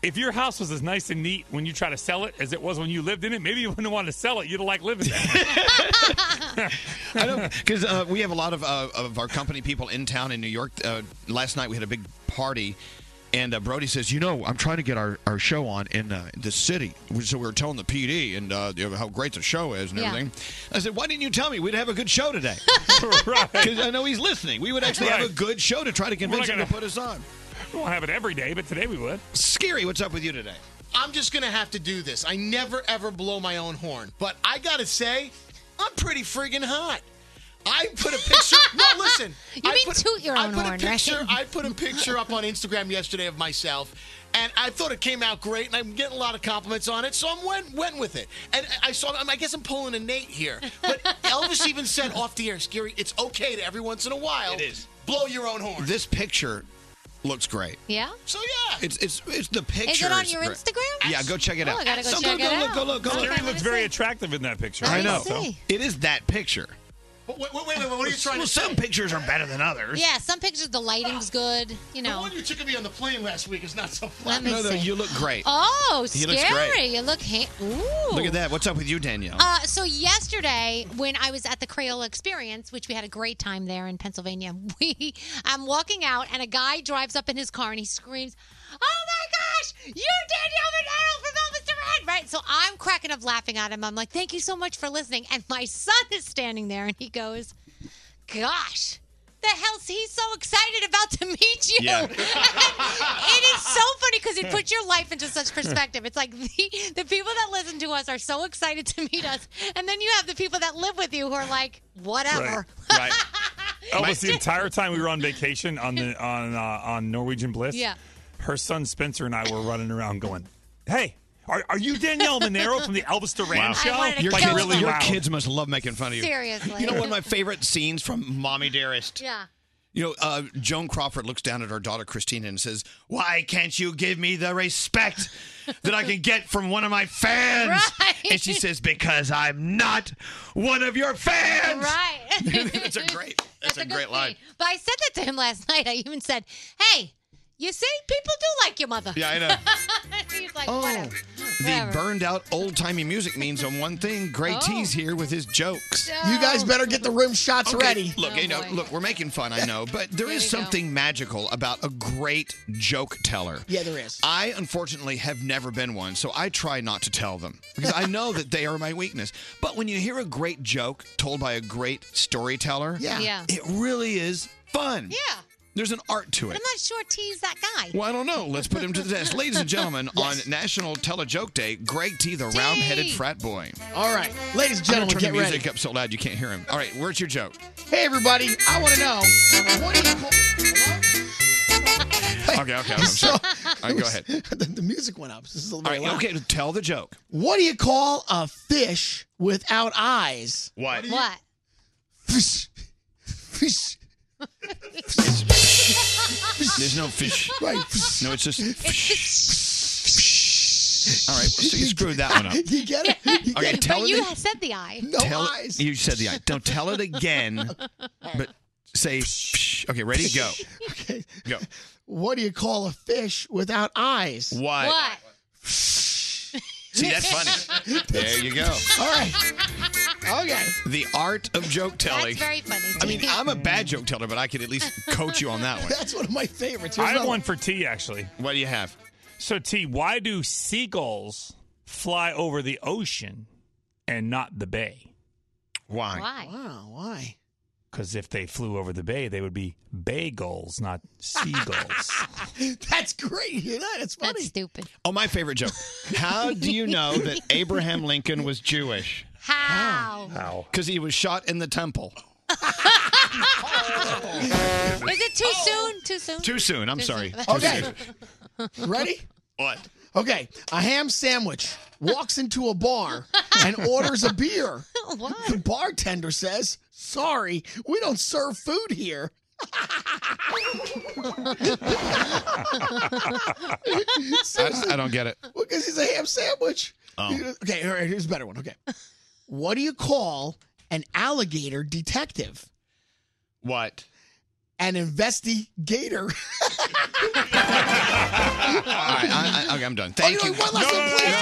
Speaker 11: If your house was as nice and neat when you try to sell it as it was when you lived in it, maybe you wouldn't want to sell it. You'd like living there.
Speaker 5: [LAUGHS]
Speaker 1: I
Speaker 11: [LAUGHS]
Speaker 1: know because uh, we have a lot of uh, of our company people in town in New York. Uh, last night we had a big party. And uh, Brody says, "You know, I'm trying to get our, our show on in uh, the city." So we were telling the PD and uh, you know, how great the show is and
Speaker 10: Yeah.
Speaker 1: everything. I said, "Why didn't you tell me we'd have a good
Speaker 11: [LAUGHS]
Speaker 1: show today?"
Speaker 11: right.
Speaker 1: Because I know he's listening. We would actually have a good show to try to convince him to put us on.
Speaker 11: We won't have it every day, but today we would.
Speaker 1: Scary, what's up with you today?
Speaker 5: I'm just gonna have to do this. I never ever blow my own horn, but I gotta say, I'm pretty friggin' hot. I put a
Speaker 10: [LAUGHS]
Speaker 5: picture. no, listen.
Speaker 10: You
Speaker 5: I
Speaker 10: mean
Speaker 5: put,
Speaker 10: toot your
Speaker 5: I
Speaker 10: own
Speaker 5: put
Speaker 10: horn,
Speaker 5: a picture.
Speaker 10: right?
Speaker 5: I put a picture up on Instagram yesterday of myself, and I thought it came out great, and I'm getting a lot of compliments on it, so I went went with it. And I- I saw. I guess I'm pulling a Nate here, but Elvis even said off the air, "Scary, it's okay to every once in a while. It is blow your own horn."
Speaker 1: This picture looks great.
Speaker 10: Yeah.
Speaker 5: So yeah,
Speaker 1: It's it's it's the picture.
Speaker 10: Is it on
Speaker 1: is
Speaker 10: your
Speaker 1: great.
Speaker 10: Instagram?
Speaker 1: Yeah, go check it
Speaker 10: Oh,
Speaker 1: out.
Speaker 10: I gotta go
Speaker 1: So
Speaker 10: check
Speaker 1: go,
Speaker 10: it
Speaker 1: go,
Speaker 10: out.
Speaker 1: Look, go look, go
Speaker 10: Okay,
Speaker 1: look.
Speaker 10: let me
Speaker 11: looks very attractive in that picture.
Speaker 1: I know.
Speaker 11: thought so.
Speaker 1: It is that picture.
Speaker 5: Wait, wait, wait, wait. What are you trying
Speaker 1: Well,
Speaker 5: to
Speaker 1: some pictures are better than others.
Speaker 10: Yeah, some pictures the lighting's good,
Speaker 5: The
Speaker 10: you know.
Speaker 5: one you took of me on the plane last week is not so
Speaker 10: Let
Speaker 5: fun.
Speaker 10: me
Speaker 1: No, no,
Speaker 10: see.
Speaker 1: you look great.
Speaker 10: Oh,
Speaker 1: He
Speaker 10: scary.
Speaker 1: looks great.
Speaker 10: You look ha- Ooh.
Speaker 1: Look at that. What's up with you, Danielle?
Speaker 10: Uh, so yesterday, when I was at the Crayola Experience, which we had a great time there in Pennsylvania, [LAUGHS] we I'm walking out and a guy drives up in his car and he screams, "Oh my gosh, you're Danielle Monero from Elvis Duran!" Right? So I'm cracking up laughing at him. I'm like, "Thank you so much for listening." And my son is standing there and he goes, "Gosh." The hell's he's so excited about to meet you.
Speaker 24: Yeah.
Speaker 10: [LAUGHS]
Speaker 14: [LAUGHS]
Speaker 10: it is so funny because it puts your life into such perspective. It's like the, the people that listen to us are so excited to meet us, and then you have the people that live with you who are like, whatever. [LAUGHS]
Speaker 11: Right. right. Almost the entire time we were on vacation on the on uh, on Norwegian Bliss.
Speaker 10: Yeah.
Speaker 11: Her son Spencer and I were running around going, "Hey, are, are you Danielle Monero from the Elvis Duran
Speaker 1: Wow.
Speaker 11: show?"
Speaker 1: Your,
Speaker 11: like
Speaker 1: kids,
Speaker 11: really
Speaker 1: your
Speaker 11: loud.
Speaker 1: kids must love making fun of you.
Speaker 10: Seriously.
Speaker 1: You know one of my favorite scenes from Mommy Dearest?
Speaker 10: Yeah.
Speaker 1: You know, uh, Joan Crawford looks down at her daughter Christina and says, "Why can't you give me the respect that I can get from one of my fans?"
Speaker 10: Right.
Speaker 1: And she says, "Because I'm not one of your fans."
Speaker 10: Right.
Speaker 1: [LAUGHS] That's a great. That's, a, great line.
Speaker 10: But I said that to him last night. I even said, hey, you see, people do like your mother.
Speaker 1: Yeah, I know.
Speaker 10: [LAUGHS]
Speaker 1: Oh.
Speaker 10: he's like, whatever.
Speaker 1: The burned out old timey music means on one thing. Gray T's here with his jokes.
Speaker 13: Oh. You guys better get the room shots
Speaker 1: Okay,
Speaker 13: ready. Oh,
Speaker 1: Look, you know, look, we're making fun, I know, but there is something magical about a great joke teller.
Speaker 13: Yeah, there is.
Speaker 1: I unfortunately have never been one, so I try not to tell them because I know that they are my weakness. But when you hear a great joke told by a great storyteller,
Speaker 10: Yeah. Yeah.
Speaker 1: it really is fun.
Speaker 10: Yeah.
Speaker 1: There's an art to it.
Speaker 10: But I'm not sure T's that guy.
Speaker 1: Well, I
Speaker 10: [LAUGHS]
Speaker 1: don't know. Let's put him to the test. Ladies and gentlemen, on National Telejoke Day, Greg T, the round headed frat boy.
Speaker 13: All right, ladies and gentlemen,
Speaker 1: I'm gonna
Speaker 13: get
Speaker 1: turn the music
Speaker 13: ready.
Speaker 1: up so loud you can't hear him. All right, where's your joke?
Speaker 13: Hey, everybody, I want to know what do you call?
Speaker 1: Okay, okay. I'm sorry. [LAUGHS] All right, go ahead.
Speaker 13: [LAUGHS] the, the music went up. This is a
Speaker 1: All
Speaker 13: little
Speaker 1: right,
Speaker 13: loud.
Speaker 1: okay, tell the joke.
Speaker 13: What do you call a fish without eyes?
Speaker 1: What?
Speaker 10: What?
Speaker 13: Fish. Fish.
Speaker 1: There's no
Speaker 3: [LAUGHS]
Speaker 1: fish.
Speaker 13: Right.
Speaker 1: [LAUGHS] No, it's just. All right, so you screwed that one up.
Speaker 13: [LAUGHS] You get it?
Speaker 1: Okay,
Speaker 13: You get it?
Speaker 1: tell
Speaker 10: but you
Speaker 1: it.
Speaker 10: said the I.
Speaker 1: tell It, you said the I. Don't tell it again, but say. Okay, ready? Go.
Speaker 13: [LAUGHS] Okay.
Speaker 1: Go.
Speaker 13: What do you call a fish without eyes?
Speaker 1: What? What? See, that's funny.
Speaker 14: [LAUGHS]
Speaker 1: There you go.
Speaker 13: All right. Okay.
Speaker 1: The art of joke telling.
Speaker 10: That's very funny.
Speaker 1: I mean, I'm a bad joke teller, but I could at
Speaker 13: [LAUGHS]
Speaker 1: least coach you on that one.
Speaker 13: That's one of my
Speaker 11: [LAUGHS]
Speaker 13: favorites.
Speaker 11: I
Speaker 13: Here's
Speaker 11: have
Speaker 13: another
Speaker 11: one for T actually.
Speaker 1: What do you have?
Speaker 11: So T, why do seagulls fly over the ocean and not the bay?
Speaker 1: Why?
Speaker 10: Why?
Speaker 13: Wow, why?
Speaker 11: Because if they flew over the bay, they would be bagels, not seagulls.
Speaker 3: [LAUGHS]
Speaker 13: That's great. You hear that? It's funny. That's
Speaker 14: [LAUGHS]
Speaker 10: stupid.
Speaker 1: Oh, my favorite joke. How do you know that Abraham Lincoln was Jewish?
Speaker 10: How?
Speaker 1: How? Because he was shot in the temple.
Speaker 10: Is it too soon? Too soon?
Speaker 1: Oh. Too soon. I'm sorry. Too
Speaker 13: Okay.
Speaker 10: [LAUGHS]
Speaker 1: soon.
Speaker 13: Ready?
Speaker 1: What?
Speaker 13: Okay. A ham sandwich walks into a bar and orders a beer.
Speaker 10: What?
Speaker 13: The bartender says, Sorry, we don't serve food here.
Speaker 1: [LAUGHS]
Speaker 13: [LAUGHS]
Speaker 1: I, I don't get it.
Speaker 13: Because he's a ham sandwich.
Speaker 1: [LAUGHS] Oh.
Speaker 13: Okay, all right, here's a better one. Okay. What do you call an alligator detective?
Speaker 1: What?
Speaker 13: An investigator.
Speaker 1: All right, I, I, okay, I'm done.
Speaker 13: Oh,
Speaker 1: Thank
Speaker 13: you
Speaker 1: you.
Speaker 13: know, one last one, please.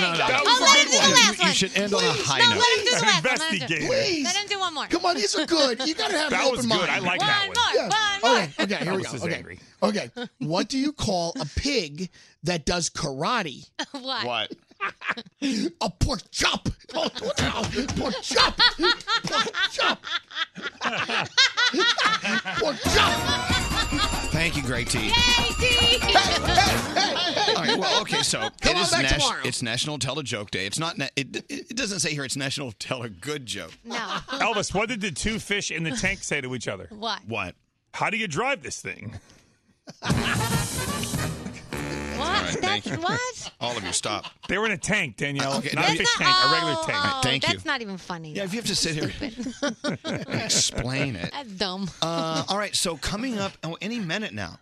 Speaker 1: No, no, no, no.
Speaker 13: That
Speaker 10: was Oh, a let good him do the one. last
Speaker 1: You- You
Speaker 10: one.
Speaker 1: should end on a high
Speaker 10: no,
Speaker 1: note.
Speaker 10: let
Speaker 11: [LAUGHS]
Speaker 10: him do the last one. Let him do-
Speaker 1: Investigator.
Speaker 13: Please.
Speaker 10: Let him do one more.
Speaker 13: Come on, these are good. You gotta
Speaker 11: [LAUGHS]
Speaker 13: have
Speaker 11: That
Speaker 13: an open
Speaker 11: was good.
Speaker 13: mind.
Speaker 11: I like that
Speaker 10: One more. One more.
Speaker 13: Okay, okay, here we go.
Speaker 11: Elvis is
Speaker 13: Okay.
Speaker 11: angry.
Speaker 13: okay. What do you call a pig that does karate?
Speaker 10: What?
Speaker 1: What?
Speaker 13: [LAUGHS] A pork chop. Oh, no. pork chop. Pork
Speaker 3: [LAUGHS]
Speaker 13: chop. pork chop.
Speaker 1: Thank you, Great T. All right, well, okay, so it
Speaker 13: on
Speaker 1: is
Speaker 13: back
Speaker 1: Nash-
Speaker 13: tomorrow.
Speaker 1: it's National Tell a Joke Day. It's not. Na- it, it it doesn't say here it's National Tell a Good Joke.
Speaker 10: [LAUGHS]
Speaker 11: [LAUGHS]
Speaker 10: No.
Speaker 11: Elvis, what did the two fish in the tank say to each other?
Speaker 10: [LAUGHS] What?
Speaker 1: What?
Speaker 11: How do you drive this thing?
Speaker 10: What?
Speaker 1: right, thank
Speaker 10: That's
Speaker 1: you.
Speaker 10: what?
Speaker 1: All of you, stop.
Speaker 11: They were in a tank, Danielle.
Speaker 1: Okay,
Speaker 11: not a
Speaker 1: thank-
Speaker 11: fish tank, a regular tank.
Speaker 1: All right, thank
Speaker 10: Oh, that's
Speaker 1: you.
Speaker 10: not even funny.
Speaker 1: Yeah, if you have to sit here and explain it.
Speaker 10: That's dumb.
Speaker 1: Uh, all right, so coming up oh, any minute now.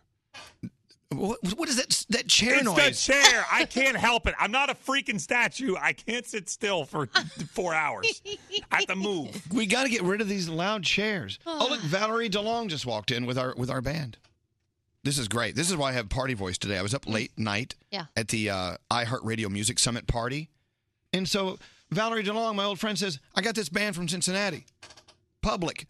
Speaker 1: What, what [LAUGHS] is that that chair
Speaker 11: It's
Speaker 1: noise?
Speaker 11: the
Speaker 1: [LAUGHS]
Speaker 11: chair. I can't help it. I'm not a freaking statue. I can't sit still for [LAUGHS] four hours. I have to move.
Speaker 1: [LAUGHS] We got to get rid of these loud chairs. Oh, look, Valerie DeLong just walked in with our with our band. This is great. This is why I have party voice today. I was up late night
Speaker 10: Mm. Yeah.
Speaker 1: at the uh, iHeartRadio Music Summit party, and so Valerie DeLong, my old friend, says, "I got this band from Cincinnati, Public.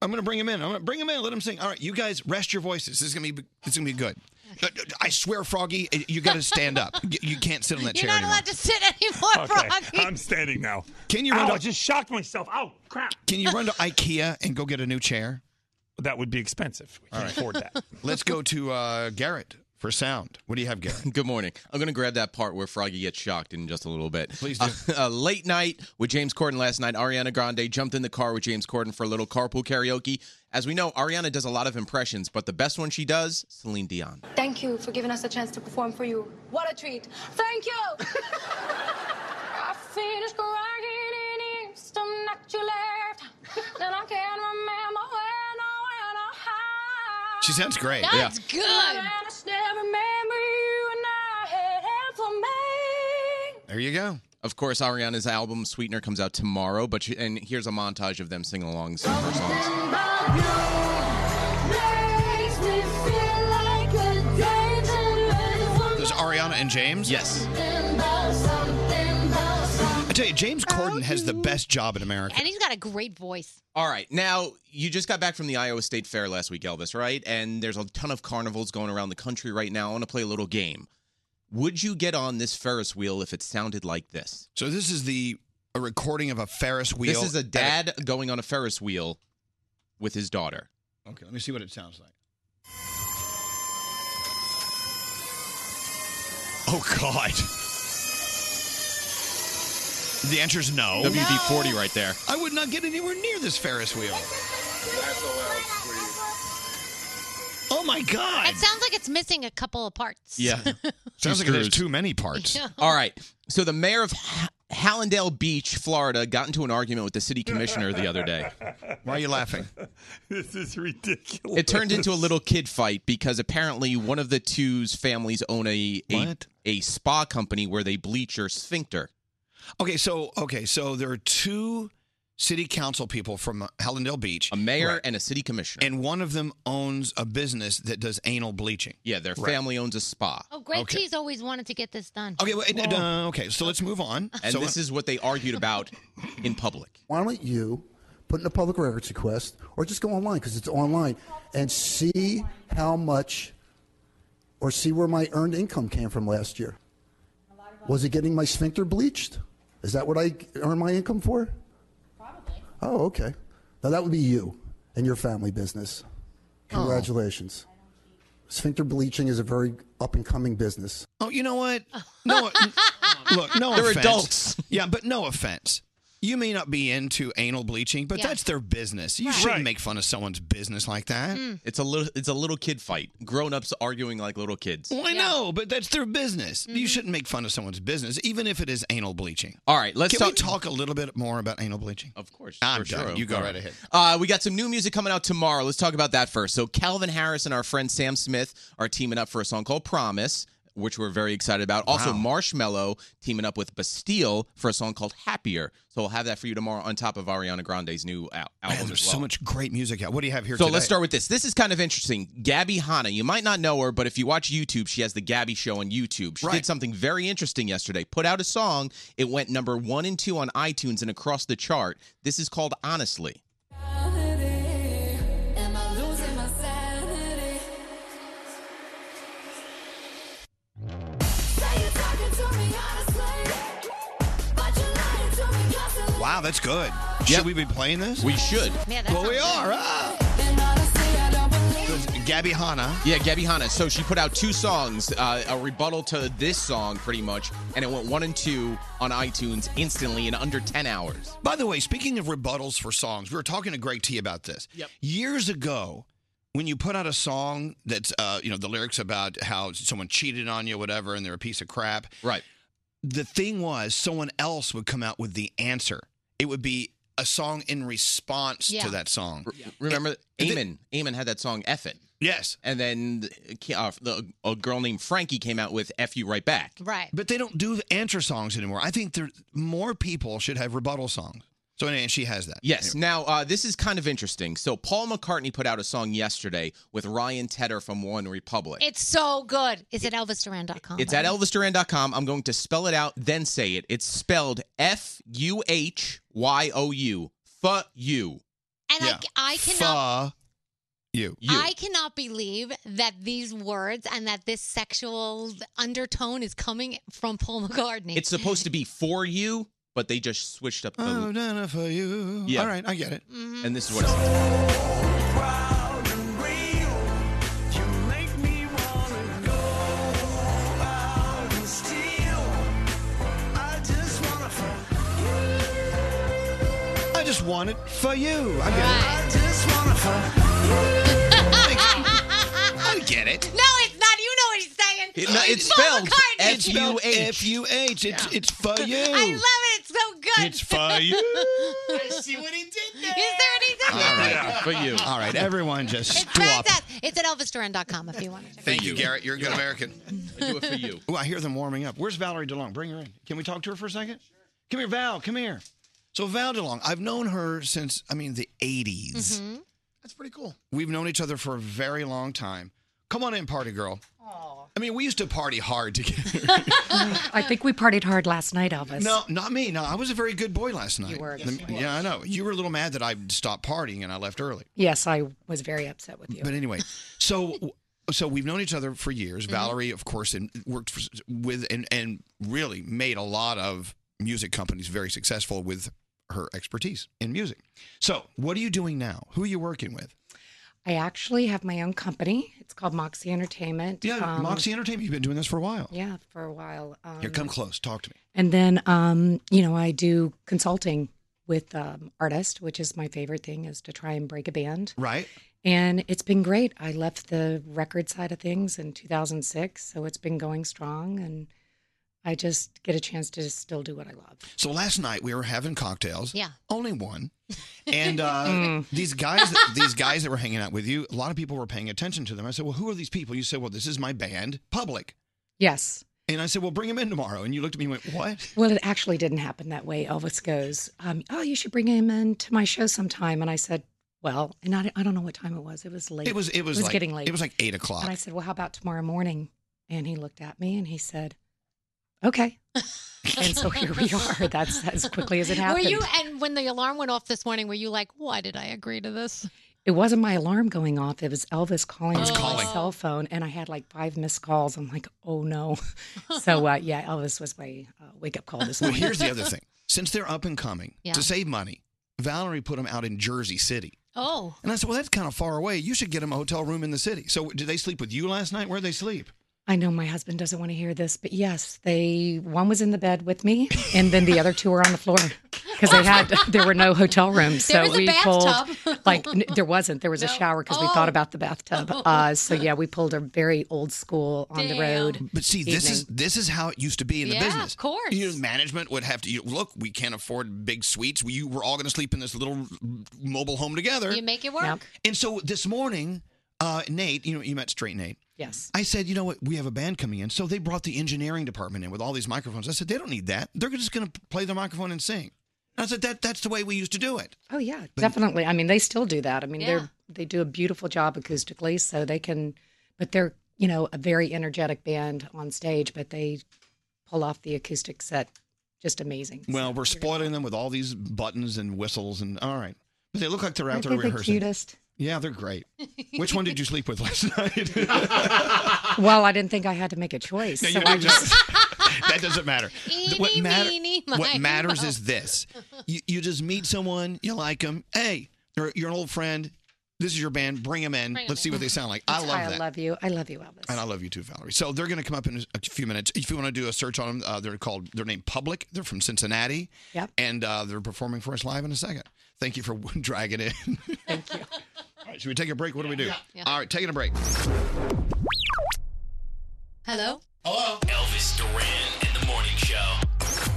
Speaker 1: I'm going to bring him in. I'm going to bring him in. Let him sing. All right, you guys, rest your voices. This is going to be this is going to be good. Uh, I swear, Froggy, uh, you got to stand up. You- You can't sit on that chair
Speaker 10: You're not
Speaker 1: anymore.
Speaker 10: allowed to sit anymore,
Speaker 11: Okay,
Speaker 10: Froggy.
Speaker 11: I'm standing now.
Speaker 1: Can you
Speaker 11: Ow,
Speaker 1: run
Speaker 11: I
Speaker 1: to
Speaker 11: just shocked myself. Oh crap!
Speaker 1: Can you run to IKEA and go get a new chair?
Speaker 11: That would be expensive. We can't
Speaker 1: right.
Speaker 11: afford that.
Speaker 1: Let's go to uh, Garrett for sound. What do you have, Garrett?
Speaker 19: [LAUGHS] Good morning. I'm going to grab that part where Froggy gets shocked in just a little bit.
Speaker 1: Please do.
Speaker 19: Uh, [LAUGHS] uh, late night with James Corden last night. Ariana Grande jumped in the car with James Corden for a little carpool karaoke. As we know, Ariana does a lot of impressions, but the best one she does, Celine Dion.
Speaker 3: Thank you for giving us a chance to perform for you. What a treat. Thank
Speaker 1: [LAUGHS]
Speaker 3: you. I finished crying in Eastern that you left. Then I can't remember when or when or how.
Speaker 1: [LAUGHS] She sounds great.
Speaker 10: That's
Speaker 1: yeah.
Speaker 10: good.
Speaker 3: And I still remember you and I had help for me.
Speaker 1: There you go.
Speaker 19: Of course, Ariana's album Sweetener comes out tomorrow, but she, and here's a montage of them singing along some of her songs.
Speaker 3: About you makes me feel like a dangerous woman.
Speaker 1: Does Ariana and James? Yes.
Speaker 15: I
Speaker 1: tell you, James Corden has the best job in America.
Speaker 10: And he's got a great voice.
Speaker 19: All right. Now, you just got back from the Iowa State Fair last week, Elvis, right? And there's a ton of carnivals going around the country right now. I want to play a little game. Would you get on this Ferris wheel if it sounded like this?
Speaker 1: So, this is the a recording of a Ferris wheel.
Speaker 19: This is a dad going on a Ferris wheel with his daughter.
Speaker 1: Okay, let me see what it sounds like. Oh God. The answer is no.
Speaker 19: WD 40 right there.
Speaker 1: I would not get anywhere near this Ferris wheel. Oh my God.
Speaker 10: It sounds like it's missing a couple of parts.
Speaker 19: Yeah.
Speaker 1: [LAUGHS] Sounds like there's too many parts.
Speaker 10: Yeah.
Speaker 19: All right. So the mayor of Ha- Hallandale Beach, Florida, got into an argument with the city commissioner the other day.
Speaker 1: Why are you laughing?
Speaker 11: [LAUGHS] this is ridiculous.
Speaker 19: It turned into a little kid fight because apparently one of the two's families own a a, a spa company where they bleach your sphincter.
Speaker 1: Okay, so okay, so there are two city council people from Hallandale Beach, a
Speaker 19: mayor and a city commissioner,
Speaker 1: and one of them owns a business that does anal bleaching.
Speaker 19: Yeah, their family owns a spa.
Speaker 10: Oh, Greg
Speaker 1: Okay.
Speaker 10: T's always wanted to get this done.
Speaker 1: Okay, wait, uh, okay, so let's move on.
Speaker 19: And
Speaker 1: So-
Speaker 19: this is what they argued about in public.
Speaker 12: Why don't you put in a public records request or just go online because it's online and see how much or see where my earned income came from last year? Was it getting my sphincter bleached? Is that what I earn my income for? Probably. Oh, okay. Now that would be you and your family business. Congratulations. Sphincter bleaching is a very up and coming business.
Speaker 1: Oh, you know what? No, n- look, no
Speaker 19: [LAUGHS]
Speaker 12: They're
Speaker 1: offense.
Speaker 12: adults.
Speaker 1: Yeah, but no offense. You may not be into anal bleaching, but
Speaker 19: Yeah.
Speaker 1: that's their business. You
Speaker 19: Right.
Speaker 1: shouldn't
Speaker 19: Right.
Speaker 1: make fun of someone's business like that.
Speaker 19: It's a little it's a little kid fight. Grown ups arguing like little kids.
Speaker 1: Well, I know, but that's their business. You shouldn't make fun of someone's business, even if it is anal bleaching.
Speaker 19: All right, let's
Speaker 1: Can
Speaker 19: talk-
Speaker 1: we talk a little bit more about anal bleaching?
Speaker 19: Of course.
Speaker 1: I'm
Speaker 19: For
Speaker 1: done.
Speaker 19: sure.
Speaker 1: You go
Speaker 19: All
Speaker 1: right ahead.
Speaker 19: Uh, we got some new music coming out tomorrow. Let's talk about that first. So Calvin Harris and our friend Sam Smith are teaming up for a song called Promise, which we're very excited about. Also,
Speaker 1: Wow.
Speaker 19: Marshmello teaming up with Bastille for a song called Happier. So we'll have that for you tomorrow on top of Ariana Grande's new al- album.
Speaker 1: Man, there's
Speaker 19: as well.
Speaker 1: so much great music out. What do you have here
Speaker 19: So
Speaker 1: today?
Speaker 19: let's start with this. This is kind of interesting. Gabby Hanna, you might not know her, but if you watch YouTube, she has the Gabby Show on YouTube. She did something very interesting yesterday. Put out a song. It went number one and two on iTunes and across the chart. This is called Honestly.
Speaker 15: Am I losing my sanity? Say you're talking to me honestly, but you're lying to me constantly.
Speaker 1: Wow, that's good. Should we be playing this?
Speaker 19: We should.
Speaker 15: Yeah, that
Speaker 1: well, we
Speaker 15: sounds
Speaker 1: are.
Speaker 15: good.
Speaker 1: Ah!
Speaker 15: And honestly, I don't believe
Speaker 1: Gabby Hanna.
Speaker 19: Yeah, Gabby Hanna. So she put out two songs, uh, a rebuttal to this song, pretty much, and it went one and two on iTunes instantly in under 10 hours.
Speaker 1: By the way, speaking of rebuttals for songs, we were talking to Greg T about this.
Speaker 19: Yep.
Speaker 1: Years ago, when you put out a song that's, uh, you know, the lyrics about how someone cheated on you, whatever, and they're a piece of crap.
Speaker 19: Right.
Speaker 1: [LAUGHS] The thing was, someone else would come out with the answer. It would be a song in response
Speaker 19: Yeah.
Speaker 1: to that song.
Speaker 19: Remember, Eamon, Eamon had that song, F It.
Speaker 1: Yes.
Speaker 19: And then uh, the, a girl named Frankie came out with F You Right Back.
Speaker 10: Right.
Speaker 1: But they don't do answer songs anymore. I think there more people should have rebuttal songs. So and she has that.
Speaker 19: Yes. Now, uh, this is kind of interesting. So, Paul McCartney put out a song yesterday with Ryan Tedder from One Republic.
Speaker 10: It's so good. Is it ElvisDuran.com?
Speaker 19: It's at elvisduran.com. I'm going to spell it out, then say it. It's spelled F U H Y O U. Fuh you.
Speaker 10: And I- I, cannot.
Speaker 1: you.
Speaker 10: I cannot believe that these words and that this sexual undertone is coming from Paul McCartney. [LAUGHS]
Speaker 19: It's supposed to be for you, but they just switched up the.
Speaker 1: Oh, Donna, for you.
Speaker 19: Yeah.
Speaker 1: All right, I get it.
Speaker 19: And this is what it says.
Speaker 1: I just want it for you. I get it. I just want it for
Speaker 10: [LAUGHS]
Speaker 1: I get it.
Speaker 10: No, it's not. You know what he's saying.
Speaker 1: It- no, it's
Speaker 10: Paul
Speaker 1: spelled
Speaker 10: McCartney.
Speaker 1: It's spelled F-U-H. F-U-H. It's- it's for you.
Speaker 10: I love it. It's so good.
Speaker 1: It's
Speaker 10: [LAUGHS]
Speaker 1: for you.
Speaker 10: I see what he did there. Is there anything?
Speaker 1: All right, for you. All right, everyone, just screw up.
Speaker 10: It's at ElvisDuran.com if you want to check
Speaker 1: Thank you, Garrett. You're a good American.
Speaker 19: I do it for you.
Speaker 1: Oh, I hear them warming up. Where's Valerie DeLong? Bring her in. Can we talk to her for a second? Come here, Val. Come here. So Val DeLong, I've known her since I mean the '80s.
Speaker 10: Mm-hmm.
Speaker 5: That's pretty cool.
Speaker 1: We've known each other for a very long time. Come on in, party girl.
Speaker 5: Oh.
Speaker 1: I mean, we used to party hard together.
Speaker 16: [LAUGHS] I think we partied hard last night, Elvis.
Speaker 1: No, not me. No, I was a very good boy last night. You
Speaker 16: were a
Speaker 1: yeah, I know. You were a little mad that I stopped partying and I left early.
Speaker 16: Yes, I was very upset with you.
Speaker 1: But anyway,
Speaker 16: [LAUGHS]
Speaker 1: so so we've known each other for years.
Speaker 16: Mm-hmm.
Speaker 1: Valerie, of course, and worked for, with and and really made a lot of music companies very successful with her expertise in music. So, what are you doing now? Who are you working with?
Speaker 16: I actually have my own company. It's called Moxie Entertainment.
Speaker 1: Yeah,
Speaker 16: Um,
Speaker 1: Moxie Entertainment. You've been doing this for a while.
Speaker 16: Yeah, for a while. Um,
Speaker 1: Here, come close. Talk to me.
Speaker 16: And then, um, you know, I do consulting with um, artists, which is my favorite thing, is to try and break a band.
Speaker 1: Right.
Speaker 16: And it's been great. I left the record side of things in 2006, so it's been going strong, and I just get a chance to still do what I love.
Speaker 1: So last night we were having cocktails.
Speaker 16: Yeah.
Speaker 1: Only
Speaker 16: [LAUGHS]
Speaker 1: one. And uh,
Speaker 16: Mm.
Speaker 1: these guys, these guys that were hanging out with you, a lot of people were paying attention to them. I said, "Well, who are these people?" You said, "Well, this is my band, Public."
Speaker 16: Yes.
Speaker 1: And I said, "Well, bring them in tomorrow." And you looked at me and went, "What?"
Speaker 16: Well, it actually didn't happen that way. Elvis goes, um, "Oh, you should bring him in to my show sometime." And I said, "Well," and I, I don't know what time it was. It was late.
Speaker 1: It was it was, like,
Speaker 16: getting late.
Speaker 1: It was like eight o'clock.
Speaker 16: And I said, "Well, how about tomorrow morning?" And he looked at me and he said, "Okay." and so here we are. That's as quickly as it
Speaker 10: Were
Speaker 16: happened.
Speaker 10: you? And when the alarm went off this morning, were you like, "Why did I agree to this?"
Speaker 16: It wasn't my alarm going off. It was Elvis calling
Speaker 10: was
Speaker 16: on my
Speaker 10: calling.
Speaker 16: cell phone, and I had like five missed calls. I'm like, "Oh no!" [LAUGHS] so uh, yeah, Elvis was my uh, wake up call [LAUGHS] this
Speaker 1: well,
Speaker 16: morning.
Speaker 1: here's the other thing. Since they're up and coming,
Speaker 16: Yeah.
Speaker 1: to save money, Valerie put them out in Jersey City.
Speaker 10: [LAUGHS] Oh.
Speaker 1: And I said, "Well, that's kind of far away. You should get them a hotel room in the city." So, did they sleep with you last night? Where would they sleep?
Speaker 16: I know my husband doesn't want to hear this, but yes, they one was in the bed with me, and then the other two were on the floor because they had there were no hotel rooms,
Speaker 10: There
Speaker 16: so
Speaker 10: was a
Speaker 16: we
Speaker 10: bathtub. Oh.
Speaker 16: pulled like n- there wasn't there was a shower because we thought about the bathtub. Uh, so yeah, we pulled a very old school on the road.
Speaker 1: But see, this is this is how it used to be in the
Speaker 16: Yeah,
Speaker 1: business.
Speaker 16: of course.
Speaker 1: You know, management would have to you, look. We can't afford big suites. We you, we're all going to sleep in this little mobile home together.
Speaker 10: You make it work. Yep.
Speaker 1: And so this morning, uh, Nate, you know, you met straight Nate.
Speaker 16: Yes.
Speaker 1: I said, you know what? We have a band coming in, so they brought the engineering department in with all these microphones. I said they don't need that. They're just going to play their microphone and sing. And I said that that's the way we used to do it.
Speaker 16: Oh yeah, definitely. I mean, they still do that. I mean,
Speaker 10: Yeah.
Speaker 16: they're they do a beautiful job acoustically, so they can, but they're you know a very energetic band on stage, but they pull off the acoustic set just amazing.
Speaker 1: Well, we're spoiling them with all these buttons and whistles and all right. But they look like they're out
Speaker 16: Aren't
Speaker 1: there
Speaker 16: they the
Speaker 1: rehearsing.
Speaker 16: cutest?
Speaker 1: Yeah, they're great. Which one did you sleep with last [LAUGHS] night?
Speaker 16: [LAUGHS] Well, I didn't think I had to make a choice.
Speaker 1: No,
Speaker 16: so
Speaker 1: you
Speaker 16: I
Speaker 1: don't.
Speaker 16: just
Speaker 1: [LAUGHS] that doesn't matter. Th-
Speaker 16: Eeny, meeny,
Speaker 1: what
Speaker 16: miny,
Speaker 1: matters
Speaker 16: moe.
Speaker 1: is this: you, you just meet someone, you like them. Hey, they're, you're an old friend. This is your band. Bring them in.
Speaker 16: Bring
Speaker 1: [LAUGHS]
Speaker 16: 'em
Speaker 1: Let's see what they sound like. I
Speaker 16: That's
Speaker 1: love
Speaker 16: why
Speaker 1: that.
Speaker 16: I love you. I love you, Elvis.
Speaker 1: and I love you too, Valerie. So they're going to come up in a few minutes. If you want to do a search on them, uh, they're called. They're named Public. They're from Cincinnati.
Speaker 16: Yep.
Speaker 1: And uh, they're performing for us live in a second. Thank you for [LAUGHS] dragging it in. Thank you. All right, should we take a break? What do we do?
Speaker 10: Yeah.
Speaker 1: All right, taking a break.
Speaker 10: Hello.
Speaker 9: Hello. Elvis Duran in the morning show.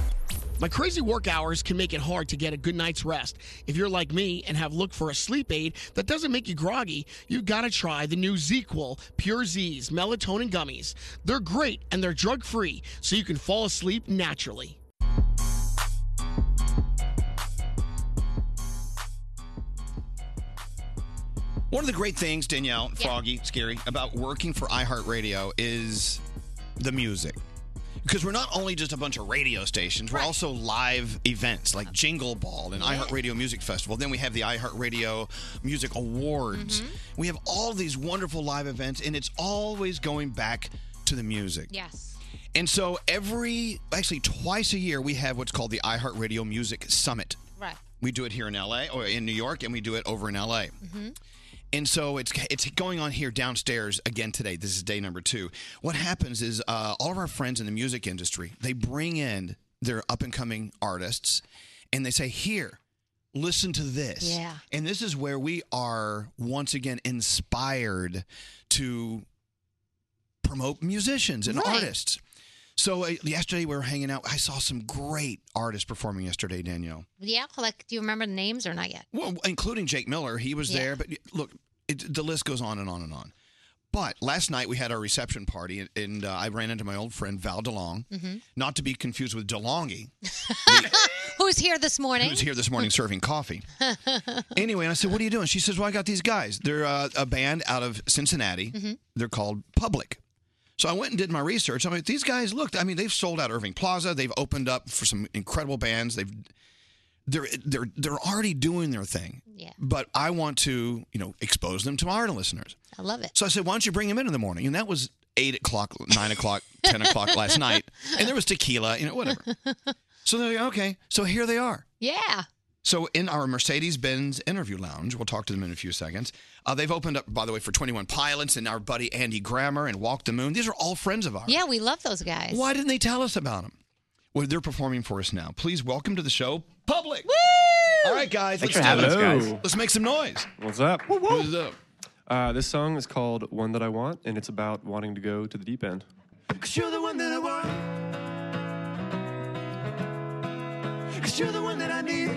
Speaker 17: My crazy work hours can make it hard to get a good night's rest. If you're like me and have looked for a sleep aid that doesn't make you groggy, you've got to try the new ZQL Pure Z's melatonin gummies. They're great and they're drug free, so you can fall asleep naturally.
Speaker 1: One of the great things, Danielle, Froggy, Scary, about working for iHeartRadio is the music. Because we're not only just a bunch of radio stations, we're also live events like Jingle Ball and iHeartRadio Music Festival. Then we have the iHeartRadio Music Awards. We have all these wonderful live events, and it's always going back to the music.
Speaker 10: Yes.
Speaker 1: And so every, actually twice a year, we have what's called the iHeartRadio Music Summit.
Speaker 10: Right.
Speaker 1: We do it here in LA or in New York, and we do it over in LA.
Speaker 10: Mm-hmm.
Speaker 1: And so it's it's going on here downstairs again today. This is day number two. What happens is uh, all of our friends in the music industry they bring in their up and coming artists, and they say, "Here, listen to this."
Speaker 10: Yeah.
Speaker 1: And this is where we are once again inspired to promote musicians and
Speaker 10: Right.
Speaker 1: artists. So uh, yesterday we were hanging out. I saw some great artists performing yesterday, Danielle.
Speaker 10: Yeah. Like, do you remember the names or not yet?
Speaker 1: Well, including Jake Miller, he was
Speaker 10: Yeah.
Speaker 1: there. But look, it, the list goes on and on and on. But last night we had our reception party, and, and uh, I ran into my old friend Val DeLong,
Speaker 10: Mhm.
Speaker 1: not to be confused with DeLonghi,
Speaker 10: Who's here this morning?
Speaker 1: who's here this morning serving coffee. Anyway, and I said, "What are you doing?" She says, "Well, I got these guys. They're uh, a band out of Cincinnati.
Speaker 10: Mhm.
Speaker 1: They're called Public." So I went and did my research. I'm like, these guys looked. I mean, they've sold out Irving Plaza. They've opened up for some incredible bands. They've they're they're they're already doing their thing.
Speaker 10: Yeah.
Speaker 1: But I want to you know expose them to our listeners.
Speaker 10: I love it.
Speaker 1: So I said, why don't you bring them in in the morning? And that was eight o'clock, nine o'clock, ten o'clock last night. And there was tequila, you know, whatever. So they're like, okay. So here they are.
Speaker 10: [LAUGHS] Yeah.
Speaker 1: So in our Mercedes-Benz interview lounge, we'll talk to them in a few seconds. Uh, they've opened up, by the way, for 21 Pilots and our buddy Andy Grammer and Walk the Moon. These are all friends of ours.
Speaker 10: Yeah, we love those guys.
Speaker 1: Why didn't they tell us about them? Well, they're performing for us now. Please welcome to the show, Public. Woo! All right, guys.
Speaker 18: Thanks
Speaker 1: let's
Speaker 18: for
Speaker 1: do
Speaker 18: having
Speaker 1: it.
Speaker 18: us, guys.
Speaker 1: Let's make some noise.
Speaker 18: What's up? What's up? Uh, this song is called One That I Want, and it's about wanting to go to the deep end.
Speaker 3: Cause you're the one that I want. Cause you're the one that I need.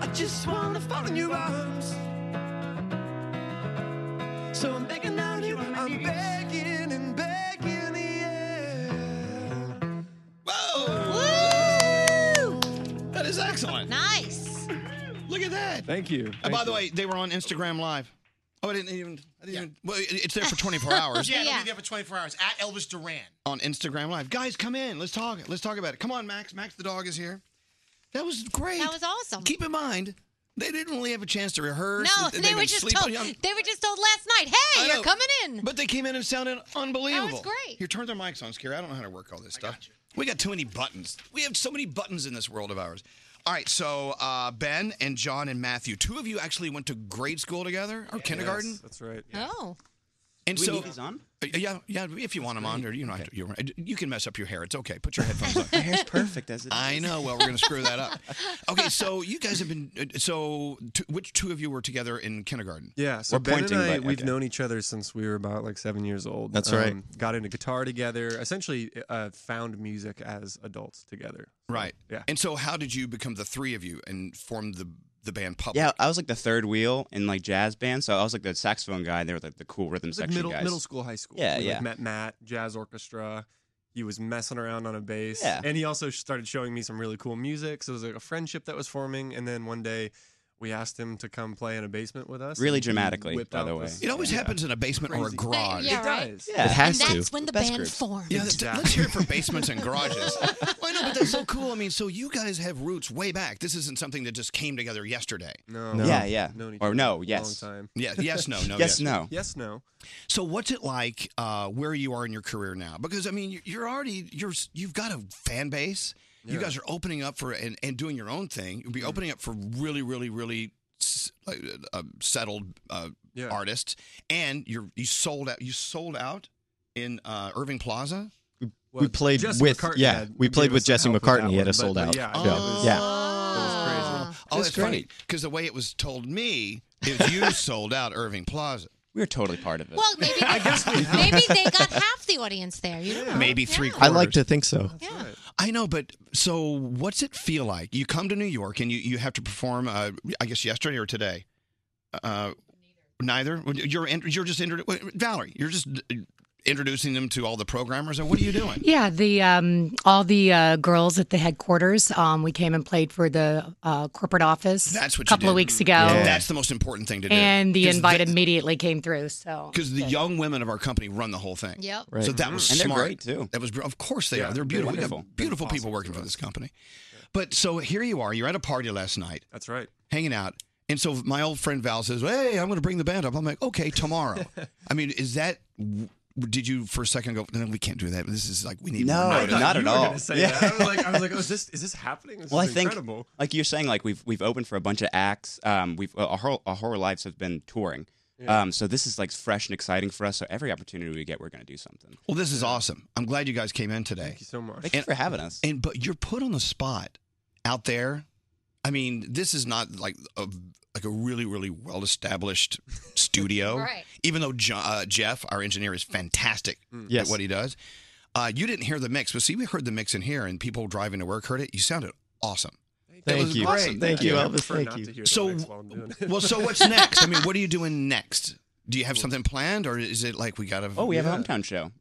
Speaker 3: I just wanna fall in your arms. So I'm begging on you, I'm begging and begging, yeah.
Speaker 1: Whoa! That is excellent.
Speaker 10: Nice.
Speaker 1: Look at that.
Speaker 18: Thank you.
Speaker 1: And by
Speaker 18: Thank
Speaker 1: the
Speaker 18: you.
Speaker 1: way, they were on Instagram Live. Oh, I didn't even. I didn't even well, it- it's there for 24 hours.
Speaker 5: Yeah, it'll be there for 24 hours at Elvis Duran.
Speaker 1: on Instagram Live. Guys, come in. Let's talk. Let's talk about it. Come on, Max. Max the dog is here. That was great. That was
Speaker 10: awesome.
Speaker 1: Keep in mind, they didn't really have a chance to rehearse.
Speaker 10: No,
Speaker 1: They've
Speaker 10: they were
Speaker 1: been
Speaker 10: just
Speaker 1: sleeping
Speaker 10: told.
Speaker 1: on-
Speaker 10: They were just told last night. Hey,
Speaker 1: I
Speaker 10: you're
Speaker 1: know.
Speaker 10: coming in.
Speaker 1: But they came in and sounded unbelievable.
Speaker 10: great.
Speaker 1: Here, turn their mics on, Scary. I don't know how to work all this stuff. We got too many buttons. We have so many buttons in this world of ours. All right, so uh, Ben and John and Matthew, two of you actually went to grade school together or kindergarten.
Speaker 18: Yes, that's right.
Speaker 10: Oh.
Speaker 1: And
Speaker 20: Do Oh, we
Speaker 1: so,
Speaker 20: need these on?
Speaker 1: Uh, Yeah, yeah. If you want them on, or you know, you uh, you can mess up your hair. It's okay. Put your headphones
Speaker 18: [LAUGHS]
Speaker 1: on.
Speaker 20: Hair's perfect as it is.
Speaker 1: I know. Well, we're gonna screw that up. Okay, so you guys have been. uh, So, t- which two of you were together in kindergarten?
Speaker 18: Yeah, so
Speaker 1: We're
Speaker 18: Ben
Speaker 20: pointing,
Speaker 18: and I,
Speaker 20: but-
Speaker 18: we've
Speaker 20: okay.
Speaker 18: known each other since we were about like seven years old. Um,
Speaker 20: That's right.
Speaker 18: Got into guitar together. Essentially, uh, found music as adults together.
Speaker 1: Right. Yeah. And so, how did you become the three of you and form the the band Public?
Speaker 20: Yeah, I was like the third wheel in like jazz band, so I was like the saxophone guy. and They were like the cool rhythm
Speaker 18: It was like
Speaker 20: section
Speaker 18: middle,
Speaker 20: guys.
Speaker 18: middle school, high school.
Speaker 20: Yeah,
Speaker 18: we, like,
Speaker 20: yeah.
Speaker 18: met Matt, jazz orchestra. He was messing around on a bass.
Speaker 20: Yeah.
Speaker 18: And he also started showing me some really cool music. So it was like a friendship that was forming. And then one day we asked him to come play in a basement with us.
Speaker 20: Really
Speaker 18: and he
Speaker 20: dramatically,
Speaker 18: whipped
Speaker 20: by
Speaker 18: out
Speaker 20: the way.
Speaker 18: this-
Speaker 1: It always
Speaker 18: yeah.
Speaker 1: happens in a basement or a
Speaker 18: Crazy.
Speaker 1: garage.
Speaker 18: Yeah, It right? does.
Speaker 20: Yeah. It has
Speaker 10: and
Speaker 20: to.
Speaker 10: that's when the
Speaker 20: Best
Speaker 10: band
Speaker 20: groups.
Speaker 10: formed.
Speaker 1: Yeah, th- let's hear it for basements and garages. [LAUGHS] Well, I know, but that's so cool. I mean, so you guys have roots way back. This isn't something that just came together yesterday.
Speaker 18: No.
Speaker 20: Yeah, yeah.
Speaker 18: Known each
Speaker 20: Or
Speaker 18: other
Speaker 20: no,
Speaker 18: a long
Speaker 20: yes.
Speaker 18: time.
Speaker 1: Yeah, yes, no, no,
Speaker 20: Yes, no.
Speaker 18: Yes, no.
Speaker 1: So what's it like uh, where you are in your career now? Because I mean, you- you're already you're s- you've got a fan base. You
Speaker 18: Yeah.
Speaker 1: guys are opening up for and, and doing your own thing. You'll be opening up for really, really, really s- like, uh, settled uh, artists, and you're you sold out. You sold out in uh, Irving Plaza.
Speaker 20: we played
Speaker 1: Jesse
Speaker 20: with
Speaker 1: McCartney
Speaker 20: yeah,
Speaker 1: had-
Speaker 20: we played
Speaker 1: gave
Speaker 20: with
Speaker 1: us the
Speaker 20: Jesse
Speaker 1: help with that
Speaker 20: McCartney. He
Speaker 1: one,
Speaker 20: had us
Speaker 1: but-
Speaker 20: sold
Speaker 1: but
Speaker 20: out.
Speaker 1: yeah,
Speaker 20: yeah,
Speaker 1: it
Speaker 18: Oh,
Speaker 1: was-
Speaker 20: yeah.
Speaker 1: Oh,
Speaker 20: Ah. That's
Speaker 1: that's funny because the way it was told me is
Speaker 20: [LAUGHS]
Speaker 1: you sold out Irving Plaza.
Speaker 20: We were totally part of it.
Speaker 10: Well, maybe I guess [LAUGHS] maybe they got half the audience there.
Speaker 1: [LAUGHS]
Speaker 10: You don't know.
Speaker 1: Maybe three
Speaker 20: I
Speaker 1: quarters.
Speaker 20: like to think so.
Speaker 1: I know, but so what's it feel like? You come to New York and you, you have to perform. Uh, I guess yesterday or today. Uh, neither. You're in- you're just inter- wait, Valerie. You're just uh, introducing them to all the programmers. And what are you doing?
Speaker 16: Yeah, the um, all the uh, girls at the headquarters. Um, we came and played for the uh, corporate office.
Speaker 1: That's what
Speaker 16: a couple
Speaker 1: you did.
Speaker 16: of weeks ago,
Speaker 1: That's the most important thing to do.
Speaker 16: and the
Speaker 1: 'Cause
Speaker 16: invite immediately came through. So
Speaker 1: because the young women of our company run the whole thing.
Speaker 16: Yep.
Speaker 20: Right. Mm-hmm.
Speaker 1: So that was
Speaker 20: And they're
Speaker 1: smart.
Speaker 20: great, too.
Speaker 1: That was br- of course they
Speaker 20: Yeah,
Speaker 1: are. They're
Speaker 20: they're
Speaker 1: beautiful. We
Speaker 20: wonderful.
Speaker 1: have beautiful people working for this company. But so here you are. You're at a party last night.
Speaker 18: That's right.
Speaker 1: Hanging out. And so my old friend Val says, "Hey, I'm going to bring the band up." I'm like, "Okay, tomorrow."
Speaker 20: [LAUGHS]
Speaker 1: I mean, is that? w- Did you for a second go? No, we can't do that. This is like we need.
Speaker 20: No,
Speaker 1: more
Speaker 20: I thought not
Speaker 18: You
Speaker 20: at
Speaker 18: were
Speaker 20: all.
Speaker 18: gonna say
Speaker 20: Yeah.
Speaker 18: that. I was like, I was like, oh, is this is this happening? This
Speaker 20: well, I
Speaker 18: is
Speaker 20: think,
Speaker 18: incredible.
Speaker 20: like you're saying, like we've we've opened for a bunch of acts. Um, we've our whole our whole lives have been touring.
Speaker 1: Yeah.
Speaker 20: Um, so this is like fresh and exciting for us. So every opportunity we get, we're going to do something.
Speaker 1: Well, this is awesome. I'm glad you guys came in today. Thank
Speaker 18: you so much.
Speaker 20: Thank you for having us.
Speaker 1: And but you're put on the spot out there. I mean, this is not like a like a really really well established studio.
Speaker 20: Right.
Speaker 1: Even though jo- uh, Jeff, our engineer, is fantastic
Speaker 20: Yes.
Speaker 1: at what he does. Uh, you didn't hear the mix, but see, we heard the mix in here, and people driving to work heard it. You sounded awesome. That
Speaker 20: Thank
Speaker 1: was
Speaker 20: you.
Speaker 1: great.
Speaker 20: Awesome. Thank you,
Speaker 1: I
Speaker 20: Elvis.
Speaker 1: prefer
Speaker 20: Thank
Speaker 1: not
Speaker 20: you.
Speaker 1: to hear the
Speaker 18: So-
Speaker 1: mix while I'm doing it. well, so what's next? I mean, what are you doing next? Do you have something planned, or is it like we got
Speaker 20: Oh,
Speaker 1: to?
Speaker 18: Yeah.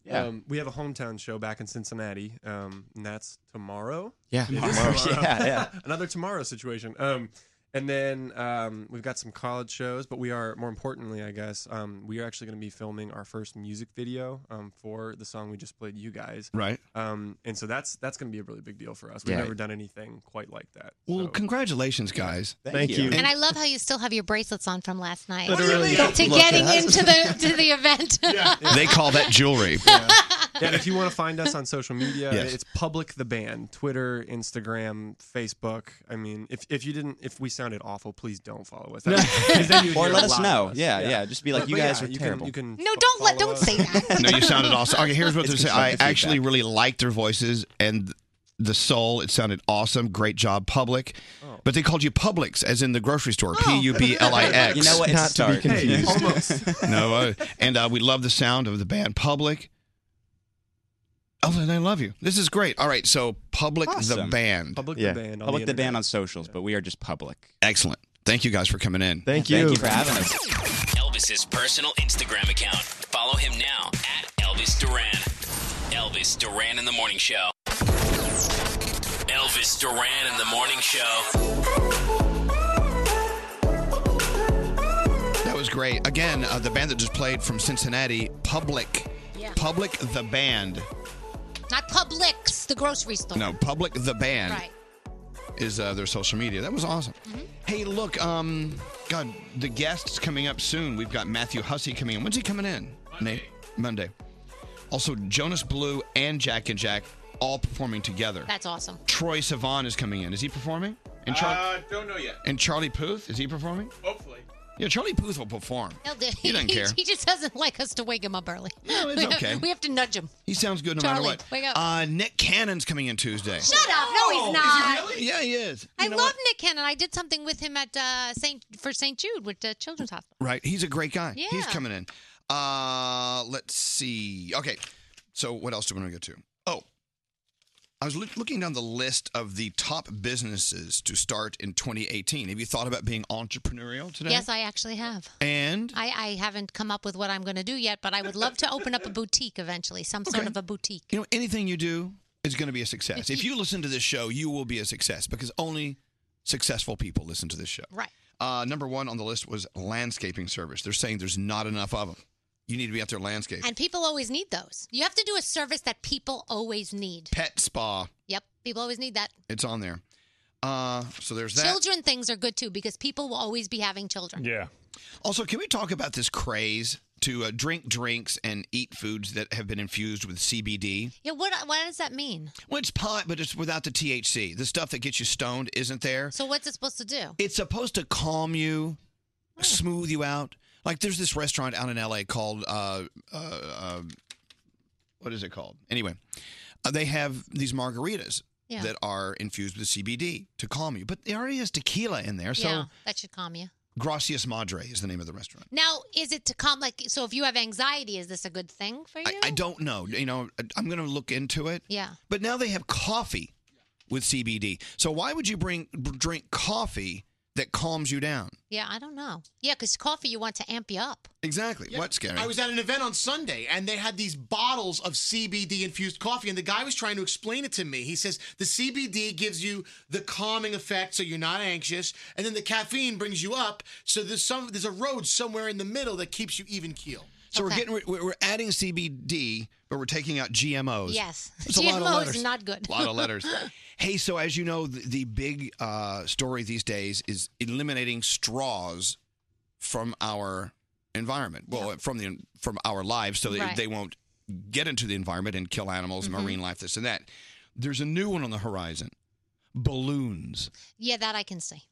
Speaker 18: Um, we have a hometown show back in Cincinnati, um, and that's tomorrow.
Speaker 20: Yeah,
Speaker 18: It is [LAUGHS]
Speaker 20: tomorrow. [LAUGHS] Yeah, yeah.
Speaker 18: Another tomorrow situation. Um, And then um, we've got some college shows, but we are more importantly, I guess, um, we are actually going to be filming our first music video um, for the song we just played, "You Guys."
Speaker 1: Right.
Speaker 18: Um, and so that's that's going to be a really big deal for us. We've
Speaker 1: Yeah.
Speaker 18: never done anything quite like that.
Speaker 1: Well, congratulations, guys.
Speaker 18: Thank you.
Speaker 10: And I love how you still have your bracelets on from last night.
Speaker 1: What do you Literally. mean?
Speaker 10: To
Speaker 1: Look
Speaker 10: getting
Speaker 1: at
Speaker 10: into the to the
Speaker 1: [LAUGHS]
Speaker 10: event. [LAUGHS]
Speaker 1: they call that
Speaker 20: [LAUGHS]
Speaker 1: jewelry.
Speaker 18: yeah, and if you want to find us on social media,
Speaker 1: Yes.
Speaker 18: it's public the band, Twitter, Instagram, Facebook. I mean, if, if you didn't, if we sounded awful, please don't follow us. That- 'cause then you'd
Speaker 20: Or
Speaker 18: hear
Speaker 20: let
Speaker 18: a
Speaker 20: us
Speaker 18: lot of
Speaker 20: know. Yeah, yeah, just be like, "You guys are
Speaker 18: can-
Speaker 20: terrible."
Speaker 18: you can
Speaker 10: No, don't let don't say that.
Speaker 1: [LAUGHS] no, you sounded awesome. Okay, here's what
Speaker 18: It's
Speaker 1: they say. I
Speaker 18: constructive
Speaker 1: actually really liked their voices and the soul. It sounded awesome. Great job, Public.
Speaker 20: Oh.
Speaker 1: But they called you Publix, as in the grocery store. P U B L I X.
Speaker 20: You know what? It's Not to be dark. confused. Hey, almost.
Speaker 1: [LAUGHS] no, uh, and uh, we love the sound of the band Public. Oh, and I love you. This is great. All right, so Public the
Speaker 20: Awesome.
Speaker 1: band.
Speaker 20: Yeah. Public the, band on socials, but we are just public.
Speaker 1: Excellent. Thank you guys for coming in.
Speaker 20: Thank Thank you. you for having us.
Speaker 9: Elvis's personal Instagram account. Follow him now at Elvis Duran. Elvis Duran in the Morning Show. Elvis Duran in the Morning Show.
Speaker 1: That was great. Again, uh, the band that just played from Cincinnati, Public.
Speaker 10: Yeah.
Speaker 1: Public the band.
Speaker 10: Not Publix, the grocery store.
Speaker 1: No, Public the band
Speaker 10: Right. Mm-hmm.
Speaker 1: is uh, their social media. That was awesome. Hey, look, um, God, the guests coming up soon. We've got Matthew Hussey coming in. When's he coming in? Monday. Monday. Also, Jonas Blue and Jack and Jack all performing together.
Speaker 10: That's awesome.
Speaker 1: Troy Sivan is coming in. Is he performing? And, Char-
Speaker 4: Uh, don't know yet. Oh.
Speaker 1: and Charlie Puth, is he performing?
Speaker 4: Hopefully.
Speaker 1: Yeah, Charlie Puth will perform.
Speaker 10: He'll do.
Speaker 1: He doesn't care.
Speaker 10: [LAUGHS] He just doesn't like us to wake him up early.
Speaker 1: No, it's
Speaker 10: [LAUGHS] we have,
Speaker 1: okay.
Speaker 10: We have to nudge him.
Speaker 1: He sounds good no
Speaker 10: Charlie,
Speaker 1: matter what.
Speaker 10: wake up.
Speaker 1: Uh, Nick Cannon's coming in Tuesday.
Speaker 10: Shut up! No, he's not.
Speaker 1: Yeah, he Oh, is.
Speaker 10: I
Speaker 1: You know
Speaker 10: love Nick Cannon. I did something with him at uh, Saint for St. Jude with the Children's Hospital.
Speaker 1: Right. He's a great guy. He's
Speaker 10: Yeah.
Speaker 1: coming in. Uh let's see. Okay. So what else do we want to get to? Oh. I was loo- looking down the list of the top businesses to start in 2018. Have you thought about being entrepreneurial today?
Speaker 10: Yes, I actually have.
Speaker 1: And
Speaker 10: I, I haven't come up with what I'm going to do yet, but I would love to open up a boutique eventually, some sort of a boutique.
Speaker 1: you know anything you do is going to be a success. if you listen to this show, you will be a success because only successful people listen to this show.
Speaker 10: Right.
Speaker 1: Uh, number one on the list was landscaping service. They're saying there's not enough of them. You need to be out there landscaping.
Speaker 10: And people always need those. You have to do a service that people always need.
Speaker 1: Pet spa.
Speaker 10: Yep, people always need that.
Speaker 1: It's on there. Uh, so there's that.
Speaker 10: Children things are good too because people will always be having children.
Speaker 1: Yeah. Also, can we talk about this craze to uh, drink drinks and eat foods that have been infused with CBD?
Speaker 10: Yeah, what what does that mean?
Speaker 1: Well, it's pot, but it's without the THC. The stuff that gets you stoned isn't there.
Speaker 10: So what's it supposed to do?
Speaker 1: It's supposed to calm you, smooth you out. Like there's this restaurant out in LA called uh, uh, uh, what is it called? Anyway, uh, they have these margaritas
Speaker 10: Yeah.
Speaker 1: that are infused with CBD to calm you, but there already is tequila in there. So
Speaker 10: yeah, that should calm you.
Speaker 1: Gracias Madre is the name of the restaurant.
Speaker 10: Now, is it to calm like so if you have anxiety, is this a good thing for you?
Speaker 1: I, I don't know. You know, I- I'm going to look into it.
Speaker 10: yeah.
Speaker 1: But now they have coffee with CBD. So why would you bring drink coffee that calms you down?
Speaker 10: Yeah, I don't know. Yeah, because coffee you want to amp you up.
Speaker 1: Exactly. What's scary?
Speaker 5: I was at an event on Sunday and they had these bottles of CBD infused coffee and the guy was trying to explain it to me. He says the CBD gives you the calming effect so you're not anxious and then the caffeine brings you up so there's some there's a road somewhere in the middle that keeps you even keel.
Speaker 1: so we're getting we're,
Speaker 5: [LAUGHS]
Speaker 1: we're adding CBD, but we're taking out GMOs.
Speaker 10: Yes.
Speaker 1: That's a lot of
Speaker 10: GMOs
Speaker 1: letters.
Speaker 10: not good.
Speaker 1: A lot of
Speaker 10: [LAUGHS]
Speaker 1: letters. hey, so as you know, the, the big uh, story these days is eliminating straws from our environment. Well, from the from our lives, so they,
Speaker 21: Right.
Speaker 1: they won't get into the environment and kill animals,
Speaker 10: Mm-hmm.
Speaker 1: marine life, this and that. There's a new one on the horizon: balloons.
Speaker 10: yeah, that I can see.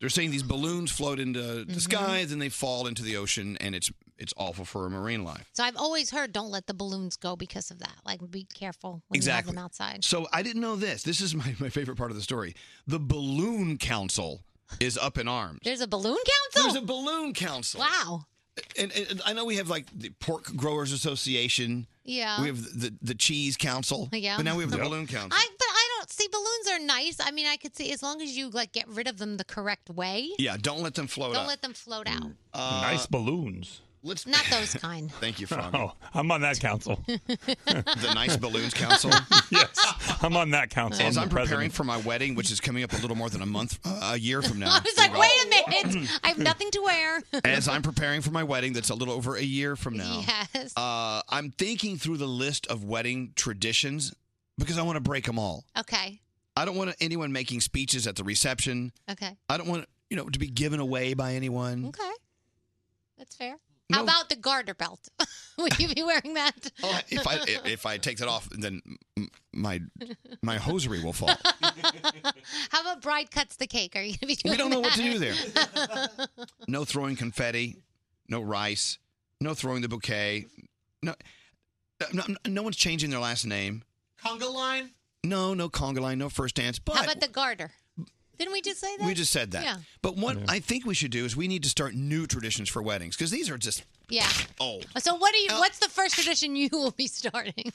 Speaker 1: They're saying these balloons float into
Speaker 10: Mm-hmm.
Speaker 1: the sky, then they fall into the ocean, and it's it's awful for marine life.
Speaker 10: So I've always heard don't let the balloons go because of that. Like be careful when you have them outside.
Speaker 1: So I didn't know this. This is my, my favorite part of the story. The Balloon Council is up in arms.
Speaker 10: There's a balloon council?
Speaker 1: There's a balloon council.
Speaker 10: Wow.
Speaker 1: And, and, and I know we have like the Pork Growers Association.
Speaker 10: Yeah.
Speaker 1: We have the, the, Cheese Council.
Speaker 10: Yeah.
Speaker 1: But now we have the Balloon Council.
Speaker 10: I but I don't see balloons are nice. I mean, I could see as long as you like get rid of them the correct way.
Speaker 1: yeah, don't let them float
Speaker 10: Don't
Speaker 1: up.
Speaker 10: let them float out.
Speaker 1: Uh,
Speaker 11: nice balloons.
Speaker 17: Let's
Speaker 1: [LAUGHS]
Speaker 10: Not those kind.
Speaker 11: [LAUGHS]
Speaker 1: Thank you,
Speaker 11: Froggy. Oh, I'm on that council.
Speaker 1: [LAUGHS] the nice
Speaker 10: [LAUGHS]
Speaker 1: balloons council.
Speaker 11: yes, I'm on that council.
Speaker 1: As
Speaker 11: I'm
Speaker 1: I'm
Speaker 11: the
Speaker 1: preparing
Speaker 11: president.
Speaker 1: for my wedding, which is coming up a little more than a month, uh, a year
Speaker 10: [LAUGHS]
Speaker 1: from now.
Speaker 10: I was like, wait a minute. [LAUGHS] I have nothing to wear.
Speaker 1: [LAUGHS]
Speaker 10: [LAUGHS]
Speaker 1: As I'm preparing for my wedding, that's a little over a year from now.
Speaker 10: Yes.
Speaker 1: Uh, I'm thinking through the list of wedding traditions because I want to break them all.
Speaker 10: Okay.
Speaker 1: I don't want anyone making speeches at the reception.
Speaker 10: Okay.
Speaker 1: I don't want you know to be given away by anyone.
Speaker 10: Okay. That's fair. How about the garter belt? [LAUGHS] Would you be wearing that?
Speaker 1: Oh, If I if I take that off, then m- my my hosiery will fall.
Speaker 10: [LAUGHS] How about bride cuts the cake? Are you going to be doing
Speaker 1: We don't know what to do
Speaker 10: that? [LAUGHS]
Speaker 1: No throwing confetti, no rice, no throwing the bouquet. No, no, no one's changing their last name.
Speaker 5: Conga line.
Speaker 1: No, no conga line, no first dance. But
Speaker 10: How about the garter? Didn't we just say that?
Speaker 1: we just said that.
Speaker 10: Yeah.
Speaker 1: But what I think we should do is we need to start new traditions for weddings because these are just oh,
Speaker 10: Yeah.
Speaker 1: old
Speaker 10: So what are
Speaker 5: Uh,
Speaker 10: you? What's the first tradition you will be starting?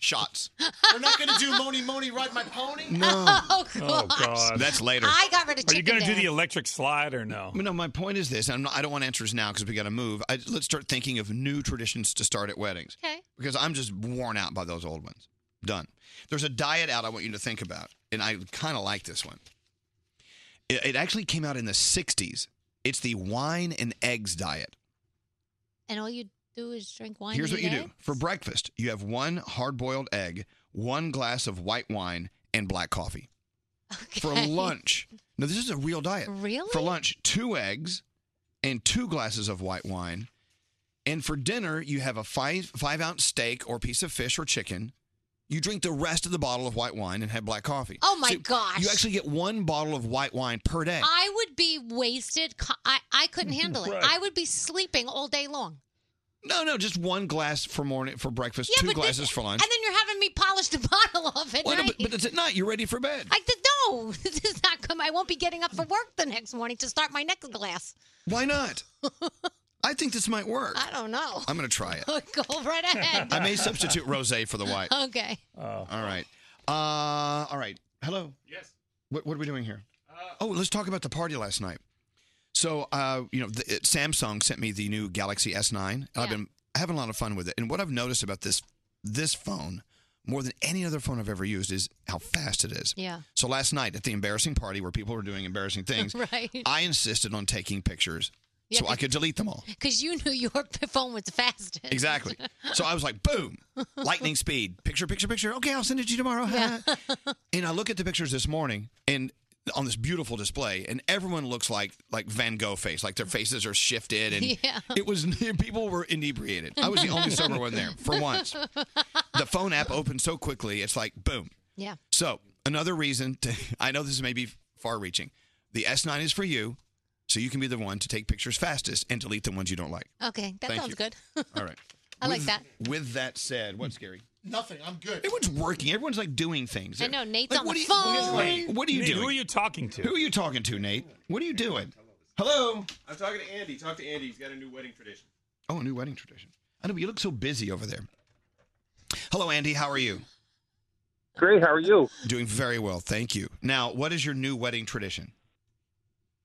Speaker 1: shots.
Speaker 5: We're not going to do Moni Moni Ride My Pony?
Speaker 10: [LAUGHS] Oh,
Speaker 11: Oh
Speaker 10: God.
Speaker 11: God,
Speaker 1: That's [LAUGHS] later.
Speaker 10: I got rid of
Speaker 11: Are you
Speaker 10: chicken
Speaker 11: going to do
Speaker 10: dance.
Speaker 11: the electric slide or no?
Speaker 1: No, my point is this. I'm not, I don't want answers now because we got to move. I, let's start thinking of new traditions to start at weddings.
Speaker 10: Okay.
Speaker 1: Because I'm just worn out by those old ones. Done. There's a diet out I want you to think about, and I kind of like this one. It, it actually came out in the 60s. It's the wine and eggs diet.
Speaker 10: And all you do is drink wine.
Speaker 1: Here's
Speaker 10: and
Speaker 1: what
Speaker 10: eat
Speaker 1: you do
Speaker 10: egg?
Speaker 1: for breakfast you have one hard boiled egg, one glass of white wine, and black coffee. For
Speaker 10: Okay.
Speaker 1: lunch, now this is a real diet.
Speaker 10: Really?
Speaker 1: For lunch, two eggs and two glasses of white wine. And for dinner, you have a five, five ounce steak or piece of fish or chicken. You drink the rest of the bottle of white wine and have black coffee.
Speaker 10: Oh my gosh. Uh,
Speaker 1: You actually get one bottle of white wine per day.
Speaker 10: I would be wasted. co- I I couldn't handle it.
Speaker 1: Right.
Speaker 10: I would be sleeping all day long.
Speaker 1: no, no, just one glass for morning for breakfast, two
Speaker 10: but
Speaker 1: glasses
Speaker 10: this,
Speaker 1: for lunch.
Speaker 10: and then you're having me polish the [LAUGHS] bottle of it.
Speaker 1: Well, no, but, but it's at night. You're ready for bed.
Speaker 10: I did no. [LAUGHS] This is not come. I won't be getting up for work the next morning to start my next glass.
Speaker 1: Why not? I think this might work.
Speaker 10: I don't know. [LAUGHS]
Speaker 1: I'm going to try it.
Speaker 10: Go right ahead. Oh.
Speaker 1: I may substitute rosé for the white.
Speaker 10: [LAUGHS] Okay.
Speaker 1: All right. Uh, all right. Hello. Yes. What, what are we doing here? oh, let's talk about the party last night. So, uh, you know, the, it, Samsung sent me the new Galaxy S9. and I've been having a lot of fun with it. And what I've noticed about this this phone more than any other phone I've ever used is how fast it is.
Speaker 10: [LAUGHS] Yeah.
Speaker 1: So last night at the embarrassing party where people were doing embarrassing things,
Speaker 10: [LAUGHS] Right.
Speaker 1: I insisted on taking pictures
Speaker 10: Yeah,
Speaker 1: so I
Speaker 10: but-
Speaker 1: could delete
Speaker 10: [LAUGHS]
Speaker 1: them all.
Speaker 10: Because you knew your phone was the fastest.
Speaker 1: Exactly.
Speaker 10: [LAUGHS]
Speaker 1: So I was like, boom, [LAUGHS] lightning speed, picture, picture, picture. Okay, I'll send it to you tomorrow. [LAUGHS] and I look at the pictures this morning and on this beautiful display, and everyone looks like like Van Gogh face, like their faces are shifted,
Speaker 3: [LAUGHS]
Speaker 1: and
Speaker 10: Yeah.
Speaker 1: it was [LAUGHS] people were inebriated. I was the only sober one there for
Speaker 10: [LAUGHS]
Speaker 1: once. The phone app opened so quickly, it's like boom.
Speaker 10: Yeah.
Speaker 1: So another reason to, [LAUGHS] I know this may be far-reaching. The S9 is for you, so you can be the one to take pictures fastest and delete the ones you don't like.
Speaker 10: Okay. That
Speaker 1: Thank
Speaker 10: sounds
Speaker 1: you.
Speaker 10: good. [LAUGHS]
Speaker 1: All right.
Speaker 10: I like
Speaker 1: With-
Speaker 10: that.
Speaker 1: With that said, what's scary?
Speaker 5: Nothing. I'm good.
Speaker 1: Everyone's working. Everyone's like doing things.
Speaker 10: I know Nate's
Speaker 1: Like,
Speaker 10: on
Speaker 1: what
Speaker 10: the
Speaker 1: are you-
Speaker 10: phone.
Speaker 1: What are you
Speaker 11: Nate,
Speaker 1: doing?
Speaker 11: who are you talking to?
Speaker 1: Who are you talking to, Nate? What are you doing? Hello.
Speaker 18: I'm talking to Andy. Talk to Andy. He's got a new wedding tradition.
Speaker 1: Oh, a new wedding tradition. I know, but you look so busy over there. Hello, Andy. How are you?
Speaker 4: Great. How are you?
Speaker 1: Doing very well, thank you. Now, what is your new wedding tradition?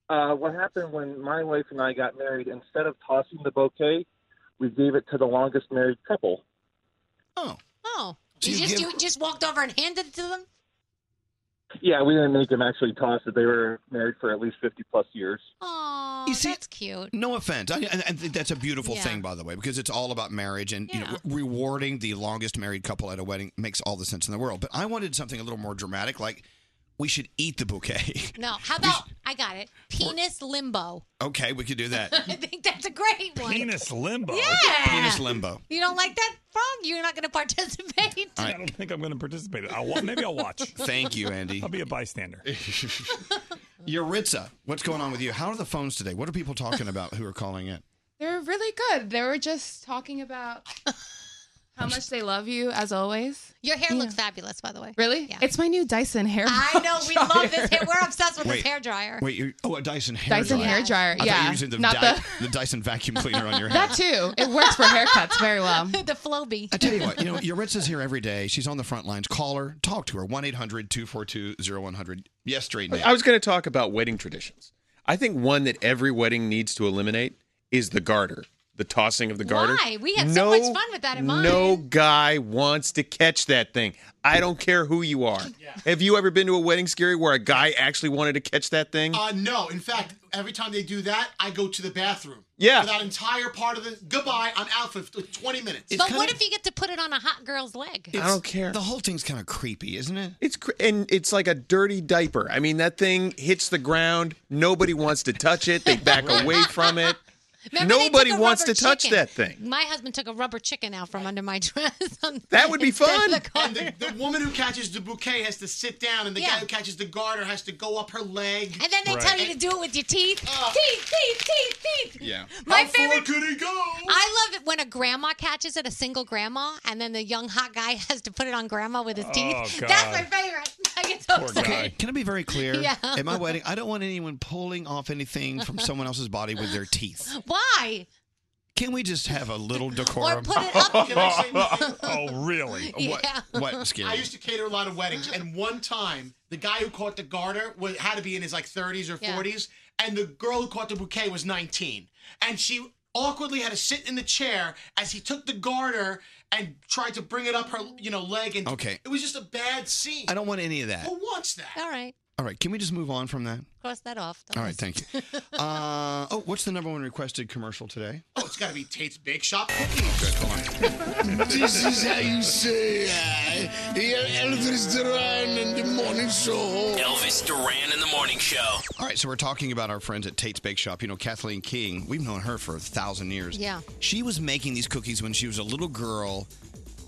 Speaker 4: Uh, what happened when my wife and I got married, instead of tossing the bouquet, we gave it to the longest married couple.
Speaker 10: Oh. You,
Speaker 4: you
Speaker 10: just
Speaker 4: give-
Speaker 10: you just walked over and handed it to them?
Speaker 4: Yeah, we didn't make them actually toss it. They were married for at least 50 plus years.
Speaker 10: Oh, that's cute.
Speaker 1: No offense. I, I, I think that's a beautiful
Speaker 10: Yeah.
Speaker 1: thing, by the way, because it's all about marriage and you know, re- rewarding the longest married couple at a wedding makes all the sense in the world. But I wanted something a little more dramatic, like we should eat the bouquet. [LAUGHS]
Speaker 10: No. How about I got it. Penis limbo.
Speaker 1: okay, we could do
Speaker 21: [LAUGHS]
Speaker 1: that.
Speaker 10: [LAUGHS] I think that's a great one.
Speaker 11: Penis limbo.
Speaker 10: Yeah.
Speaker 1: Penis limbo.
Speaker 10: You don't like that, Frog? You're not going to participate.
Speaker 11: I don't think I'm going to participate. I'll wa- maybe I'll watch.
Speaker 1: [LAUGHS] Thank you, Andy.
Speaker 11: I'll be a
Speaker 1: [LAUGHS]
Speaker 11: bystander.
Speaker 1: Yuritsa, what's going on with you? How are the phones today? What are people
Speaker 21: [LAUGHS]
Speaker 1: talking about who are calling in?
Speaker 21: They're really good. They were just talking
Speaker 10: [LAUGHS]
Speaker 21: about how much they love you, as always.
Speaker 10: Your hair looks fabulous, by the way.
Speaker 21: Really? [LAUGHS] Yeah. It's my new Dyson hair.
Speaker 10: I know we love this hair. We're obsessed with
Speaker 1: Wait.
Speaker 10: this hair dryer.
Speaker 1: Wait, you oh, a Dyson hair
Speaker 21: Dyson
Speaker 1: dryer.
Speaker 21: hair dryer,
Speaker 1: I thought you
Speaker 21: yeah.
Speaker 1: were using the,
Speaker 21: Not
Speaker 1: Dy- the Dyson
Speaker 21: [LAUGHS]
Speaker 1: vacuum cleaner on your hair.
Speaker 21: That too. It works for haircuts very well.
Speaker 10: [LAUGHS] the Flowbee.
Speaker 21: I
Speaker 1: tell you what, you know, Yuritsa's here every day. She's on the front lines. Call her, talk to her. 1 800 242 0100. Yes, straight Nate.
Speaker 22: I was going to talk about wedding traditions. I think one that every wedding needs to eliminate is the garter.
Speaker 15: the tossing of the garter.
Speaker 10: Why? We had
Speaker 15: no,
Speaker 10: so much fun with that in mine.
Speaker 15: No guy wants to catch that thing. I don't care who you are. Have you ever been to a wedding, Scary, where a guy actually wanted to catch that thing?
Speaker 5: Uh, no, in fact, every time they do that, I go to the bathroom.
Speaker 15: Yeah.
Speaker 5: For that entire part of the goodbye, I'm out for th- 20 minutes.
Speaker 10: but what if you get to put it on a hot girl's leg?
Speaker 15: I don't care.
Speaker 1: The whole thing's kind of creepy, isn't it?
Speaker 15: It's cr- and it's like a dirty diaper. I mean, that thing hits the ground. Nobody wants to touch it. They
Speaker 10: [LAUGHS]
Speaker 15: back away from it.
Speaker 10: Remember they
Speaker 15: Nobody
Speaker 10: took a
Speaker 15: wants
Speaker 10: rubber
Speaker 15: to touch
Speaker 10: chicken.
Speaker 15: that thing.
Speaker 10: My husband took a rubber chicken out from under my [LAUGHS] dress. on-
Speaker 15: [LAUGHS] That would be
Speaker 10: instead
Speaker 15: fun.
Speaker 10: of the
Speaker 5: And
Speaker 10: garter.
Speaker 5: the, the woman who catches the bouquet has to sit down, and the guy who catches the garter has to go up her leg.
Speaker 10: And then they tell you to do it with your teeth.
Speaker 15: Oh.
Speaker 10: teeth, teeth, teeth, teeth.
Speaker 15: Yeah.
Speaker 10: My
Speaker 5: How far
Speaker 10: favorite.
Speaker 5: could he go?
Speaker 10: I love it when a grandma catches it, a single grandma, and then the young hot guy [LAUGHS] has to put it on grandma with his teeth.
Speaker 1: Oh,
Speaker 10: That's
Speaker 1: God.
Speaker 10: my favorite. [LAUGHS] I get so excited.
Speaker 1: Can I be very clear?
Speaker 10: [LAUGHS] Yeah.
Speaker 1: At my wedding, I don't want anyone pulling off anything
Speaker 10: [LAUGHS]
Speaker 1: from someone else's body with their teeth.
Speaker 10: Why?
Speaker 1: Can we just have a little decorum?
Speaker 10: put it up-
Speaker 5: Can I say one
Speaker 1: [LAUGHS] oh,
Speaker 10: [LAUGHS]
Speaker 1: really? What? What? Scary?
Speaker 5: I used to cater a lot of weddings, and one time the guy who caught the garter was, had to be in his like 30s or
Speaker 10: Yeah.
Speaker 5: 40s, and the girl who caught the bouquet was 19, and she awkwardly had to sit in the chair as he took the garter and tried to bring it up her you know leg, and
Speaker 1: Okay.
Speaker 5: it was just a bad scene.
Speaker 1: I don't want any of that.
Speaker 5: Who wants that?
Speaker 10: All right.
Speaker 1: All right. Can we just move on from that?
Speaker 10: Cross that off.
Speaker 1: All right. Thank you.
Speaker 10: [LAUGHS]
Speaker 1: Uh, oh, what's the number one requested commercial today?
Speaker 5: Oh, it's got to be Tate's
Speaker 1: [LAUGHS]
Speaker 5: Bake Shop.
Speaker 13: this is how you say hi. Here, Elvis Duran and the Morning Show.
Speaker 9: Elvis Duran in the morning show.
Speaker 1: All right, so we're talking about our friends at Tate's Bake Shop. You know, Kathleen King, we've known her for a thousand years.
Speaker 10: Yeah.
Speaker 1: She was making these cookies when she was a little girl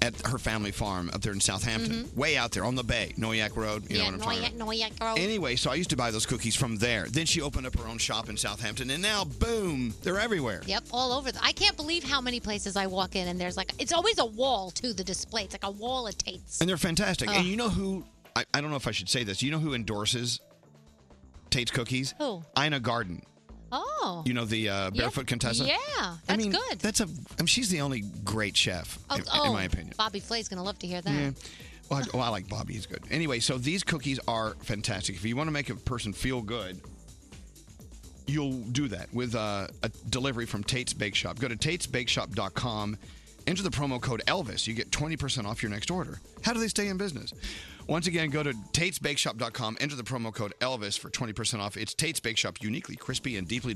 Speaker 1: at her family farm up there in Southampton, way out there on the bay, Noyak Road. You know
Speaker 10: Mm-hmm. yeah,
Speaker 1: what I'm
Speaker 10: no,
Speaker 1: talking
Speaker 10: yeah,
Speaker 1: about.
Speaker 10: no, yeah, girl.
Speaker 1: Anyway, so I used to buy those cookies from there. Then she opened up her own shop in Southampton, and now, boom, they're everywhere.
Speaker 10: Yep, all over. The, I can't believe how many places I walk in and there's like it's always a wall to the display. It's like a wall of Tate's.
Speaker 1: And they're fantastic.
Speaker 10: Ugh.
Speaker 1: And you know who, I, I don't know if I should say this, you know who endorses Tate's cookies?
Speaker 10: Who?
Speaker 1: Ina Garden.
Speaker 10: Oh,
Speaker 1: You know, the uh,
Speaker 10: Yeah.
Speaker 1: barefoot contestant?
Speaker 10: Yeah, that's
Speaker 1: I mean,
Speaker 10: good.
Speaker 1: That's a. I mean, she's the only great chef,
Speaker 10: Oh,
Speaker 1: in, in
Speaker 10: oh,
Speaker 1: my opinion.
Speaker 10: Bobby Flay's gonna love to hear that.
Speaker 1: Yeah. Well, I, well, I like Bobby. He's good. Anyway, so these cookies are fantastic. If you want to make a person feel good, you'll do that with uh, a delivery from Tate's Bake Shop. Go to tatesbakeshop.com, enter the promo code Elvis. You get 20% off your next order. How do they stay in business? Once again, go to tatesbakeshop.com, enter the promo code Elvis for 20% off. It's Tate's Bake Shop, uniquely crispy and deeply.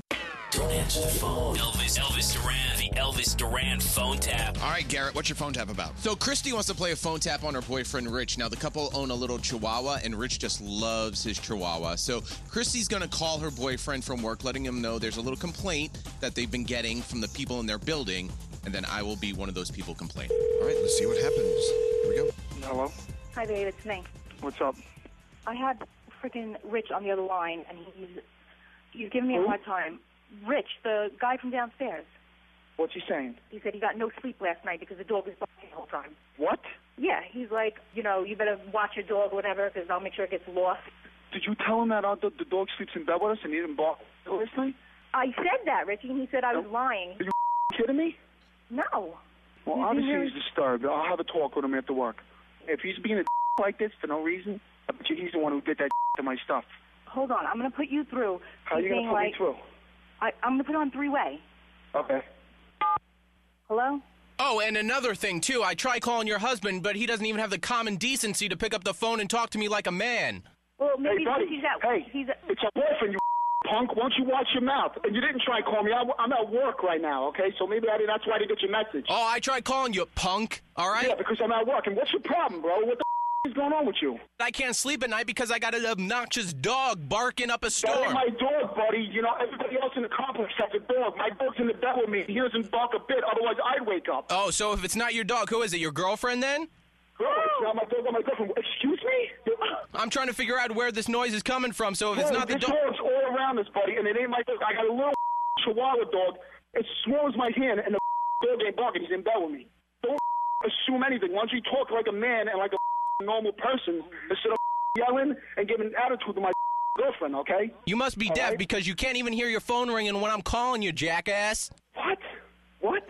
Speaker 9: Don't answer the phone. Elvis, Elvis Duran, the Elvis Duran phone tap.
Speaker 1: All right, Garrett, what's your phone tap about?
Speaker 19: So Christy wants to play a phone tap on her boyfriend Rich. Now the couple own a little Chihuahua, and Rich just loves his Chihuahua. So Christy's gonna call her boyfriend from work, letting him know there's a little complaint that they've been getting from the people in their building, and then I will be one of those people complaining.
Speaker 1: All right, let's see what happens. Here we go.
Speaker 25: Hello. Hi, babe. It's me.
Speaker 21: What's up?
Speaker 25: I had freaking Rich on the other line, and he's he's giving me a
Speaker 21: Who?
Speaker 25: hard time. Rich, the guy from downstairs.
Speaker 21: What's he saying?
Speaker 25: He said he got no sleep last night because the dog was barking the whole time.
Speaker 21: What?
Speaker 25: Yeah, he's like, you know, you better watch your dog, or whatever, because I'll make sure it gets lost.
Speaker 21: Did you tell him that our, the, the dog sleeps in bed with us and he didn't bark last night?
Speaker 25: I said that, Richie, and he said I was lying.
Speaker 21: Are you kidding me?
Speaker 25: No.
Speaker 21: Well,
Speaker 25: You- you
Speaker 21: obviously
Speaker 25: really-
Speaker 21: he's disturbed. I'll have a talk with him after work. If he's being a [LAUGHS] like this for no reason, I bet you he's the one who did that [LAUGHS] to my stuff.
Speaker 25: Hold on, I'm gonna put you through.
Speaker 21: How are you gonna
Speaker 25: He's
Speaker 21: put
Speaker 25: being
Speaker 21: me through?
Speaker 25: like- I, I'm gonna put on three-way.
Speaker 21: Okay.
Speaker 25: Hello.
Speaker 22: Oh, and another thing, too. I try calling your husband, but he doesn't even have the common decency to pick up the phone and talk to me like a man.
Speaker 25: Well, maybe
Speaker 21: hey, buddy.
Speaker 25: he's at.
Speaker 21: hey,
Speaker 25: he's at.
Speaker 21: it's your boyfriend, you [LAUGHS] punk. Why don't you watch your mouth? And you didn't try to call me. I, am at work right now, okay? So maybe I, didn't- that's why I didn't get your message.
Speaker 22: Oh, I tried calling you, punk. All right?
Speaker 21: Yeah, because I'm at work. And what's your problem, bro? What the [LAUGHS] is going on with you?
Speaker 22: I can't sleep at night because I got an obnoxious dog barking up a
Speaker 21: That ain't
Speaker 22: storm.
Speaker 21: my dog, buddy. You know, everybody else in the complex has a dog. My dog's in the bed with me. He doesn't bark a bit, otherwise I'd wake up.
Speaker 22: Oh, so if it's not your dog, who is it? Your girlfriend then?
Speaker 21: Girl, it's not my dog or my girlfriend. Excuse me?
Speaker 22: I'm trying to figure out where this noise is coming from. So if it's
Speaker 21: Bro,
Speaker 22: not the
Speaker 21: this
Speaker 22: dog,
Speaker 21: dog's all around us, buddy, and it ain't my dog. I got a little [LAUGHS] chihuahua dog. It's small as my hand, and the [LAUGHS] dog ain't barking. He's in bed with me. Don't [LAUGHS] assume anything. Why don't you talk like a man and like a [LAUGHS] normal person instead of [LAUGHS] yelling and giving attitude to my [LAUGHS] girlfriend, okay?
Speaker 22: you must be
Speaker 21: All
Speaker 22: deaf
Speaker 21: right.
Speaker 22: because you can't even hear your phone ringing when I'm calling you, jackass.
Speaker 21: What? What?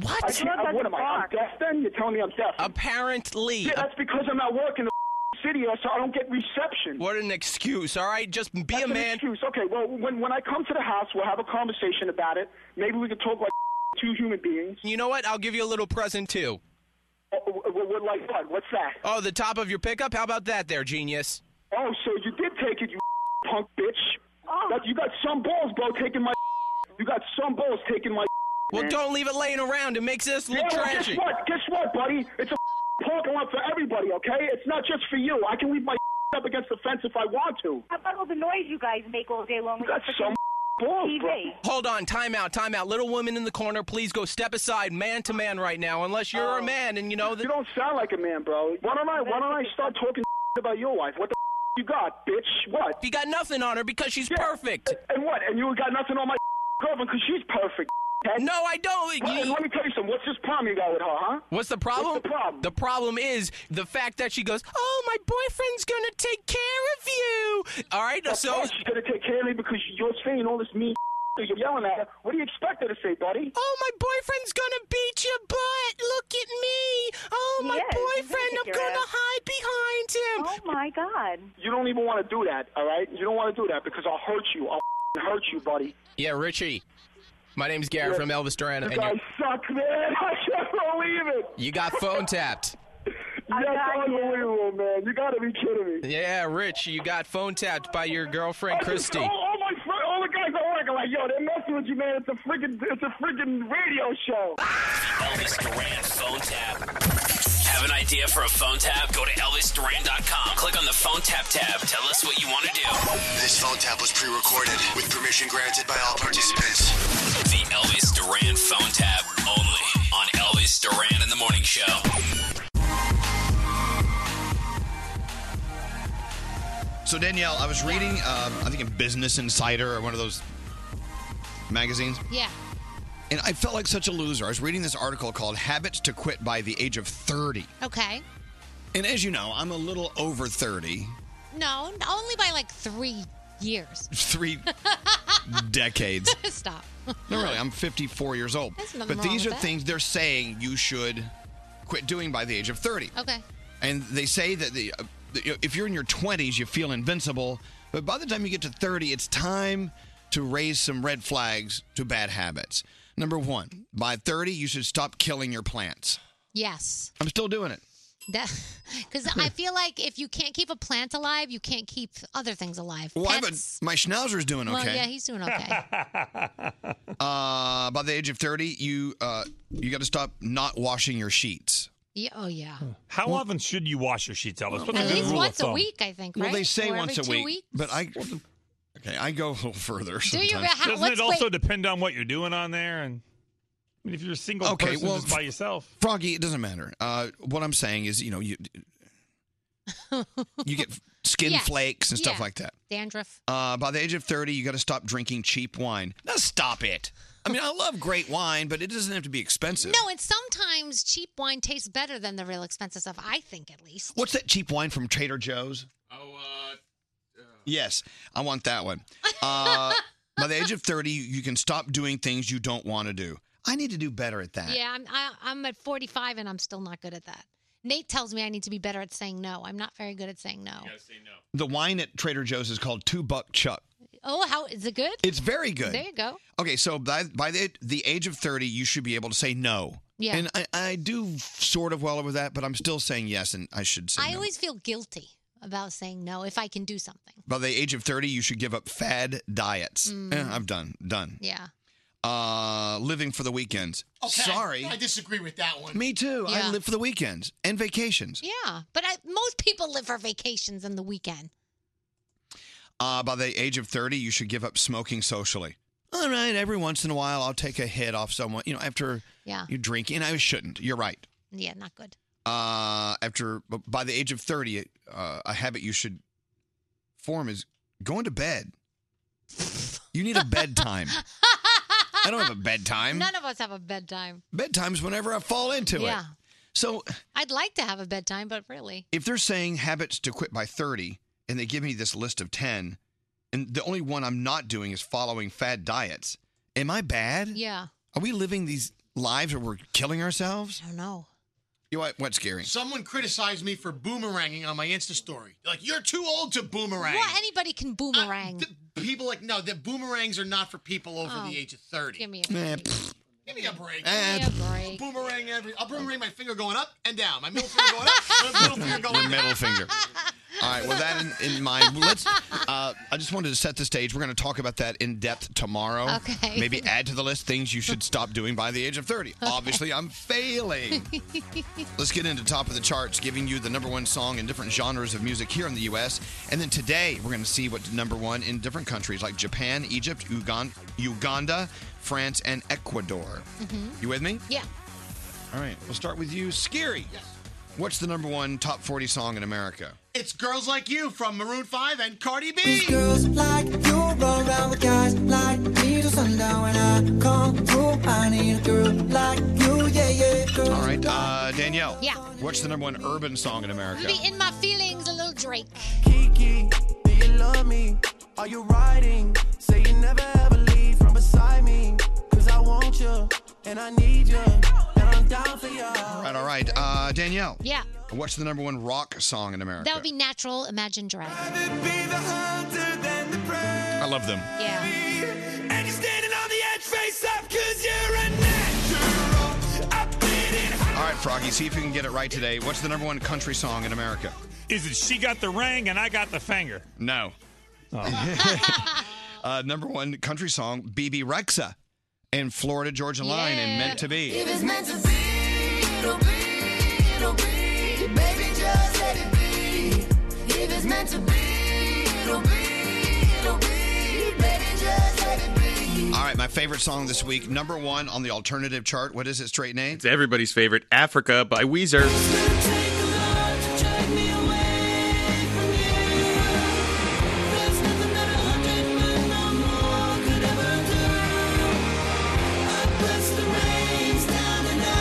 Speaker 22: What?
Speaker 21: I can't, I, what am I? I'm deaf then? You're telling me I'm deaf?
Speaker 22: Apparently.
Speaker 21: Yeah, that's because I'm at work in the [LAUGHS] city, so I don't get reception.
Speaker 22: What an excuse, all right? Just be
Speaker 21: That's
Speaker 22: a
Speaker 21: an
Speaker 22: man.
Speaker 21: excuse. Okay, well, when, when I come to the house, we'll have a conversation about it. Maybe we can talk like [LAUGHS] two human beings.
Speaker 22: You know what? I'll give you a little present too.
Speaker 21: What, like what? What's that?
Speaker 22: Oh, the top of your pickup? How about that there, genius?
Speaker 21: Oh, so you did take it, you [LAUGHS] punk bitch. That- you got some balls, bro, taking my. [LAUGHS] You got some balls taking my. [LAUGHS]
Speaker 22: Well,
Speaker 21: man.
Speaker 22: don't leave it laying around. It makes us look
Speaker 21: yeah, well,
Speaker 22: trashy.
Speaker 21: Guess what? Guess what, buddy? It's a [LAUGHS] parking lot for everybody, okay? It's not just for you. I can leave my [LAUGHS] up against the fence if I want to.
Speaker 25: How about all the noise you guys make all day long with
Speaker 21: That's
Speaker 25: your freaking
Speaker 21: [LAUGHS]
Speaker 22: [LAUGHS]
Speaker 21: balls, bro.
Speaker 25: TV?
Speaker 22: Hold on, time out, time out. Little woman in the corner, please go step aside, man to man, right now. Unless you're
Speaker 21: Oh, [LAUGHS]
Speaker 22: a man, and you know that
Speaker 21: You don't sound like a man, bro. Why don't I? Why don't I start talking [LAUGHS] about your wife? What the [LAUGHS] you got, bitch? What?
Speaker 22: You got nothing on her because she's perfect.
Speaker 21: And what? And you got nothing on my [LAUGHS] girlfriend because she's [LAUGHS] perfect.
Speaker 22: No, I don't.
Speaker 21: Well, and let me tell you something. What's this problem you got with her, huh?
Speaker 22: What's the problem? the problem? is the fact that she goes, "Oh, my boyfriend's gonna take care of you." All right,
Speaker 21: Of
Speaker 22: so
Speaker 21: course she's gonna take care of me because you're saying all this mean. [LAUGHS] that You're yelling at her. What do you expect her to say, buddy?
Speaker 22: Oh, my boyfriend's gonna beat your butt. Look at me. Oh,
Speaker 25: my Yes, he's gonna boyfriend, kick I'm your gonna ass.
Speaker 22: hide behind him.
Speaker 25: Oh my God!
Speaker 21: You don't even want to do that, all right? You don't want to do that because I'll hurt you. I'll [LAUGHS] hurt you, buddy.
Speaker 22: yeah, Richie. My name's Garrett from Elvis Duran,
Speaker 21: You
Speaker 22: and
Speaker 21: guys
Speaker 22: you
Speaker 21: suck, man. [LAUGHS] I can't believe it.
Speaker 22: you got phone tapped.
Speaker 21: That's unbelievable, man. You gotta be kidding me.
Speaker 22: Yeah, Rich, you got phone tapped by your girlfriend Christy.
Speaker 21: All, all my fr- all the guys at work are like, yo, they're messing with you, man. It's a freaking, it's a freaking radio show.
Speaker 9: Elvis Duran phone tap. Have an idea for a phone tap? Go to ElvisDuran.com. Click on the phone tap tab. Tell us what you want to do.
Speaker 26: This phone tap was pre-recorded with permission granted by all participants.
Speaker 9: The Elvis Duran phone tap only on Elvis Duran in the Morning Show.
Speaker 1: So Danielle, I was reading, um, I think in Business Insider or one of those magazines,
Speaker 10: Yeah.
Speaker 1: and I felt like such a loser. I was reading this article called "Habits to Quit by the Age of 30,"
Speaker 10: Okay.
Speaker 1: and as you know, I'm a little over 30,
Speaker 10: No, only by like three years. [LAUGHS]
Speaker 1: three decades.
Speaker 10: Stop.
Speaker 1: No, really, I'm 54 years old.
Speaker 10: There's nothing
Speaker 1: But
Speaker 10: wrong
Speaker 1: these
Speaker 10: with
Speaker 1: are
Speaker 10: that.
Speaker 1: things they're saying you should quit doing by the age of 30.
Speaker 10: Okay.
Speaker 1: And they say that the, uh, that, you know, if you're in your 20s, you feel invincible. But by the time you get to 30, it's time to raise some red flags to bad habits. Number one, by 30, you should stop killing your plants.
Speaker 10: Yes.
Speaker 1: I'm still doing it.
Speaker 10: That [LAUGHS] because
Speaker 1: [LAUGHS]
Speaker 10: I feel like if you can't keep a plant alive, you can't keep other things alive.
Speaker 1: Why? But
Speaker 10: Pets-
Speaker 1: my schnauzer's doing okay.
Speaker 10: Well, yeah, he's
Speaker 1: [LAUGHS]
Speaker 10: doing okay.
Speaker 11: [LAUGHS]
Speaker 1: uh, by the age of 30, you uh, you got to stop not washing your sheets.
Speaker 10: yeah, oh yeah.
Speaker 11: How often should you wash your sheets, Elvis? What's a
Speaker 10: At
Speaker 11: good
Speaker 10: least
Speaker 11: rule of
Speaker 10: once a
Speaker 11: thumb?
Speaker 10: week, I think.
Speaker 1: Well,
Speaker 10: right?
Speaker 1: they say
Speaker 10: Or every
Speaker 1: once a
Speaker 10: two
Speaker 1: week,
Speaker 10: weeks?
Speaker 1: but I okay, I go a little further.
Speaker 10: Do you?
Speaker 1: sometimes.
Speaker 10: How-
Speaker 11: Doesn't
Speaker 10: what's-
Speaker 11: it also
Speaker 10: wait.
Speaker 11: depend on what you're doing on there? And I mean, if you're a single
Speaker 1: Okay,
Speaker 11: person
Speaker 1: well,
Speaker 11: just by yourself,
Speaker 1: Froggy, it doesn't matter. Uh, what I'm saying is, you know, you you
Speaker 10: [LAUGHS]
Speaker 1: get skin
Speaker 10: Yes.
Speaker 1: flakes and stuff
Speaker 10: Yeah.
Speaker 1: like that.
Speaker 10: Dandruff.
Speaker 1: Uh, by the age of 30, you got to stop drinking cheap wine. Now stop it. I mean, I love great wine, but it doesn't have to be expensive.
Speaker 10: No, and sometimes cheap wine tastes better than the real expensive stuff. I think at least.
Speaker 1: What's that cheap wine from Trader Joe's? Yes, I want that one.
Speaker 10: [LAUGHS]
Speaker 1: Uh, by the age of 30, you- you can stop doing things you don't want to do. I need to do better at that.
Speaker 10: Yeah, I'm I, I'm at 45 and I'm still not good at that. Nate tells me I need to be better at saying no. I'm not very good at saying no.
Speaker 1: The wine at Trader Joe's is called Two Buck Chuck.
Speaker 10: Oh, how is it good?
Speaker 1: It's very good.
Speaker 10: There you go.
Speaker 1: Okay, so by, by the, the age of 30, you should be able to say no.
Speaker 10: Yeah.
Speaker 1: And I, I do sort of well over that, but I'm still saying yes, and I should say
Speaker 10: I
Speaker 1: no.
Speaker 10: always feel guilty about saying no if I can do something.
Speaker 1: By the age of 30, you should give up fad diets.
Speaker 10: Mm.
Speaker 1: Eh, I'm done. Done.
Speaker 10: Yeah.
Speaker 1: Uh, living for the weekends. Sorry.
Speaker 5: I disagree with that one.
Speaker 1: Me too.
Speaker 10: Yeah.
Speaker 1: I live for the weekends and vacations.
Speaker 10: Yeah, but I, most people live for vacations and the weekend.
Speaker 1: Uh, by the age of 30, you should give up smoking socially. All right, every once in a while, I'll take a hit off someone, you know, after
Speaker 10: Yeah.
Speaker 1: you drink, and I shouldn't. You're right.
Speaker 10: Yeah, not good.
Speaker 1: Uh, after, but by the age of 30, uh, a habit you should form is going to bed. You need a
Speaker 10: [LAUGHS]
Speaker 1: bedtime. I don't have a bedtime.
Speaker 10: None of us have a bedtime.
Speaker 1: Bedtime's whenever I fall into
Speaker 10: yeah.
Speaker 1: it. So
Speaker 10: I'd like to have a bedtime, but really.
Speaker 1: if they're saying habits to quit by 30 and they give me this list of 10 and the only one i'm not doing is following fad diets am i bad
Speaker 10: Yeah.
Speaker 1: are we living these lives where we're killing ourselves
Speaker 10: i don't know
Speaker 1: you know what, what's scary
Speaker 5: Someone criticized me for boomeranging on my Insta story. Like, you're too old to boomerang.
Speaker 10: Well, anybody can
Speaker 1: Uh,
Speaker 10: boomerang.
Speaker 5: People like, no, the boomerangs are not for people over
Speaker 10: Oh,
Speaker 5: the age of 30.
Speaker 10: Give me a
Speaker 1: Eh, pfft.
Speaker 5: Give me a break.
Speaker 1: Eh. Give me
Speaker 5: Boomerang every. I'll boomerang my finger going up and down. My middle finger going up. My
Speaker 1: [LAUGHS]
Speaker 5: middle finger going
Speaker 1: Your middle finger. All right. With that in, in mind, let's. Uh, I just wanted to set the stage. We're going to talk about that in depth tomorrow.
Speaker 10: Okay.
Speaker 1: Maybe add to the list things you should stop doing by the age of
Speaker 10: [LAUGHS]
Speaker 1: thirty. Obviously, I'm
Speaker 16: [LAUGHS]
Speaker 1: failing. Let's get into top of the charts, giving you the number one song in different genres of music here in the U.S. And then today we're going to see what number one in different countries like Japan, Egypt, Ugan- Uganda, France, and Ecuador. You with me?
Speaker 10: Mm-hmm. Yeah.
Speaker 1: All right. We'll start with you, Scary. What's the number one top forty song in America?
Speaker 5: It's Girls Like You from Maroon 5 and Cardi B.
Speaker 3: like you around with guys like me till sundown when I come through. I need a girl like you, yeah, yeah. Girl.
Speaker 1: All right, uh, Danielle.
Speaker 10: Yeah.
Speaker 1: What's the number one urban song in America?
Speaker 10: Be in my feelings, a little Drake.
Speaker 3: Do you love me? Are you riding? Say you never ever leave from beside me. Cause I want you and I need you. And I'm down for you.
Speaker 1: All right, all right, uh, Danielle.
Speaker 10: Yeah.
Speaker 1: What's the number one rock song in America?
Speaker 10: That would be natural. Imagine Dragons.
Speaker 1: I love them.
Speaker 10: Yeah.
Speaker 3: And you're standing on the edge face up cause you're a
Speaker 1: All right, Froggy, see if you can get it right today. What's the number one country song in America?
Speaker 27: Is it She Got the Ring and I Got the Oh. Finger?
Speaker 1: No. [LAUGHS] uh, number one country song, BB Rexa and Florida Georgia Line and Meant to Be.
Speaker 3: If it's meant to be, it'll be, it'll be. Baby, just let it be. If it's meant to be, it'll be, it'll be. Baby, just let it be.
Speaker 1: All right, my favorite song this week, number one on the alternative chart. What is it, straight name?
Speaker 15: It's everybody's favorite, Africa by Weezer.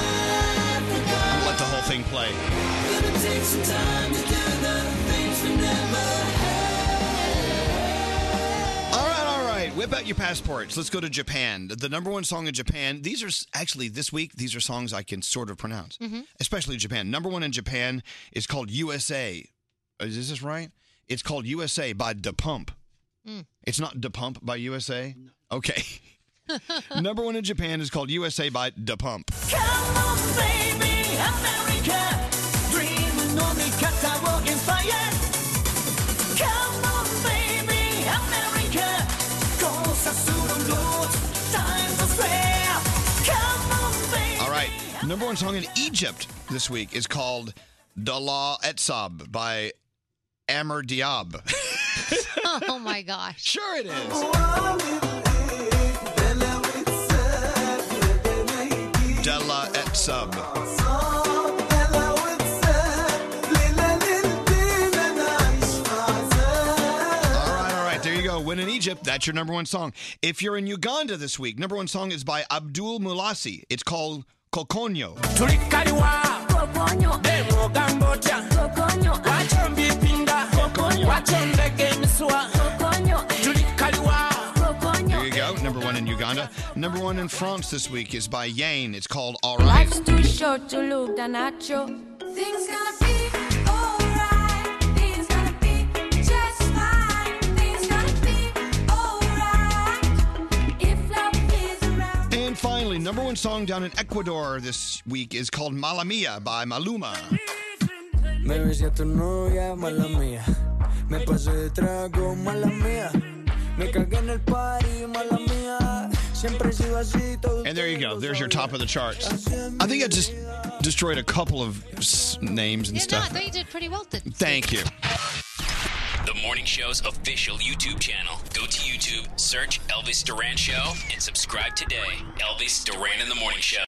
Speaker 1: I'm gonna let the whole thing play. All right, all right. Whip out your passports. Let's go to Japan. The number one song in Japan. These are s- actually this week. These are songs I can sort of pronounce,
Speaker 3: Mhm.
Speaker 1: especially Japan. Number one in Japan is called USA. Is this right? It's called USA by Da Pump. It's not Da Pump by USA. Okay. [LAUGHS] number one in Japan is called USA by Da Pump. All right. Number one song in Egypt this week is called Dala Etsab by Amr Diab. [LAUGHS]
Speaker 10: oh my gosh.
Speaker 1: Sure it is. Dala Etsab. All right, all right. There you go. When in Egypt, that's your number one song. If you're in Uganda this week, number one song is by Abdul Mulasi. It's called Kokonyo.
Speaker 28: eh. eh.
Speaker 1: There you go. Number one in Uganda. Number one in France this week is by Yane. It's called All Right.
Speaker 28: Life's too short to look down at you. Things gonna be alright. Things gonna be just fine. Things gonna be alright. If love is around.
Speaker 1: And finally, number one song down in Ecuador this week is called Mala Mia by Maluma.
Speaker 3: Me besé a tu novia, mala mía. Me pasé de trago, mala mía. Me cagué en el party, mala mía. Siempre he sido así, todo.
Speaker 1: And there you go. There's your top of the charts. I think I just destroyed a couple of s- names and
Speaker 10: Yeah, no, I
Speaker 1: stuff.
Speaker 10: thought you did pretty well. Did.
Speaker 1: Thank you.
Speaker 9: The morning show's official YouTube channel. Go to YouTube, search Elvis Duran Show, and subscribe today. Elvis Duran in the Morning Show.